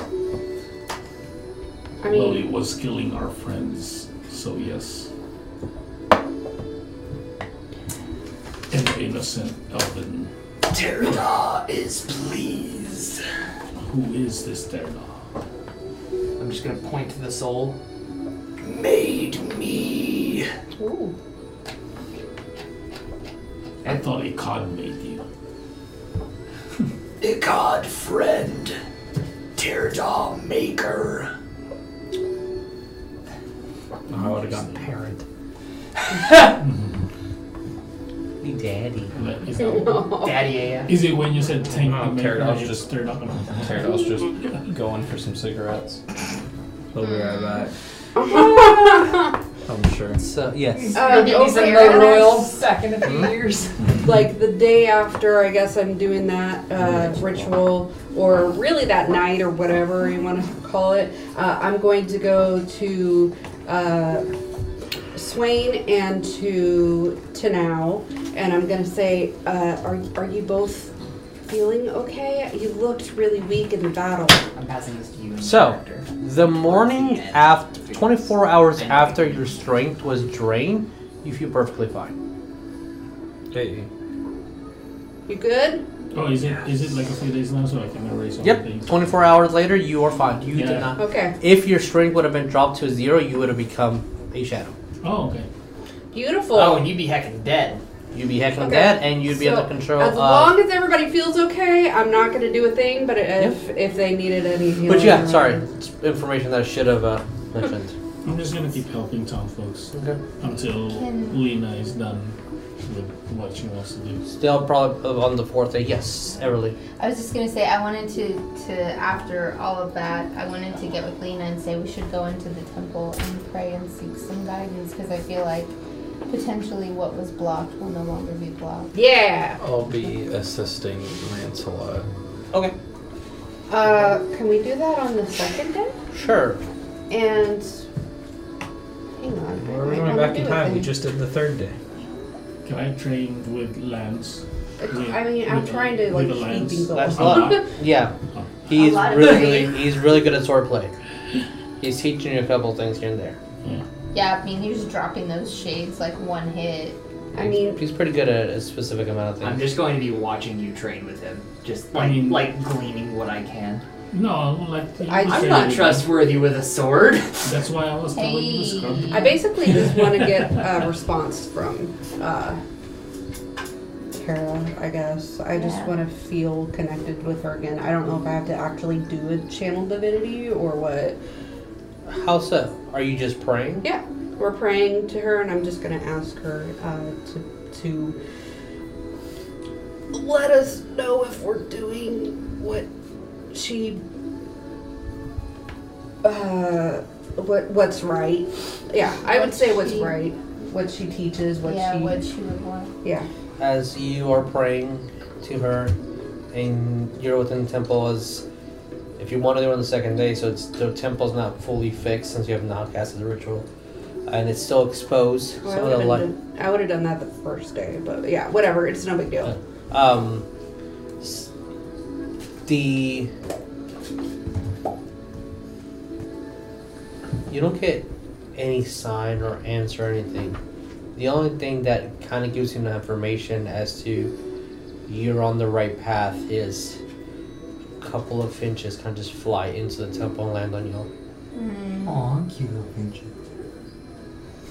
Well,
mean,
it was killing our friends, so yes. And innocent Elvin,
Pterodot is pleased.
who is this Terna?
I'm just going to point to the soul.
Made me.
I thought a cod made you.
A god friend, Teardaw maker.
I would have gotten
Parent.
Daddy.
Is, that,
Daddy AF.
is it when you said tank
No,
no, made
Pterodot was
just
just-
Terna?
Pterodot's just going for some cigarettes. He'll be right back. I'm sure.
So, yes.
uh,
Give me
over
some Hmm?
here,
Motor
and I
Oil back in a few years.
like the day after I guess I'm doing that uh, ritual or really that night or whatever you want to call it uh, I'm going to go to uh, Swain and to Tanao and I'm gonna say uh, are, are you both feeling okay you looked really weak in the battle
I'm passing this to you. and
So-
the director.
The morning after, 24 hours after your strength was drained, you feel perfectly fine.
Hey,
you good
Oh, is it is it like a few days now so I can erase all the
Yep.
things?
24 hours later, you are fine. You
Yeah.
did not.
okay
If your strength would have been dropped to zero, you would have become a shadow.
Oh, okay.
beautiful
Oh, and you'd be heckin' dead.
You'd be heckling
Okay.
that, and you'd be
So,
under control
As
of.
long as everybody feels okay, I'm not gonna do a thing. But if if they needed any healing,
but yeah,
or-
sorry, it's information that I should have uh, mentioned.
I'm just gonna keep helping town folks
Okay.
until
Can-
Lena is done with what she wants to do.
Still, probably on the fourth day. Yes, Everly.
I was just gonna say I wanted to to after all of that I wanted to get with Lena and say we should go into the temple and pray and seek some guidance because I feel like potentially what was blocked will no longer be blocked.
Yeah.
I'll be assisting Lancelot.
Okay.
Uh, can we do that on the second day?
Sure.
And hang on. I
We're
might
going
wanna
back in
do it
time. We
then.
just did the third day.
Can I train with Lance? with-
I mean, I'm
with-
trying to like
with the
keep
Lance?
things going.
That's lot. Yeah, he's
A lot of
really,
pain.
really, he's really good at swordplay. He's teaching you a couple things here and there.
Yeah, I mean you're just dropping those shades like one hit.
I mean,
He's pretty good at a specific amount of
I'm
things.
just going to be watching you train with him. Just
I
like
mean-
like gleaning what I can.
No, I'm like
I-
you
I'm
I'm
said
not
it.
trustworthy with a sword.
That's why I was telling you to scrub.
Hey.
I basically just want to get a response from uh, Kara, I guess. I just
Yeah.
want to feel connected with her again. I don't know if I have to actually do a channel divinity or what.
How so? Are you just praying?
Yeah, we're praying to her, and I'm just going to ask her uh, to to let us know if we're doing what she uh what what's right. Yeah, I would
What
say what's
she-
right. What she teaches, what
yeah,
she
what she would want.
yeah.
As you are praying to her, and you're within the temple, as if you want to do it on the second day, so it's the temple's not fully fixed since you have not casted the ritual, and it's still exposed.
Well,
some
I
of the
would've
light.
done- I would have done that the first day, but yeah, whatever. It's no big deal.
Um, s- the you don't get any sign or answer or anything. The only thing that kind of gives you the information as to you're on the right path is a couple of finches kind of just fly into the temple and land on you.
Mm.
Aw, cute little pinch.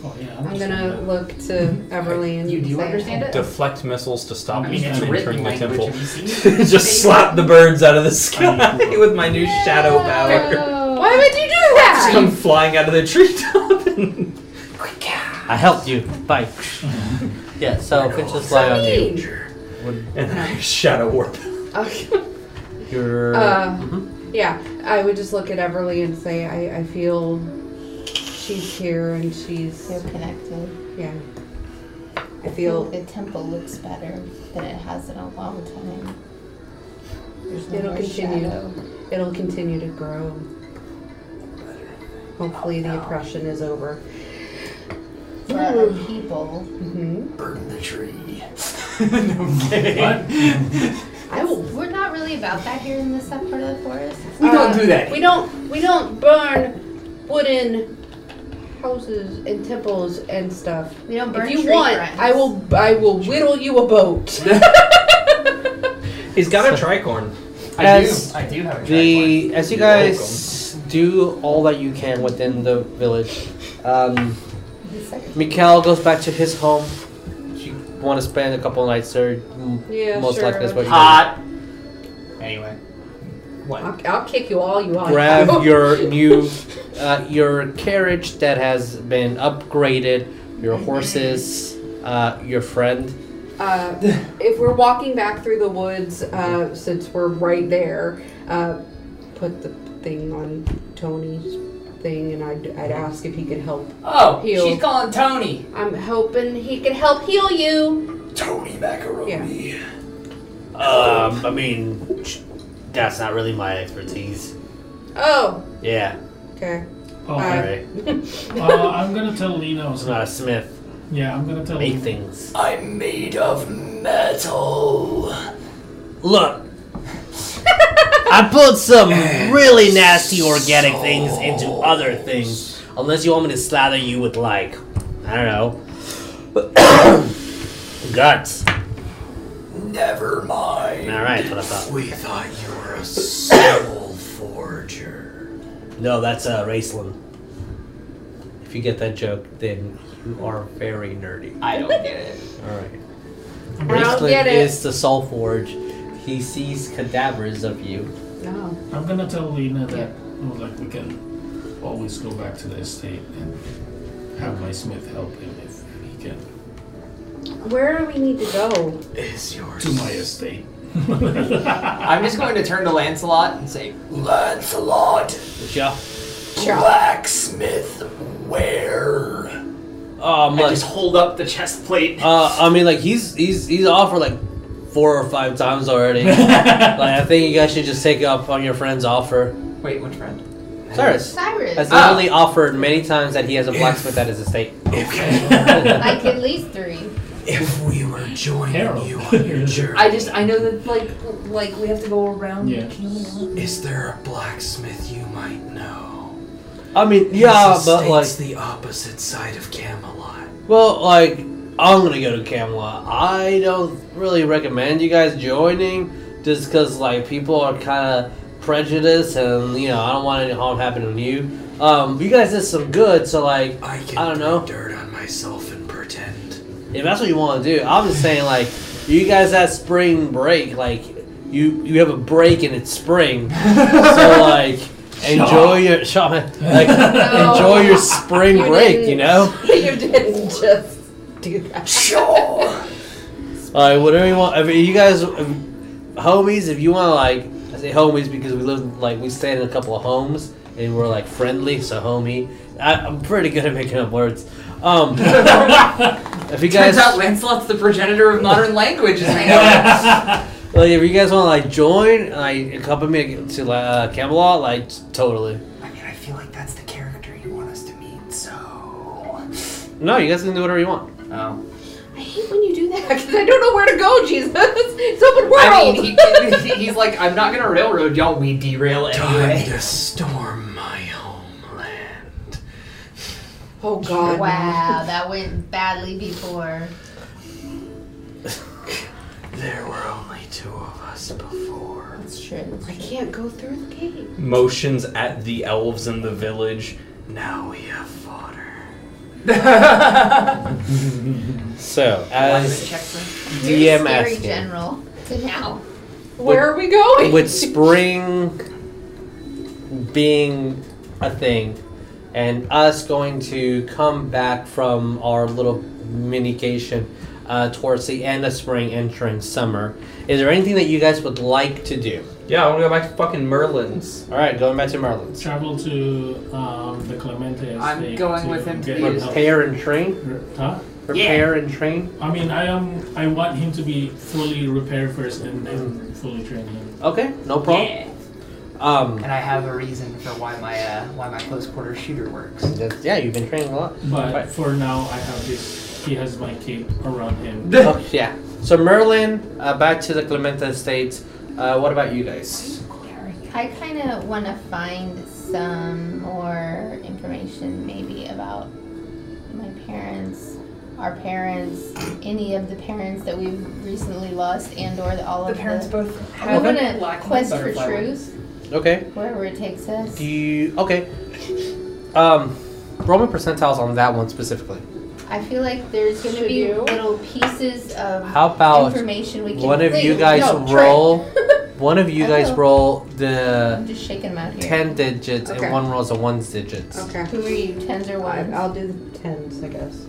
Oh, yeah,
I'm gonna look to Everly and
You do
say-
understand it?
Deflect missiles to stop
I
you
mean,
from
it's
entering
Written
the
language,
temple.
have you seen?
Just slap the birds out of the sky with my new shadow power.
Why would you do that?
Just come flying out of the treetop. And
I helped you. Bye. yeah. So finches fly on you.
Mean.
When
and
Uh-huh.
I shadow warp.
Okay.
you're
Uh,
Mhm.
Mm-hmm.
Yeah, I would just look at Everly and say, I, I feel she's here and she's
They're connected.
yeah. I feel
Feel the temple looks better than it has in a long time. There's no
It'll
more
continue.
shadow.
it'll continue to grow. Hopefully, the oppression is over.
For other people,
hmm
Burn the tree.
I will
we're not really about that here in this part of the forest.
We don't do that.
Uh, We don't we don't burn wooden houses and temples and stuff.
We don't burn
if you
tree
want,
friends.
I will I will whittle you a boat.
He's got a tricorn.
I do.
As
I do have a tricorn.
The as you guys do all that you can within the village, um,
The second
Mikhail goes back to his home. You want to spend a couple nights there? m-
Yeah,
most
sure.
likely is what you
Hot. Anyway.
I'll, I'll kick you all you
do.
want.
Grab your new uh, your carriage that has been upgraded, your horses, uh, your friend.
Uh, if we're walking back through the woods, uh, since we're right there, uh, put the thing on Tony's thing, and I'd, I'd ask if he could help.
Oh,
Heel.
she's calling Tony.
I'm hoping he could help heal you.
Tony Macaroni.
Um, I mean, sh- that's not really my expertise.
Oh,
Yeah,
okay.
Oh,
Uh,
right.
uh, I'm gonna tell Lena.
I'm
also-
not a smith.
Yeah, I'm gonna tell.
Make things.
I'm made of metal.
Look, I put some really nasty organic things into other things. Unless you want me to slather you with like, I don't know, guts.
Never mind.
All right, that's what I thought.
We thought you were a soul forger.
No, that's uh, Raceland.
If you get that joke, then you are very nerdy.
I don't get it.
All right.
I don't
Raceland
get it.
is the Soul Forge. He sees cadavers of you.
No.
I'm gonna tell Lena that oh, like we can always go back to the estate and have my smith help him if he can
Where do we need to go?
Is yours.
to my estate.
I'm just going to turn to Lancelot and say,
Lancelot,
Yeah.
blacksmith, where?
Oh,
I
much.
just hold up the chest plate.
Uh, I mean, like he's he's he's offered like four or five times already. like I think you guys should just take up on your friend's offer.
Wait, which friend?
Cyrus
Cyrus,
has
Ah.
literally offered many times that he has a blacksmith at his estate.
like at least three.
If we were joining
Harold.
you on your journey,
I just I know that like like we have to go around.
Yeah.
is there a blacksmith you might know?
I mean,
His
yeah, but like,
estate's the opposite side of Camelot.
well, like I'm gonna go to Camelot. I don't really recommend you guys joining just because like people are kind of prejudiced and you know I don't want any harm happening to you. Um, you guys did some good, so like
I can
I don't know.
put dirt on myself and pretend.
If that's what you want to do, I'm just saying like you guys at spring break, like you you have a break and it's spring, so like enjoy your shaman, like
No.
enjoy your spring
You
break.
didn't-
You know,
you didn't just do that.
Sure.
like whatever you want. I mean, you guys, um, homies, if you want to like, I say homies because we live like we stayed in a couple of homes and we're like friendly, so homie. I, I'm pretty good at making up words. Um, if you guys
Turns out Lancelot's the progenitor of modern languages. I know.
Like, if you guys want to like join, like accompany me to uh, Camelot, like totally.
I mean, I feel like that's the character you want us to meet, so.
No, you guys can do whatever you want.
Oh.
I hate when you do that because I don't know where to go, Jesus. It's open world.
I mean, he, he- he's like, I'm not gonna railroad y'all, we derail anyway.
to storm my homeland.
oh God.
Wow, that went badly before.
There were only two of us before.
That's true.
I can't go through the gate.
Motions at the elves in the village.
Now we have fodder.
So
Alignment
as
checks in.
You're a
DM
scary
asking,
general. So now,
Where are we going?
with spring being a thing, and us going to come back from our little minication uh, towards the end of spring, entering summer, is there anything that you guys would like to do?
Yeah, I want to go back to fucking Merlin's.
All right, going back to Merlin's.
Travel to um, the Clemente estate.
I'm going
to
with him to
get
be
help.
his-
Repair and train.
Huh?
Repair and train.
I mean, I am. I want him to be fully repaired first, and then fully trained. him.
Okay, no problem.
Yeah.
Um,
And I have a reason for why my uh, why my close quarter shooter works.
that's- yeah, you've been training a lot.
But
Right.
for now, I have this. He has my cape around him.
Oh, yeah. So Merlin, uh, back to the Clemente Estate. Uh, what about you guys?
I kind of want to find some more information, maybe about my parents, our parents, any of the parents that we've recently lost, and/or the, all
The
of
parents
the.
both
I
have
want to
lack of
quest for
butterfly wings.
truth
Okay.
wherever it takes us.
Do you okay? Um, Roman percentiles on that one specifically.
I feel like there's going to
Should
be
you?
little pieces of
How about
information we can.
one of you
Wait,
guys
no, Trey.
roll? One of you
I
guys
will.
roll the
I'm just shaking my head.
ten digits,
Okay.
and one rolls the ones digits.
Okay.
Who are you? Tens or ones?
I'll do the tens, I guess.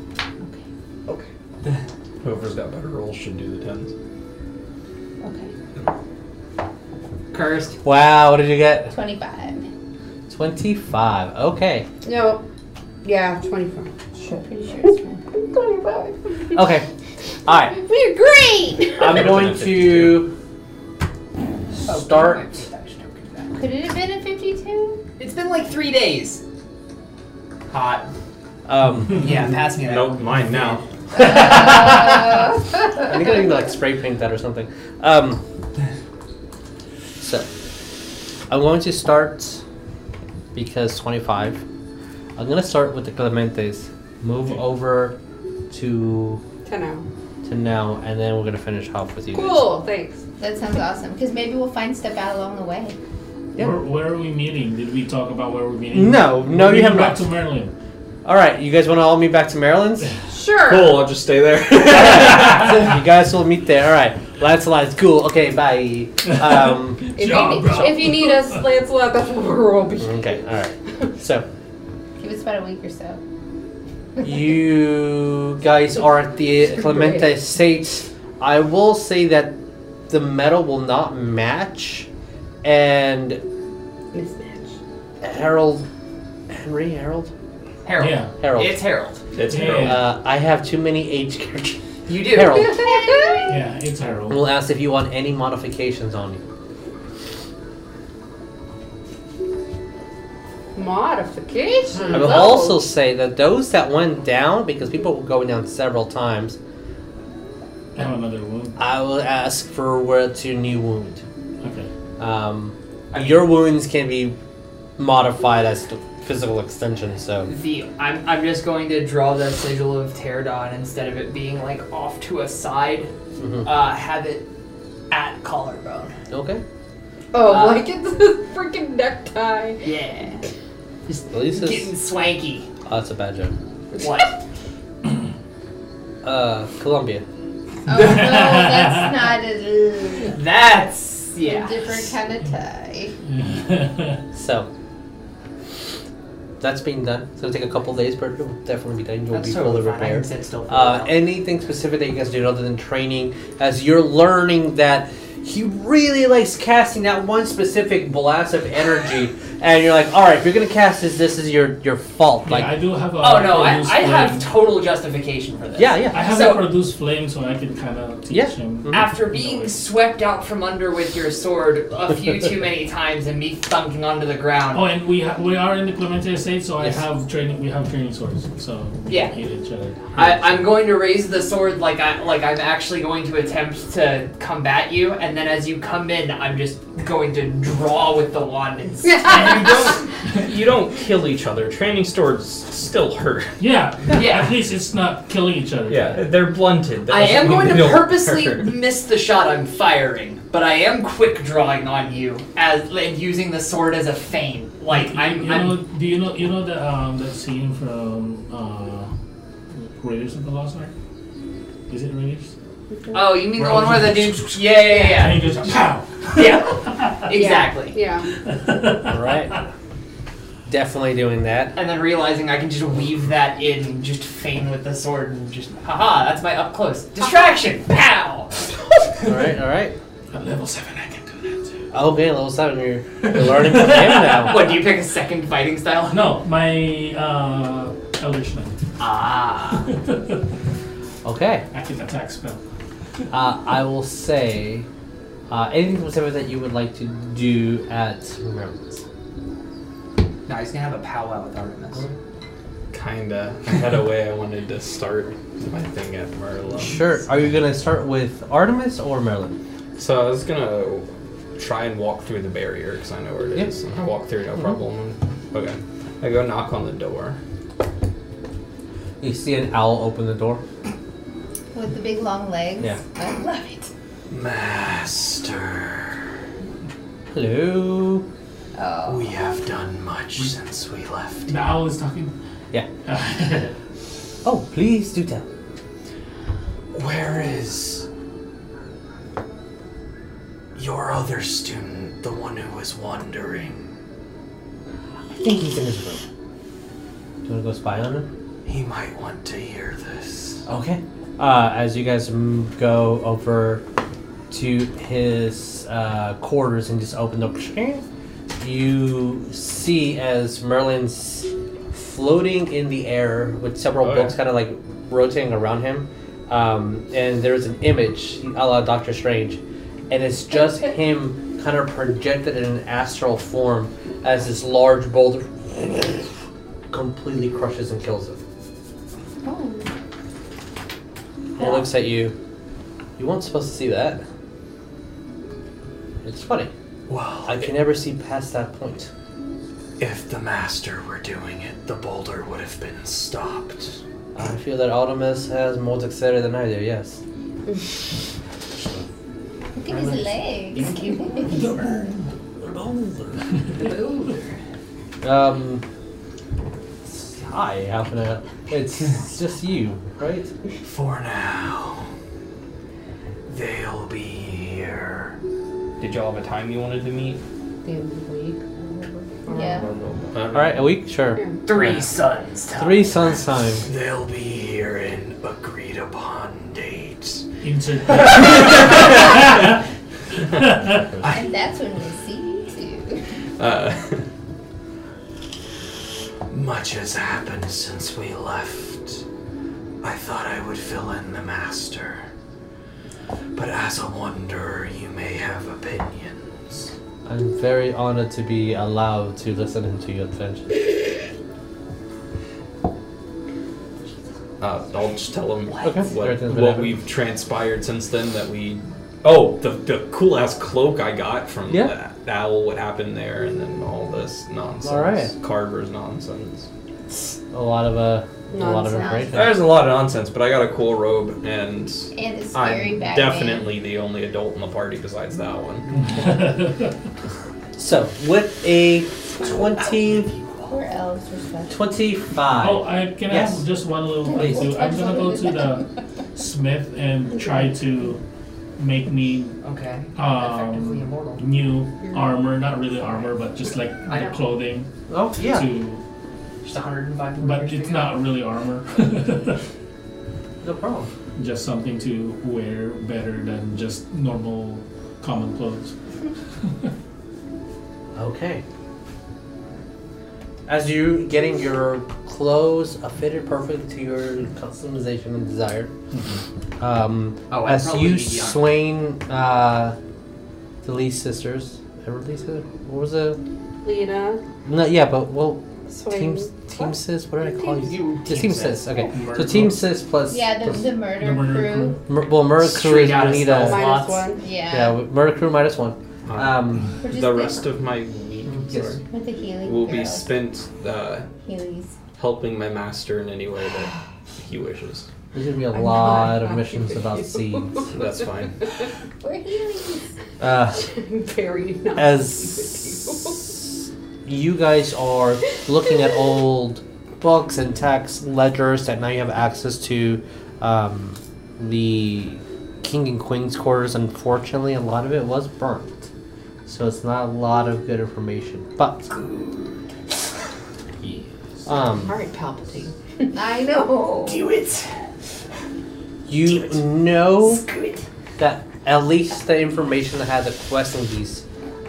Okay.
Whoever's got better rolls should do the tens.
Okay.
Cursed.
Wow, what did you get?
Twenty-five.
Twenty-five. Okay.
No. Yeah, 25.
Sure. Pretty sure it's twenty-five.
25.
Okay. All right.
We're great!
I'm going to
Oh,
start.
my gosh, don't do that.
Could it have been a 52?
It's been like three days. Hot.
Um,
Yeah, pass me that.
Nope, mine now.
I think I need to like spray paint that or something. Um, so I'm going to start because 25. I'm going to start with the Clementes. Move over to
10 now.
to now, and then we're going to finish off with you. guys.
Cool, thanks.
that sounds awesome. Because maybe we'll find stuff out along the way.
Yeah.
Where, where are we meeting? Did we talk about where we're meeting?
No, no,
We're
you have
meeting back
not.
to Merlin.
All right, you guys want to all meet back to Maryland's?
Sure.
Cool, I'll just stay there.
you guys will meet there. All right, Lancelot's cool. Okay, bye. Um,
If,
Job,
you,
bro.
if you need us, Lancelot, that's where we'll be.
okay, all right. So.
Give us about a week or so.
You guys are at the Clemente Estate. I will say that the metal will not match, and
Mismatch.
Harold, Henry, Harold,
Harold.
Yeah.
Harold.
It's Harold.
it's
Yeah.
Merlin.
uh, I have too many H characters.
You do.
Harold
Yeah, it's Harold.
will ask if you want any modifications on you.
Modification.
I will
Oh,
also say that those that went down, because people were going down several times,
I have another wound.
I will ask for where to new wound.
Okay.
Um, your wounds can be modified as the physical extension, so.
The I'm, I'm just going to draw the sigil of Pterodon instead of it being like off to a side.
Mhm.
Uh, have it at collarbone.
Okay.
Oh,
Uh,
like it's a freaking necktie.
Yeah. Just
At least
getting
it's.
swanky.
Oh, that's a bad joke.
What?
Uh, Columbia.
Oh no, that's not a,
That's
a
yeah.
different kind of tie.
So that's being done. It's gonna take a couple days, but it will definitely be done. You'll
That's
be
totally
fully
fine. I can
repaired.
sit still. for a
Uh,
while.
anything specific that you guys do other than training, as you're learning that he really likes casting that one specific blast of energy, and you're like, all right, if you're gonna cast this, this is your your fault.
yeah, I
Like,
do have a.
oh no, I,
produce
I have
flame.
total justification for this.
yeah, yeah.
I have
So- Mm-hmm.
a produce flame, so I can kind of teach
Yeah.
him.
After
No,
being
wait.
swept out from under with your sword a few too many times and me thunking onto the ground.
Oh, and we ha- we are in the Clemente Estate, so
Yes.
I have training. We have training swords, so we
Yeah.
can hit each other.
I, I'm going to raise the sword like I like I'm actually going to attempt to combat you, and then as you come in, I'm just going to draw with the wand. And
you don't you don't kill each other. Training swords still hurt.
yeah,
Yeah.
At least it's not killing each other.
Yeah, they're blunted. That
I am
doesn't mean
going to
they don't
purposely
hurt.
miss the shot I'm firing, but I am quick drawing on you as and using the sword as a feint. Like
you
I'm,
know,
I'm
do you know you know the um, that scene from uh, Raiders of the Lost Ark? Is it Raiders?
oh, you mean the
We're
one
all
where the dude? Yeah, yeah,
And he goes pow.
yeah, yeah. exactly.
Yeah.
All right. Definitely doing that.
And then realizing I can just weave that in, just feint with the sword, and just haha, that's my up close distraction. Pow!
All right, all right.
At level seven, I can do that too.
Okay, level seven. You're, you're learning from him now.
What do you pick a second fighting style?
No, my uh, Eldritch Knight.
Ah,
Okay.
I can attack spell.
Uh, I will say uh, anything specific that you would like to do at Remembrance.
no, he's gonna have a powwow with Artemis.
Kinda. I had a way I wanted to start my thing at Merlin.
Sure. Are you gonna start with Artemis or Merlin?
So I was gonna try and walk through the barrier because I know where it
Yep.
is. And I walk through, no problem. Okay. I go knock on the door.
You see an owl open the door.
With the big long legs.
Yeah.
I love it.
Master,
Hello.
Oh.
we have done much since we left.
The owl is talking.
Yeah.
Uh,
Oh, please do tell.
Where is your other student, the one who was wandering?
I think he's in his room. Do you wanna go spy on him?
He might want to hear this.
Okay. Uh, as you guys m- go over to his uh, quarters and just open the, you see as Merlin's floating in the air with several
Oh,
books
yeah.
kind of like rotating around him, um, and there's an image a la Doctor Strange, and it's just him kind of projected in an astral form as this large boulder completely crushes and kills him.
Oh.
It looks at you. You weren't supposed to see that. It's funny.
Well,
I can never see past that point.
if the master were doing it, the boulder would have been stopped.
I feel that Artemis has more dexterity than I do, yes.
Look at his legs.
Um. Hi, how can I? It's just you, right?
For now, they'll be here.
Did y'all have a time you wanted to meet?
yeah.
Alright, a week? Sure.
Three sons. Time.
Three suns time.
They'll be here in agreed upon dates.
insert.
And that's when we see you too.
Uh,
Much has happened since we left. I thought I would fill in the master. But as a wanderer, you may have opinions.
I'm very honored to be allowed to listen into your adventure.
uh, I'll just tell him
Okay.
what,
Everything's been
what
happening.
we've transpired since then that we oh the, the cool ass cloak i got from
Yeah.
that the owl what happened there and then all this nonsense
Alright.
carver's nonsense
A lot of, uh, a lot of
Nonsense.
information.
there's a lot of nonsense but i got a cool robe and
And it's very
i'm
bad.
definitely the only adult in the party besides that one
So, with a 20,
Poor elves are special.
25.
oh, I can I
Yes.
have just one little thing too. I'm gonna go to the Smith and try to make me
Okay. Effectively
um,
immortal.
new armor, not really armor, but just like
I
the
know.
clothing.
Oh yeah.
To,
Just 105
but it's not really armor.
No problem.
just something to wear better than just normal common clothes.
Okay. As you getting your clothes uh, fitted perfect to your customization and desire, um,
Oh, I
as
probably
you
need the armor.
swain uh, the Lee sisters, Everly sister, what was it?
Lena,
No, yeah, but well, team
Swain.
team
What?
sis, what did I
Team
call you?
You
The team sis.
Oh,
Okay, so team sis plus
Yeah, the,
plus-
the murder,
The murder
crew.
Mer- well, Murder Crew
Straight
is
outta
we need
Smells
a
Minus
Lots.
one.
Yeah.
yeah Murder Crew minus one. Um,
We're just
The
like-
rest of my week
Mm-hmm. Yes.
sorry,
with the healing
will
girl.
be spent uh,
Healy's.
helping my master in any way that he wishes.
there's gonna be a
I'm
lot
not
of
happy
missions
with
about
you.
seeds.
That's fine.
We're Healy's.
Uh,
Very not.
as you guys are looking at old books and text ledgers that now you have access to um, the king and queen's quarters unfortunately a lot of it was burnt so it's not a lot of good information but um,
All right, Palpatine.
I know.
you know that at least the information that had the quest in these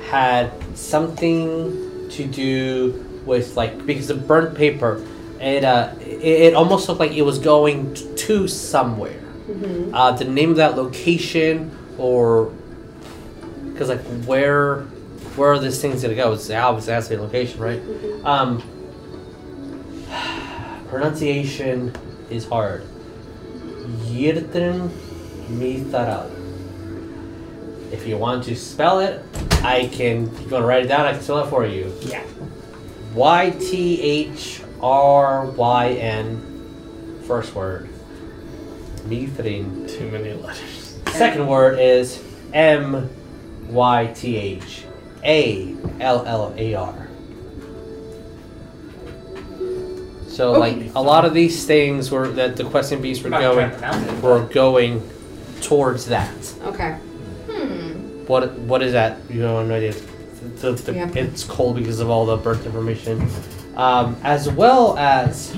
had something to do with like because the burnt paper it uh it, it almost looked like it was going t- to somewhere uh the name of that location or because like where where are these things gonna go it's obviously has to be a location right um pronunciation is hard Yirtin Mitharal. If you want to spell it, I can. If you want to write it down, I can spell it for you.
Yeah.
Y T H R Y N, first word. Mithrin.
Too many letters.
Second word is M Y T H A L L A R. So, like, a lot of these things were that the question beasts were
I'm not trying
going
to pronounce it.
we're going towards that.
Okay.
Hmm.
What what is that? You have no idea. The- the-
Yeah.
It's cold because of all the birth information, um, as well as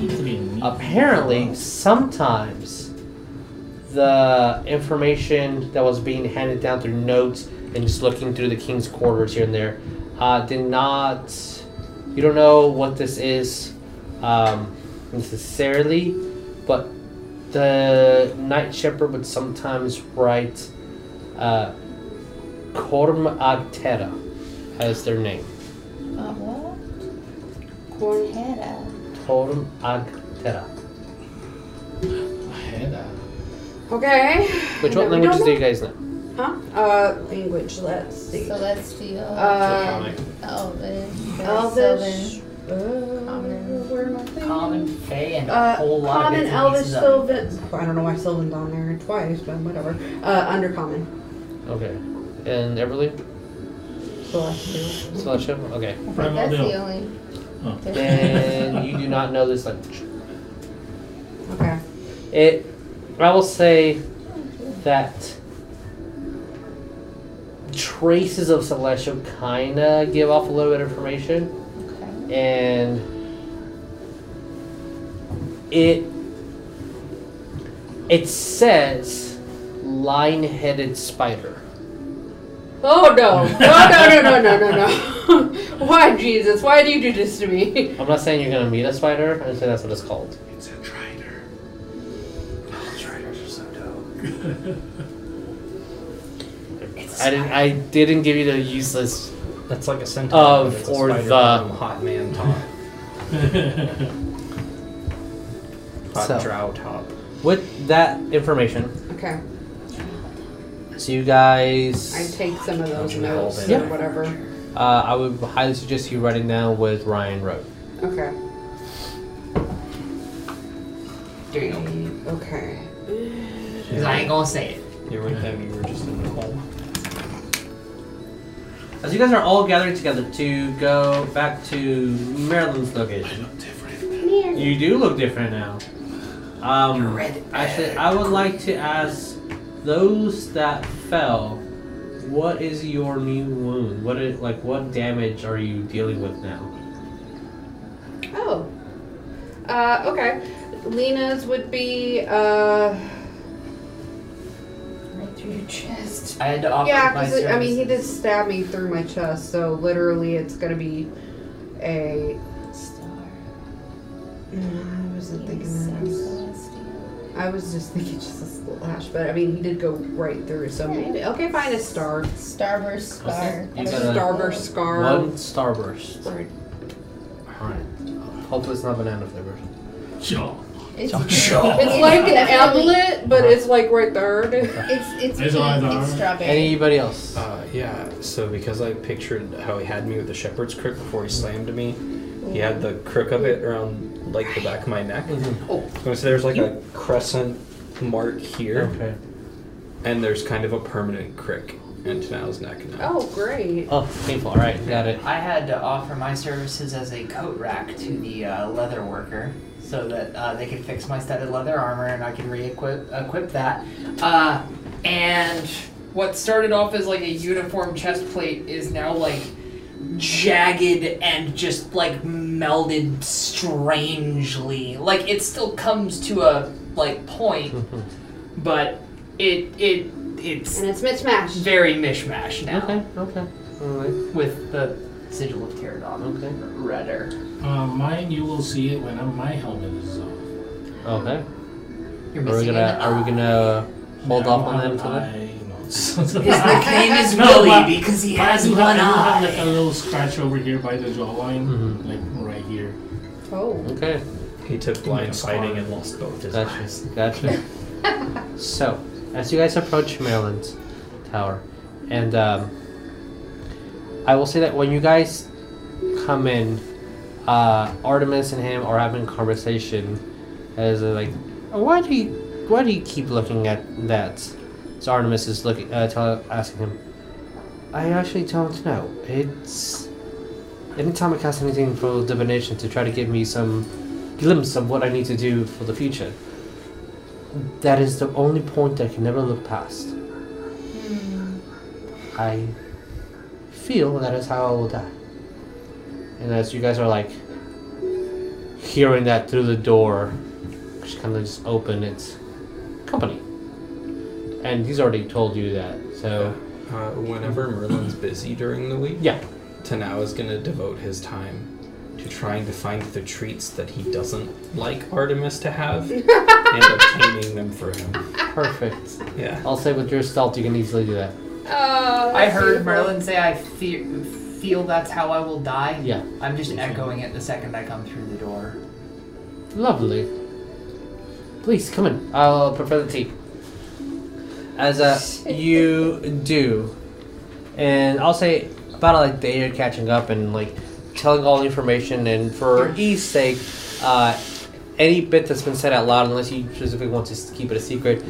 apparently sometimes the information that was being handed down through notes and just looking through the king's quarters here and there uh, did not you don't know what this is um, necessarily but the knight shepherd would sometimes write uh, Corm Agtera as their name
Uh, what?
Corn.
Hera.
Corm Agtera
Okay.
which
Now
what
we
languages
don't
do you guys know
Huh? Uh, language. Let's see.
Celestial.
Uh,
Elvish.
Elvish.
Sylvan.
Uh,
Common.
where am I thinking?
Common Fey and a
Uh,
whole lot
common,
of bits and
Elvish,
pieces of it.
Sylvan. I don't know why Sylvan's on there twice, but whatever. Uh, undercommon.
Okay. And Everly?
Celestial.
Celestial? Okay.
Primal
That's the
Dill.
only.
Oh.
there's-
Then you do not know this language.
Okay.
It I will say that traces of Celestial kinda give off a little bit of information
Okay.
and it it says line headed spider.
Oh no! Oh no! No! No! No! No! No! why, Jesus? Why do you do this to me?
I'm not saying you're gonna meet a spider, I'm saying that's what it's called.
It's a triner. Oh, triners are so dope.
I didn't I didn't give you the useless
That's like a centaur.
Of
but it's a
or
spider
the-
from hot man top, hot
So.
drow top.
With that information,
Okay.
so you guys,
I take some of those
Dungeon Hell,
notes
then.
or whatever.
uh, I would highly suggest you writing down with Ryan Rowe.
Okay.
Damn.
Okay.
'Cause I ain't gonna say it.
You're with him. You were just in the hole.
As you guys are all gathering together to go back to Maryland's location,
Different.
you do look different now.
Um,
Red
actually, I would like to ask those that fell. What is your new wound? What is, like what damage are you dealing with now?
Oh. Uh, okay. Lena's would be. Uh,
Right through your chest.
I had to offer
yeah,
my
because I mean, he
services.
did stab me through my chest, so literally it's gonna be a.
Star.
Mm, I wasn't thinking that. I was-
Celestial.
I was just thinking just a slash, but I mean, he did go right through, so maybe. Okay, fine, a star.
Starburst scar.
You got a-
Starburst scar.
One starburst. Alright. Hopefully it's not banana flavored.
Sure.
It's,
It's like an outlet,
Uh-huh.
but it's like right there.
It's it's
There's
pink,
either-
it's strawberry.
Anybody else?
Uh, yeah, so because I pictured how he had me with the shepherd's crook before he slammed me, he had the crook of it around like the back of my neck.
Mm-hmm.
So there's like a crescent mark here,
Okay.
and there's kind of a permanent crick in Tanal's neck now.
Oh, great.
Oh, painful. Alright, got it.
I had to offer my services as a coat rack to the uh, leather worker so that uh, they could fix my studded leather armor and I could re-equip equip that.
Uh, and what started off as like a uniform chest plate is now like jagged and just like melded strangely. Like it still comes to a like point, but it it it's
And it's mismatched.
very mishmash now
okay. Alright,
with the sigil of pterodon.
okay.
Redder.
Uh, mine, you will see it when uh, my helmet is off.
Okay.
You're
Are we
missing
gonna
an
are we gonna hold
Now
off on
I-
them today?
I-
His nickname is
No, but-
Willy because he
But I
has
do
one
have, I do have like a
eye.
little scratch over here by the jawline,
Mhm.
like right here.
Oh.
Okay.
He took blind sighting and lost both his
Gotcha.
eyes.
Gotcha. so, as you guys approach Maryland's tower, and um, I will say that when you guys come in, uh, Artemis and him are having a conversation. As they're like, why do you why do you keep looking at that? So Artemis is looking, uh, tell, asking him. I actually don't know. It's anytime I cast anything for divination to try to give me some glimpse of what I need to do for the future. That is the only point I can never look past. I feel that is how I will die. And as you guys are like hearing that through the door, she kind of just opened its company. And he's already told you that, so
Uh, whenever Merlin's busy during the week,
yeah.
Tanao is going to devote his time to trying to find the treats that he doesn't like Artemis to have and obtaining them for him.
Perfect.
Yeah.
I'll say with your stealth, you can easily do that.
Oh,
I heard
beautiful.
Merlin say, "I fear, feel that's how I will die."
Yeah.
I'm just echoing it the second I come through the door.
Lovely. Please come in. I'll prepare the tea. As uh, you do, and I'll say about like they are catching up and like telling all the information. And for ease sake, uh, any bit that's been said out loud, unless you specifically want to keep it a secret,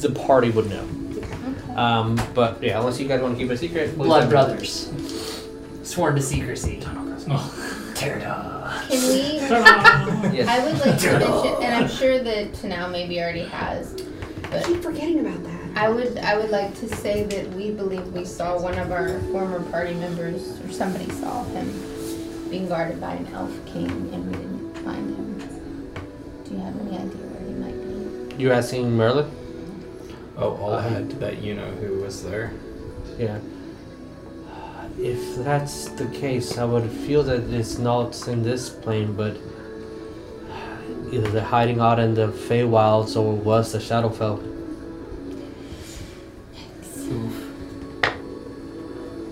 the party would know. Um, but yeah, unless you guys want to keep it a secret, please
Blood
don't.
brothers, sworn to secrecy.
Oh.
Pterodon.
Can we?
Yes.
I would like to mention, and I'm sure that Tanao maybe already has.
I keep forgetting about that.
I would, I would like to say that we believe we saw one of our former party members, or somebody saw him being guarded by an elf king, and we didn't find him. Do you have any idea where he might be?
You asking Merlin?
Oh, I'll
Uh-huh.
add that you know who was there.
Yeah. If that's the case, I would feel that it's not in this plane, but either they're hiding out in the Feywilds or was the Shadowfell.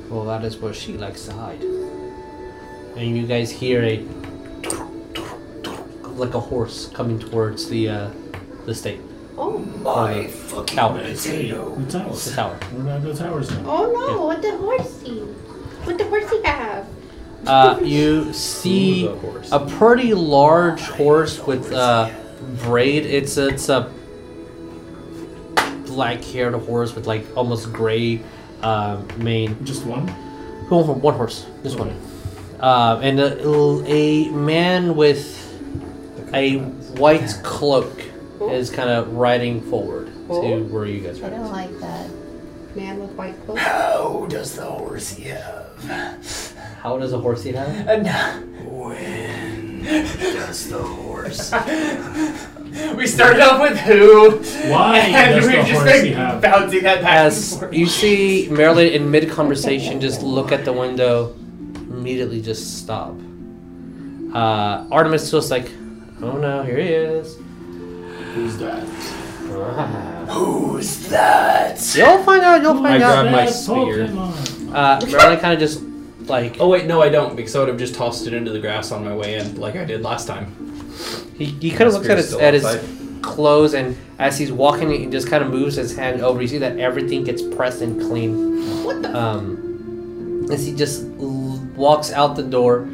Well, that is where she likes to hide. And you guys hear a like a horse coming towards the uh, the state.
Oh.
My
Tower.
The
The
towers.
tower.
We're not the towers now.
Oh no, what the horsey? What the horsey have?
Uh, you see
Ooh, the horse.
a pretty large horse with uh, braid. It's it's a black-haired horse with like almost gray uh, mane.
Oh.
Just one?
One, hor- one horse, this one, uh, and a, a man with a white cloak
Cool.
is kind of riding forward
Cool.
to where you guys
I
are.
don't like that.
Man with white clothes.
How does the horse have?
How does a horsey have?
And
When does the horse?
we started off with who.
Why
And
does
we've
the
just
horsey
been
have-
bouncing that back and
As
forth.
you see Marilyn in mid conversation just look at the window, immediately just stop. Uh, Artemis feels like, oh no, here he is.
Who's that?
Who's that?
You'll find out,
Oh
you'll
I
find out.
grab my
That
spear.
Pokemon.
Uh, Marilyn kind of just like
Oh wait, no, I don't, because I would have just tossed it into the grass on my way in, like I did last time.
He, he kind of looks at his,
Spear's
at his
still
clothes, and as he's walking, he just kind of moves his hand over. You see that everything gets pressed and clean. What the? Um, as he just l- walks out the door,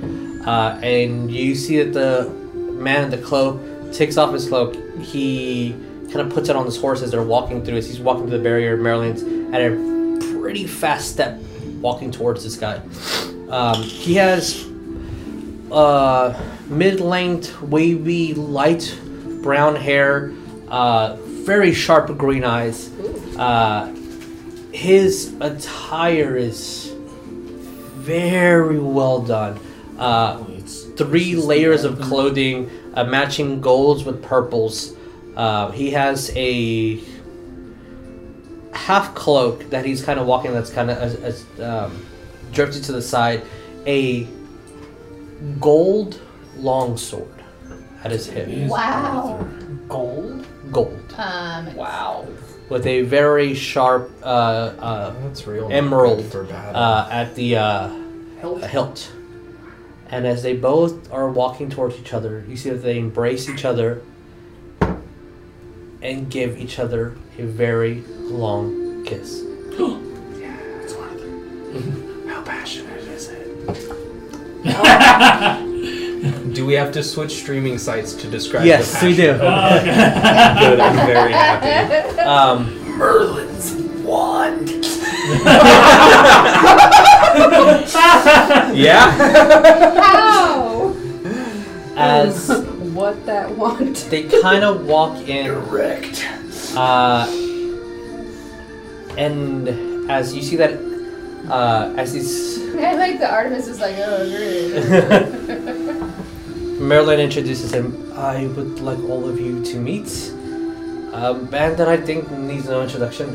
uh, and you see that the man in the cloak takes off his cloak. He kind of puts it on his horse as they're walking through. As he's walking through the barrier, Maryland's at a pretty fast step, walking towards this guy. Um, he has uh, mid-length, wavy, light brown hair, uh, very sharp green eyes. Uh, his attire is very well done. Uh, three layers of clothing, uh, matching golds with purples. Uh, he has a half cloak that he's kind of walking. That's kind of uh, uh, um, drifted to the side. A gold longsword at his hip.
Wow.
Gold?
Gold.
Um,
Wow.
With a very sharp uh, uh,
That's real.
Emerald.
For bad.
uh, at the uh,
Hilt.
hilt. And as they both are walking towards each other, you see that they embrace each other and give each other a very long kiss.
How passionate is it?
do we have to switch streaming sites to describe?
yes,
the
we do.
passion? Good, I'm very happy.
Um,
Merlin's wand.
Yeah.
How?
as
what that want?
they kind of walk in,
Correct.
Uh, and as you see that, uh, as he's
I like the Artemis was like, oh, agree.
Marilyn introduces him, I would like all of you to meet a man that I think needs no introduction.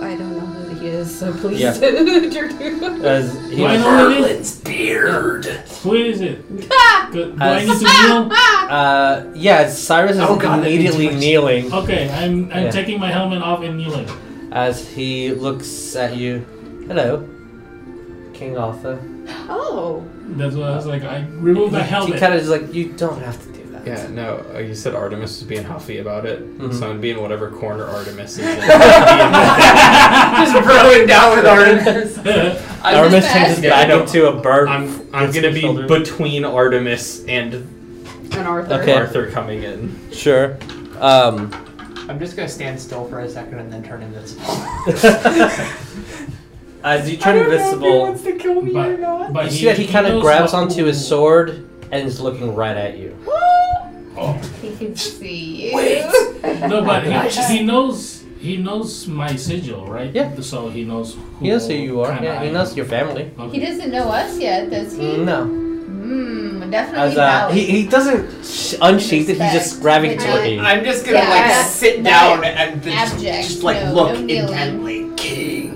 I don't know who he is, so please
Yeah.
introduce.
As he,
Why
uh,
not it?
Merlin's beard.
Who is it?
Uh,
Good. Do I need to
yeah, Cyrus is
Oh God, that
immediately
means- Oh.
kneeling
kneel? Okay, I'm I'm
Yeah.
taking my helmet off and kneeling.
as he looks at you. Hello, King Arthur.
Oh,
That's what I was like. I remove the
he
helmet.
kind of is like, you don't have to do that.
Yeah. No, uh, you said Artemis was being huffy about it,
Mm-hmm.
Mhm.
so I'm gonna be in whatever corner Artemis is. in.
Just throwing down with Artemis.
Artemis turns his
Yeah,
back
I know.
into a bird.
I'm I'm
Gets
gonna
your
be
shoulder.
between Artemis and
an Arthur.
Okay.
Arthur coming in.
sure. Um,
I'm just gonna stand still for a second and then turn invisible.
As you turn invisible,
to kill me
But-
not.
But
you see that he kind of
knows
grabs
what-
onto his sword and is looking right at you.
He could see you.
No, but he, he knows he knows my sigil, right?
Yeah.
So he knows who.
He knows who you are.
kinda
Yeah, he
I
knows
am.
your family.
Okay.
He doesn't know us yet, does he?
No,
Mm, definitely
as uh,
not.
he, he doesn't sh- unsheath it. He's just grabbing
Respect.
toward you.
I'm just gonna
Yeah,
like
that's-
sit
that
down and then just,
abject.
just, like
No,
look
no kneeling.
intently.
King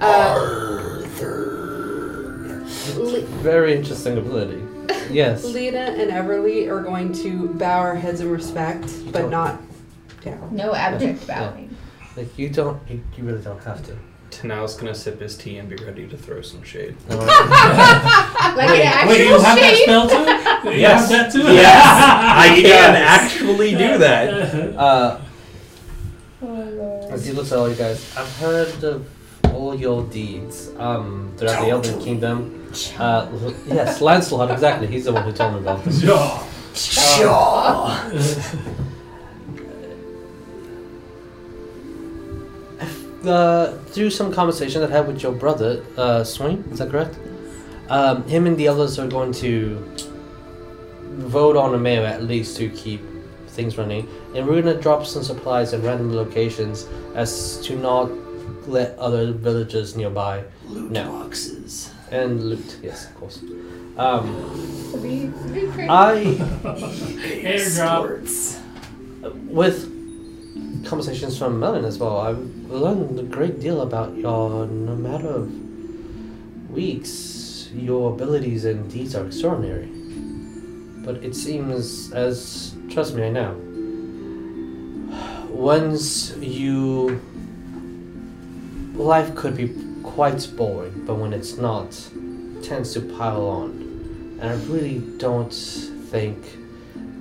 Uh,
Arthur.
Le-
Very interesting ability. Yes.
Lena and Everly are going to bow our heads in respect, but
Don't.
not down.
no abject
Yeah.
bowing.
Like you don't. You, you really don't have to.
Tanau's gonna sip his tea and be ready to throw some shade.
Like an actual
Wait, you have that
shape.
spell too? You
Yes.
have that too?
I
can
actually do that.
Uh,
Oh my God.
as he looks at all you guys, I've heard of all your deeds um, throughout the Elven Kingdom. Uh, l- yes, Lancelot. Exactly. He's the one who told me about this.
Yeah.
Uh,
Shaw.
uh, through some conversation that I had with your brother, uh, Swain, is that correct? Um, him and the others are going to vote on a mayor at least to keep things running, and we're gonna drop some supplies in random locations as to not let other villages nearby
Loot
No.
boxes.
and loot. Yes, of course. Um,
To be, to be crazy.
I
Airdrop.
with conversations from Melon as well, I've learned a great deal about your, no matter of weeks, your abilities and deeds are extraordinary. But it seems as, trust me, I know, once you. Life could be quite boring, but when it's not, it tends to pile on. And I really don't think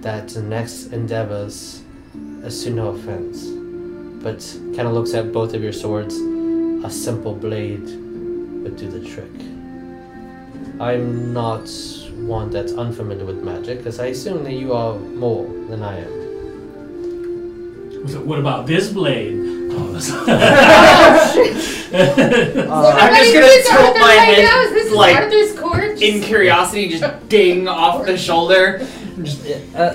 that the next endeavors as to no offense, but kind of looks at both of your swords. A simple blade would do the trick. I'm not one that's unfamiliar with magic, because I assume that you are more than I am.
So what about this blade? Oh, that's
I'm just
Everybody
gonna
who's
tilt
Arthur
my
right
head,
now, is this
like,
Arthur's corpse?
In curiosity, just ding off the shoulder.
Uh,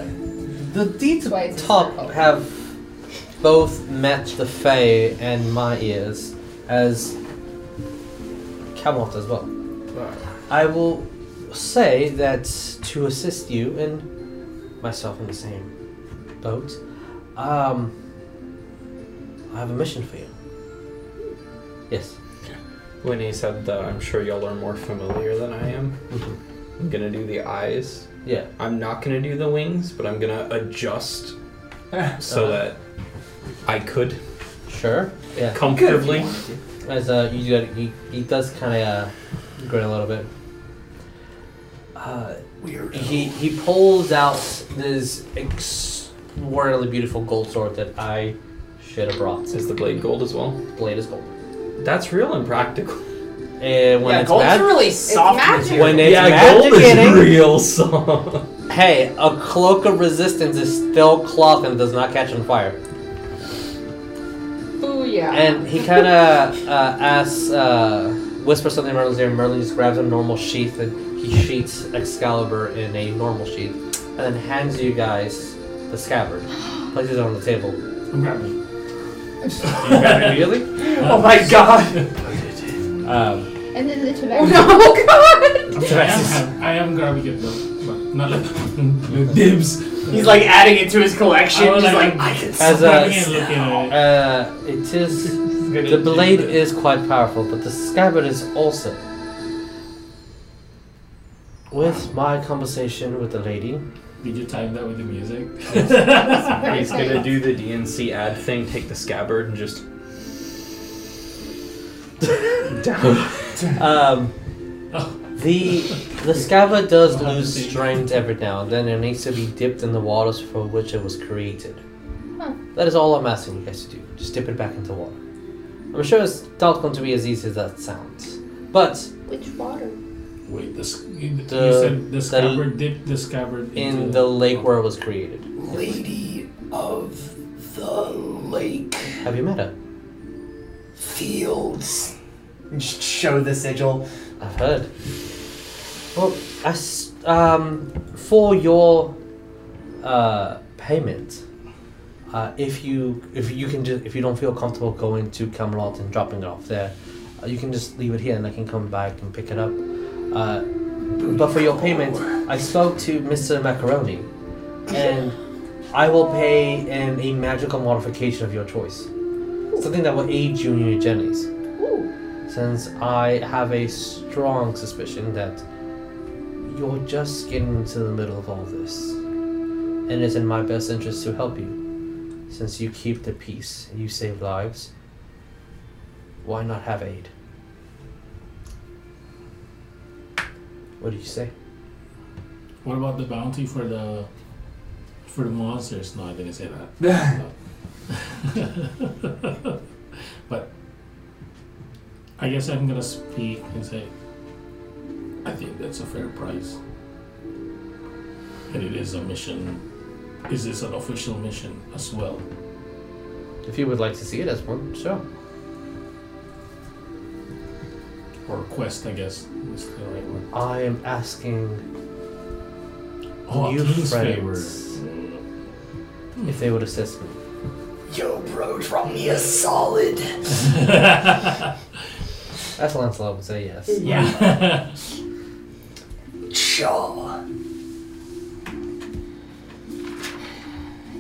the deeds
Why it's a circle.
top have both met the Fae and my ears, as Camelot as well. I will say that to assist you and myself in the same boat, um, I have a mission for you. Yes.
When he said that, I'm sure y'all are more familiar than I am.
Mm-hmm.
Mhm.
I'm gonna do the eyes.
Yeah.
I'm not gonna do the wings, but I'm gonna adjust so
Uh-huh.
that I could
Sure. Yeah.
comfortably.
As uh, you do, that, he, he does kind of uh, grin a little bit. Uh,
Weird.
he he pulls out this extraordinarily beautiful gold sword that I should have brought.
Is the blade gold as well?
blade is gold.
That's real impractical.
And when
yeah,
it's
gold's
mad,
really soft
magic.
material.
when it's
yeah, gold
magicating-
is real soft.
Hey, a cloak of resistance is still cloth and does not catch on fire.
Booyah.
And he kind of uh, asks, uh, whispers something in Merlin's ear. Merlin just grabs a normal sheath and he sheets Excalibur in a normal sheath, and then hands you guys the scabbard, places it on the table.
I'm grabbing.
Really?
oh my god!
Um,
And then the
oh
tobacco.
no, God!
I am, I am grabbing it though. But not like dibs.
He's like adding it to his collection.
Oh,
He's
like-
like, I can.
as uh,
I'm grabbing it and
a,
looking at it.
uh, it is the blade is quite powerful, but the scabbard is also. With my conversation with the lady,
Did you time that with the music?
He's gonna do the DNC ad thing, take the scabbard, and just
Um,
Oh.
the the scabbard does
I'll have
lose
to see.
strength every now and then. It needs to be dipped in the waters for which it was created.
Huh.
That is all I'm asking you guys to do. Just dip it back into water. I'm sure it's not going to be as easy as that sounds. But
Which water?
Wait, the, sc- you you
The-
said the scabbard dipped the scabbard into
in the lake where it was created,
Lady of the Lake
have you met her?
Fields. Just show the sigil.
I've heard. Well, as um, for your uh, payment, uh, if you if you can just if you don't feel comfortable going to Camelot and dropping it off there, uh, you can just leave it here and I can come back and pick it up. Uh, but for your payment, I spoke to Mister Macaroni, and I will pay in a magical modification of your choice, something that will aid you in your journeys
Ooh,
since I have a strong suspicion that you're just getting into the middle of all this. And it's in my best interest to help you. Since you keep the peace, you save lives, why not have aid? What do you say?
What about the bounty for the for the monsters? No, I didn't say that. No. but I guess I'm gonna speak and say I think that's a fair price. And it is a mission. Is this an official mission as well?
If you would like to see it as one, sure.
Or quest, I guess is the right word.
I am asking
Oh, a
Oh, you
king's favor.
friends if they would assist me.
Yo, bro, drop me a solid.
That's Lancelot would say yes.
yeah.
Chaw.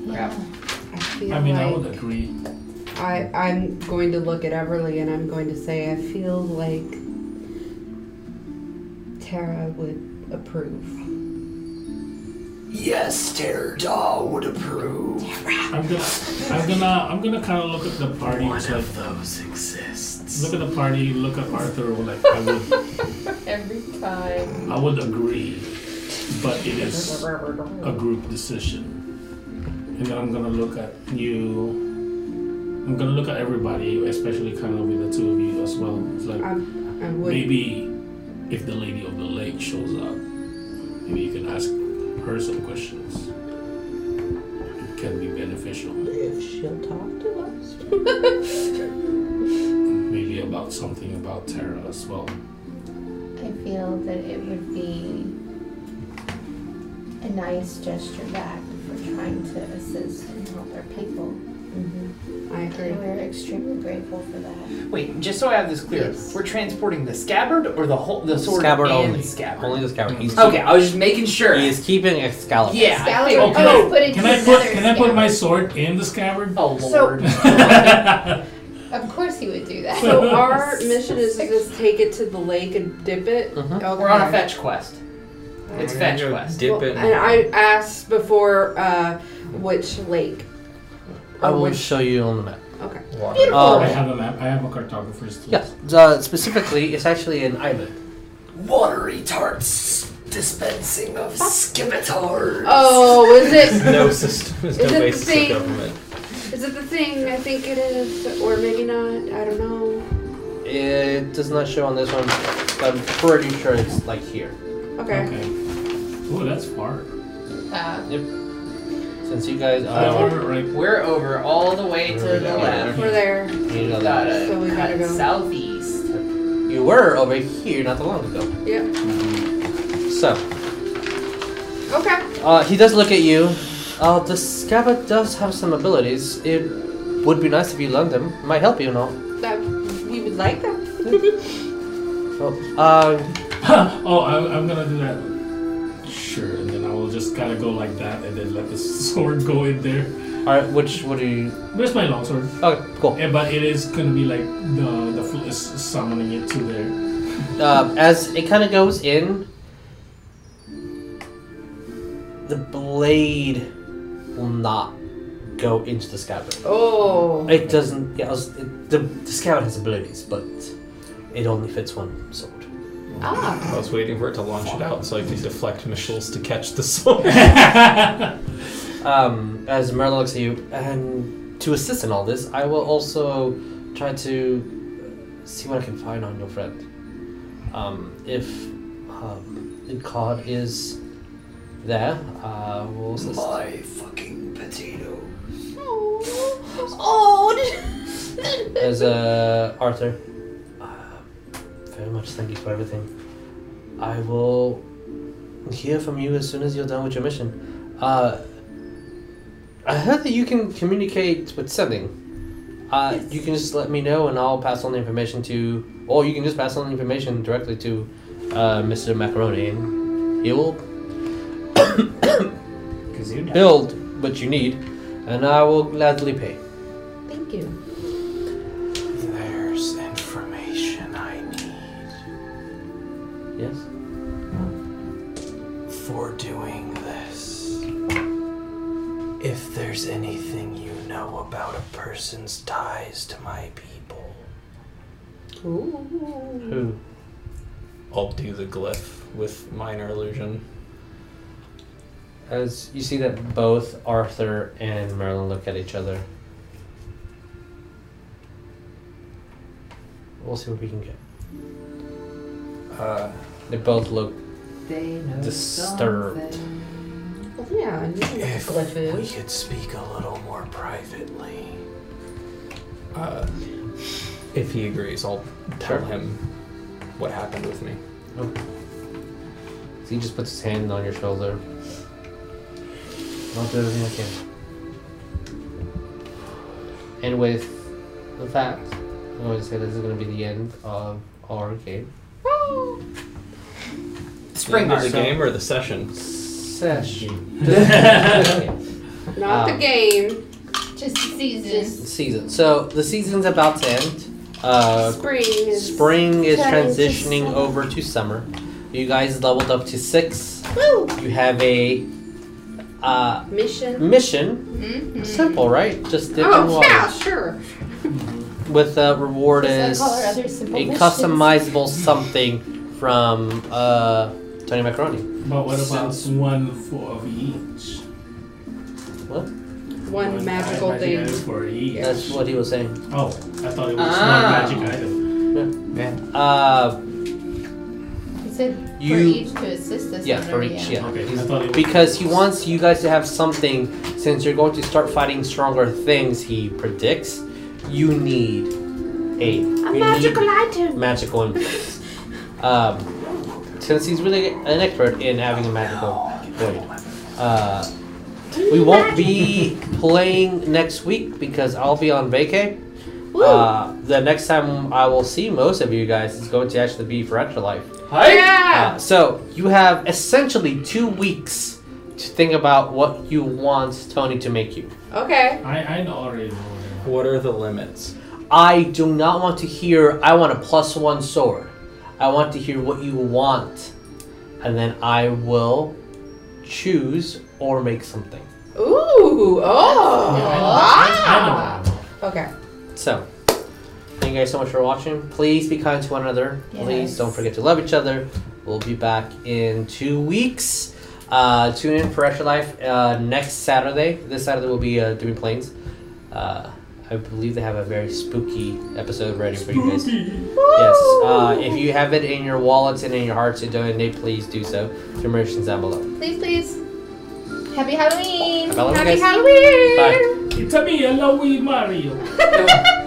Yeah.
I feel
I mean, I
like
would agree.
I, I'm going to look at Everly and I'm going to say I feel like Tara would approve.
Yes, Teradaw would approve.
I'm gonna, I'm gonna, I'm gonna kind of look at the party. It's like,
Those exists.
look at the party. Look at Arthur. Like I would,
Every time.
I would agree, but it is a group decision. And then I'm gonna look at you. I'm gonna look at everybody, especially kind of with the two of you as well. It's like
I'm, I would.
maybe if the lady of the lake shows up, maybe you can ask her some questions. It can be beneficial.
If she'll talk to us.
maybe about something about Terra as well.
I feel that it would be a nice gesture back for trying to assist and help our people.
I
And
agree.
we're extremely grateful for that.
Wait, just so I have this clear,
Yes.
we're transporting the scabbard or the whole the sword
Scabbard
and
only.
scabbard.
Only the scabbard. He's
Okay, I was just making sure.
He is keeping Excalibur.
Yeah. I
Excalibur,
think-
can I-
oh, put it
Can
to
I put
another
can I put my
scabbard.
sword in the scabbard?
Oh
So-
lord.
Of course he would do that.
So our mission is to just take it to the lake and dip it.
Mm-hmm.
Okay.
We're on a fetch quest. It's
I'm
fetch
gonna go
quest.
Dip
Well,
it.
and I asked before uh, which lake.
I
Or
will
which-
show you on the map.
Oh, Okay.
Water.
Beautiful.
I
Um,
have a map. I have a cartographer's tool.
yes. Uh, specifically, it's actually an island.
Watery tarts dispensing of scimitars.
oh, is it?
no system is
Is it
no
the
basis
same-
of government.
Is it the thing I think it is, or maybe not? I don't know.
It does not show on this one, but I'm pretty sure it's like here.
Okay.
Okay. Oh, that's far.
Uh,
Since you guys
That's
are,
far, right?
We're over all the way to
We're
the
down.
left.
We're there.
you know that
Gotta
So we
cut
gotta go.
southeast.
you were over here not that long ago.
Yep.
So.
Okay.
Uh, he does look at you. Uh, the scabbard does have some abilities. It would be nice if you learned them. Might help you and all.
That we would like them.
So, uh,
oh, I, I'm gonna do that. Sure, and then I will just kind of go like that, and then let the sword go in there.
alright, which, what do you...
Where's my longsword?
Okay, cool.
Yeah, but it is gonna be like the the fool is summoning it to there.
Uh, as it kind of goes in, the blade will not go into the scabbard.
Oh.
It doesn't... Yeah, I was- it, the, the scabbard has abilities, but it only fits one sword.
Ah.
I was waiting for it to launch it out so I could deflect missiles to catch the sword.
Um, as Merlin looks at you, and to assist in all this, I will also try to uh, see what I can find on your friend. Um, if um, the card is there, uh, we'll assist.
My fucking potato.
Oh.
As uh, Arthur, uh, very much thank you for everything. I will hear from you as soon as you're done with your mission. Uh, I heard that you can communicate with sending. Uh, You can just let me know, and I'll pass on the information to, or you can just pass on the information directly to uh, Mr. Macaroni, and he will build what you need, and I will gladly pay.
Thank you.
There's information I need
Yes.
for doing this. If there's anything you know about a person's ties to my people,
Ooh.
Who?
I'll do the glyph with minor illusion.
As you see that both Arthur and Merlin look at each other. We'll see what we can get.
Uh,
They both look
They know
disturbed.
Well, yeah. I knew what the
if
glyph
we
is.
could speak a little more privately.
uh, if he agrees, I'll tell
Sure.
him what happened with me.
oh. So he just puts his hand on your shoulder. I'll do everything I can. And with the fact, I'm going to say this is going to be the end of our game
Spring
End of the
Mark.
game or the session?
session.
Not
Um,
the game.
Just season.
Season. So the season's about to end. Uh,
Spring is.
spring is
turning to
transitioning
summer.
over to summer. You guys leveled up to six.
Woo!
You have a uh,
Mission.
mission.
Mm-hmm.
Simple, right? Just dip in
Oh,
water.
yeah, sure.
With a reward
Does
is
that call her other
a
simple missions?
customizable something from uh, Tony Macaroni.
But what about one for of each?
One magical
magic
thing.
item for each.
That's what he was saying.
Oh, I thought it was
Ah.
one magic item.
Uh,
He said
You-
for each to assist us.
yeah,
on
for
our
each.
end.
Yeah.
Okay, I
He's-
thought it was
because he wants you guys to have something since you're going to start fighting stronger things he predicts you need a, you need
item.
magical influence um, since he's really an expert in having a magical void uh, we won't be playing next week because i'll be on vacay uh, the next time i will see most of you guys is going to actually be for extra life
Yeah.
uh, so you have essentially two weeks to think about what you want Tony to make you.
Okay.
I, I know already know. what
What are the limits?
I do not want to hear I want a plus one sword. I want to hear what you want, and then I will choose or make something.
Ooh. Oh.
I
Ah.
know. I know.
Okay.
So, thank you guys so much for watching. Please be kind to one another. Please
Yes.
don't forget to love each other. We'll be back in two weeks. Uh, tune in for Extra Life uh, next Saturday. This Saturday we'll be uh, doing planes. Uh, I believe they have a very spooky episode ready for you guys. Yes. Uh, if you have it in your wallets and in your hearts to donate, please do so. Information's down below.
Please, please. Happy Halloween.
Hello,
Happy
guys.
Halloween.
Bye.
It's a me, hello, we Mario.
No.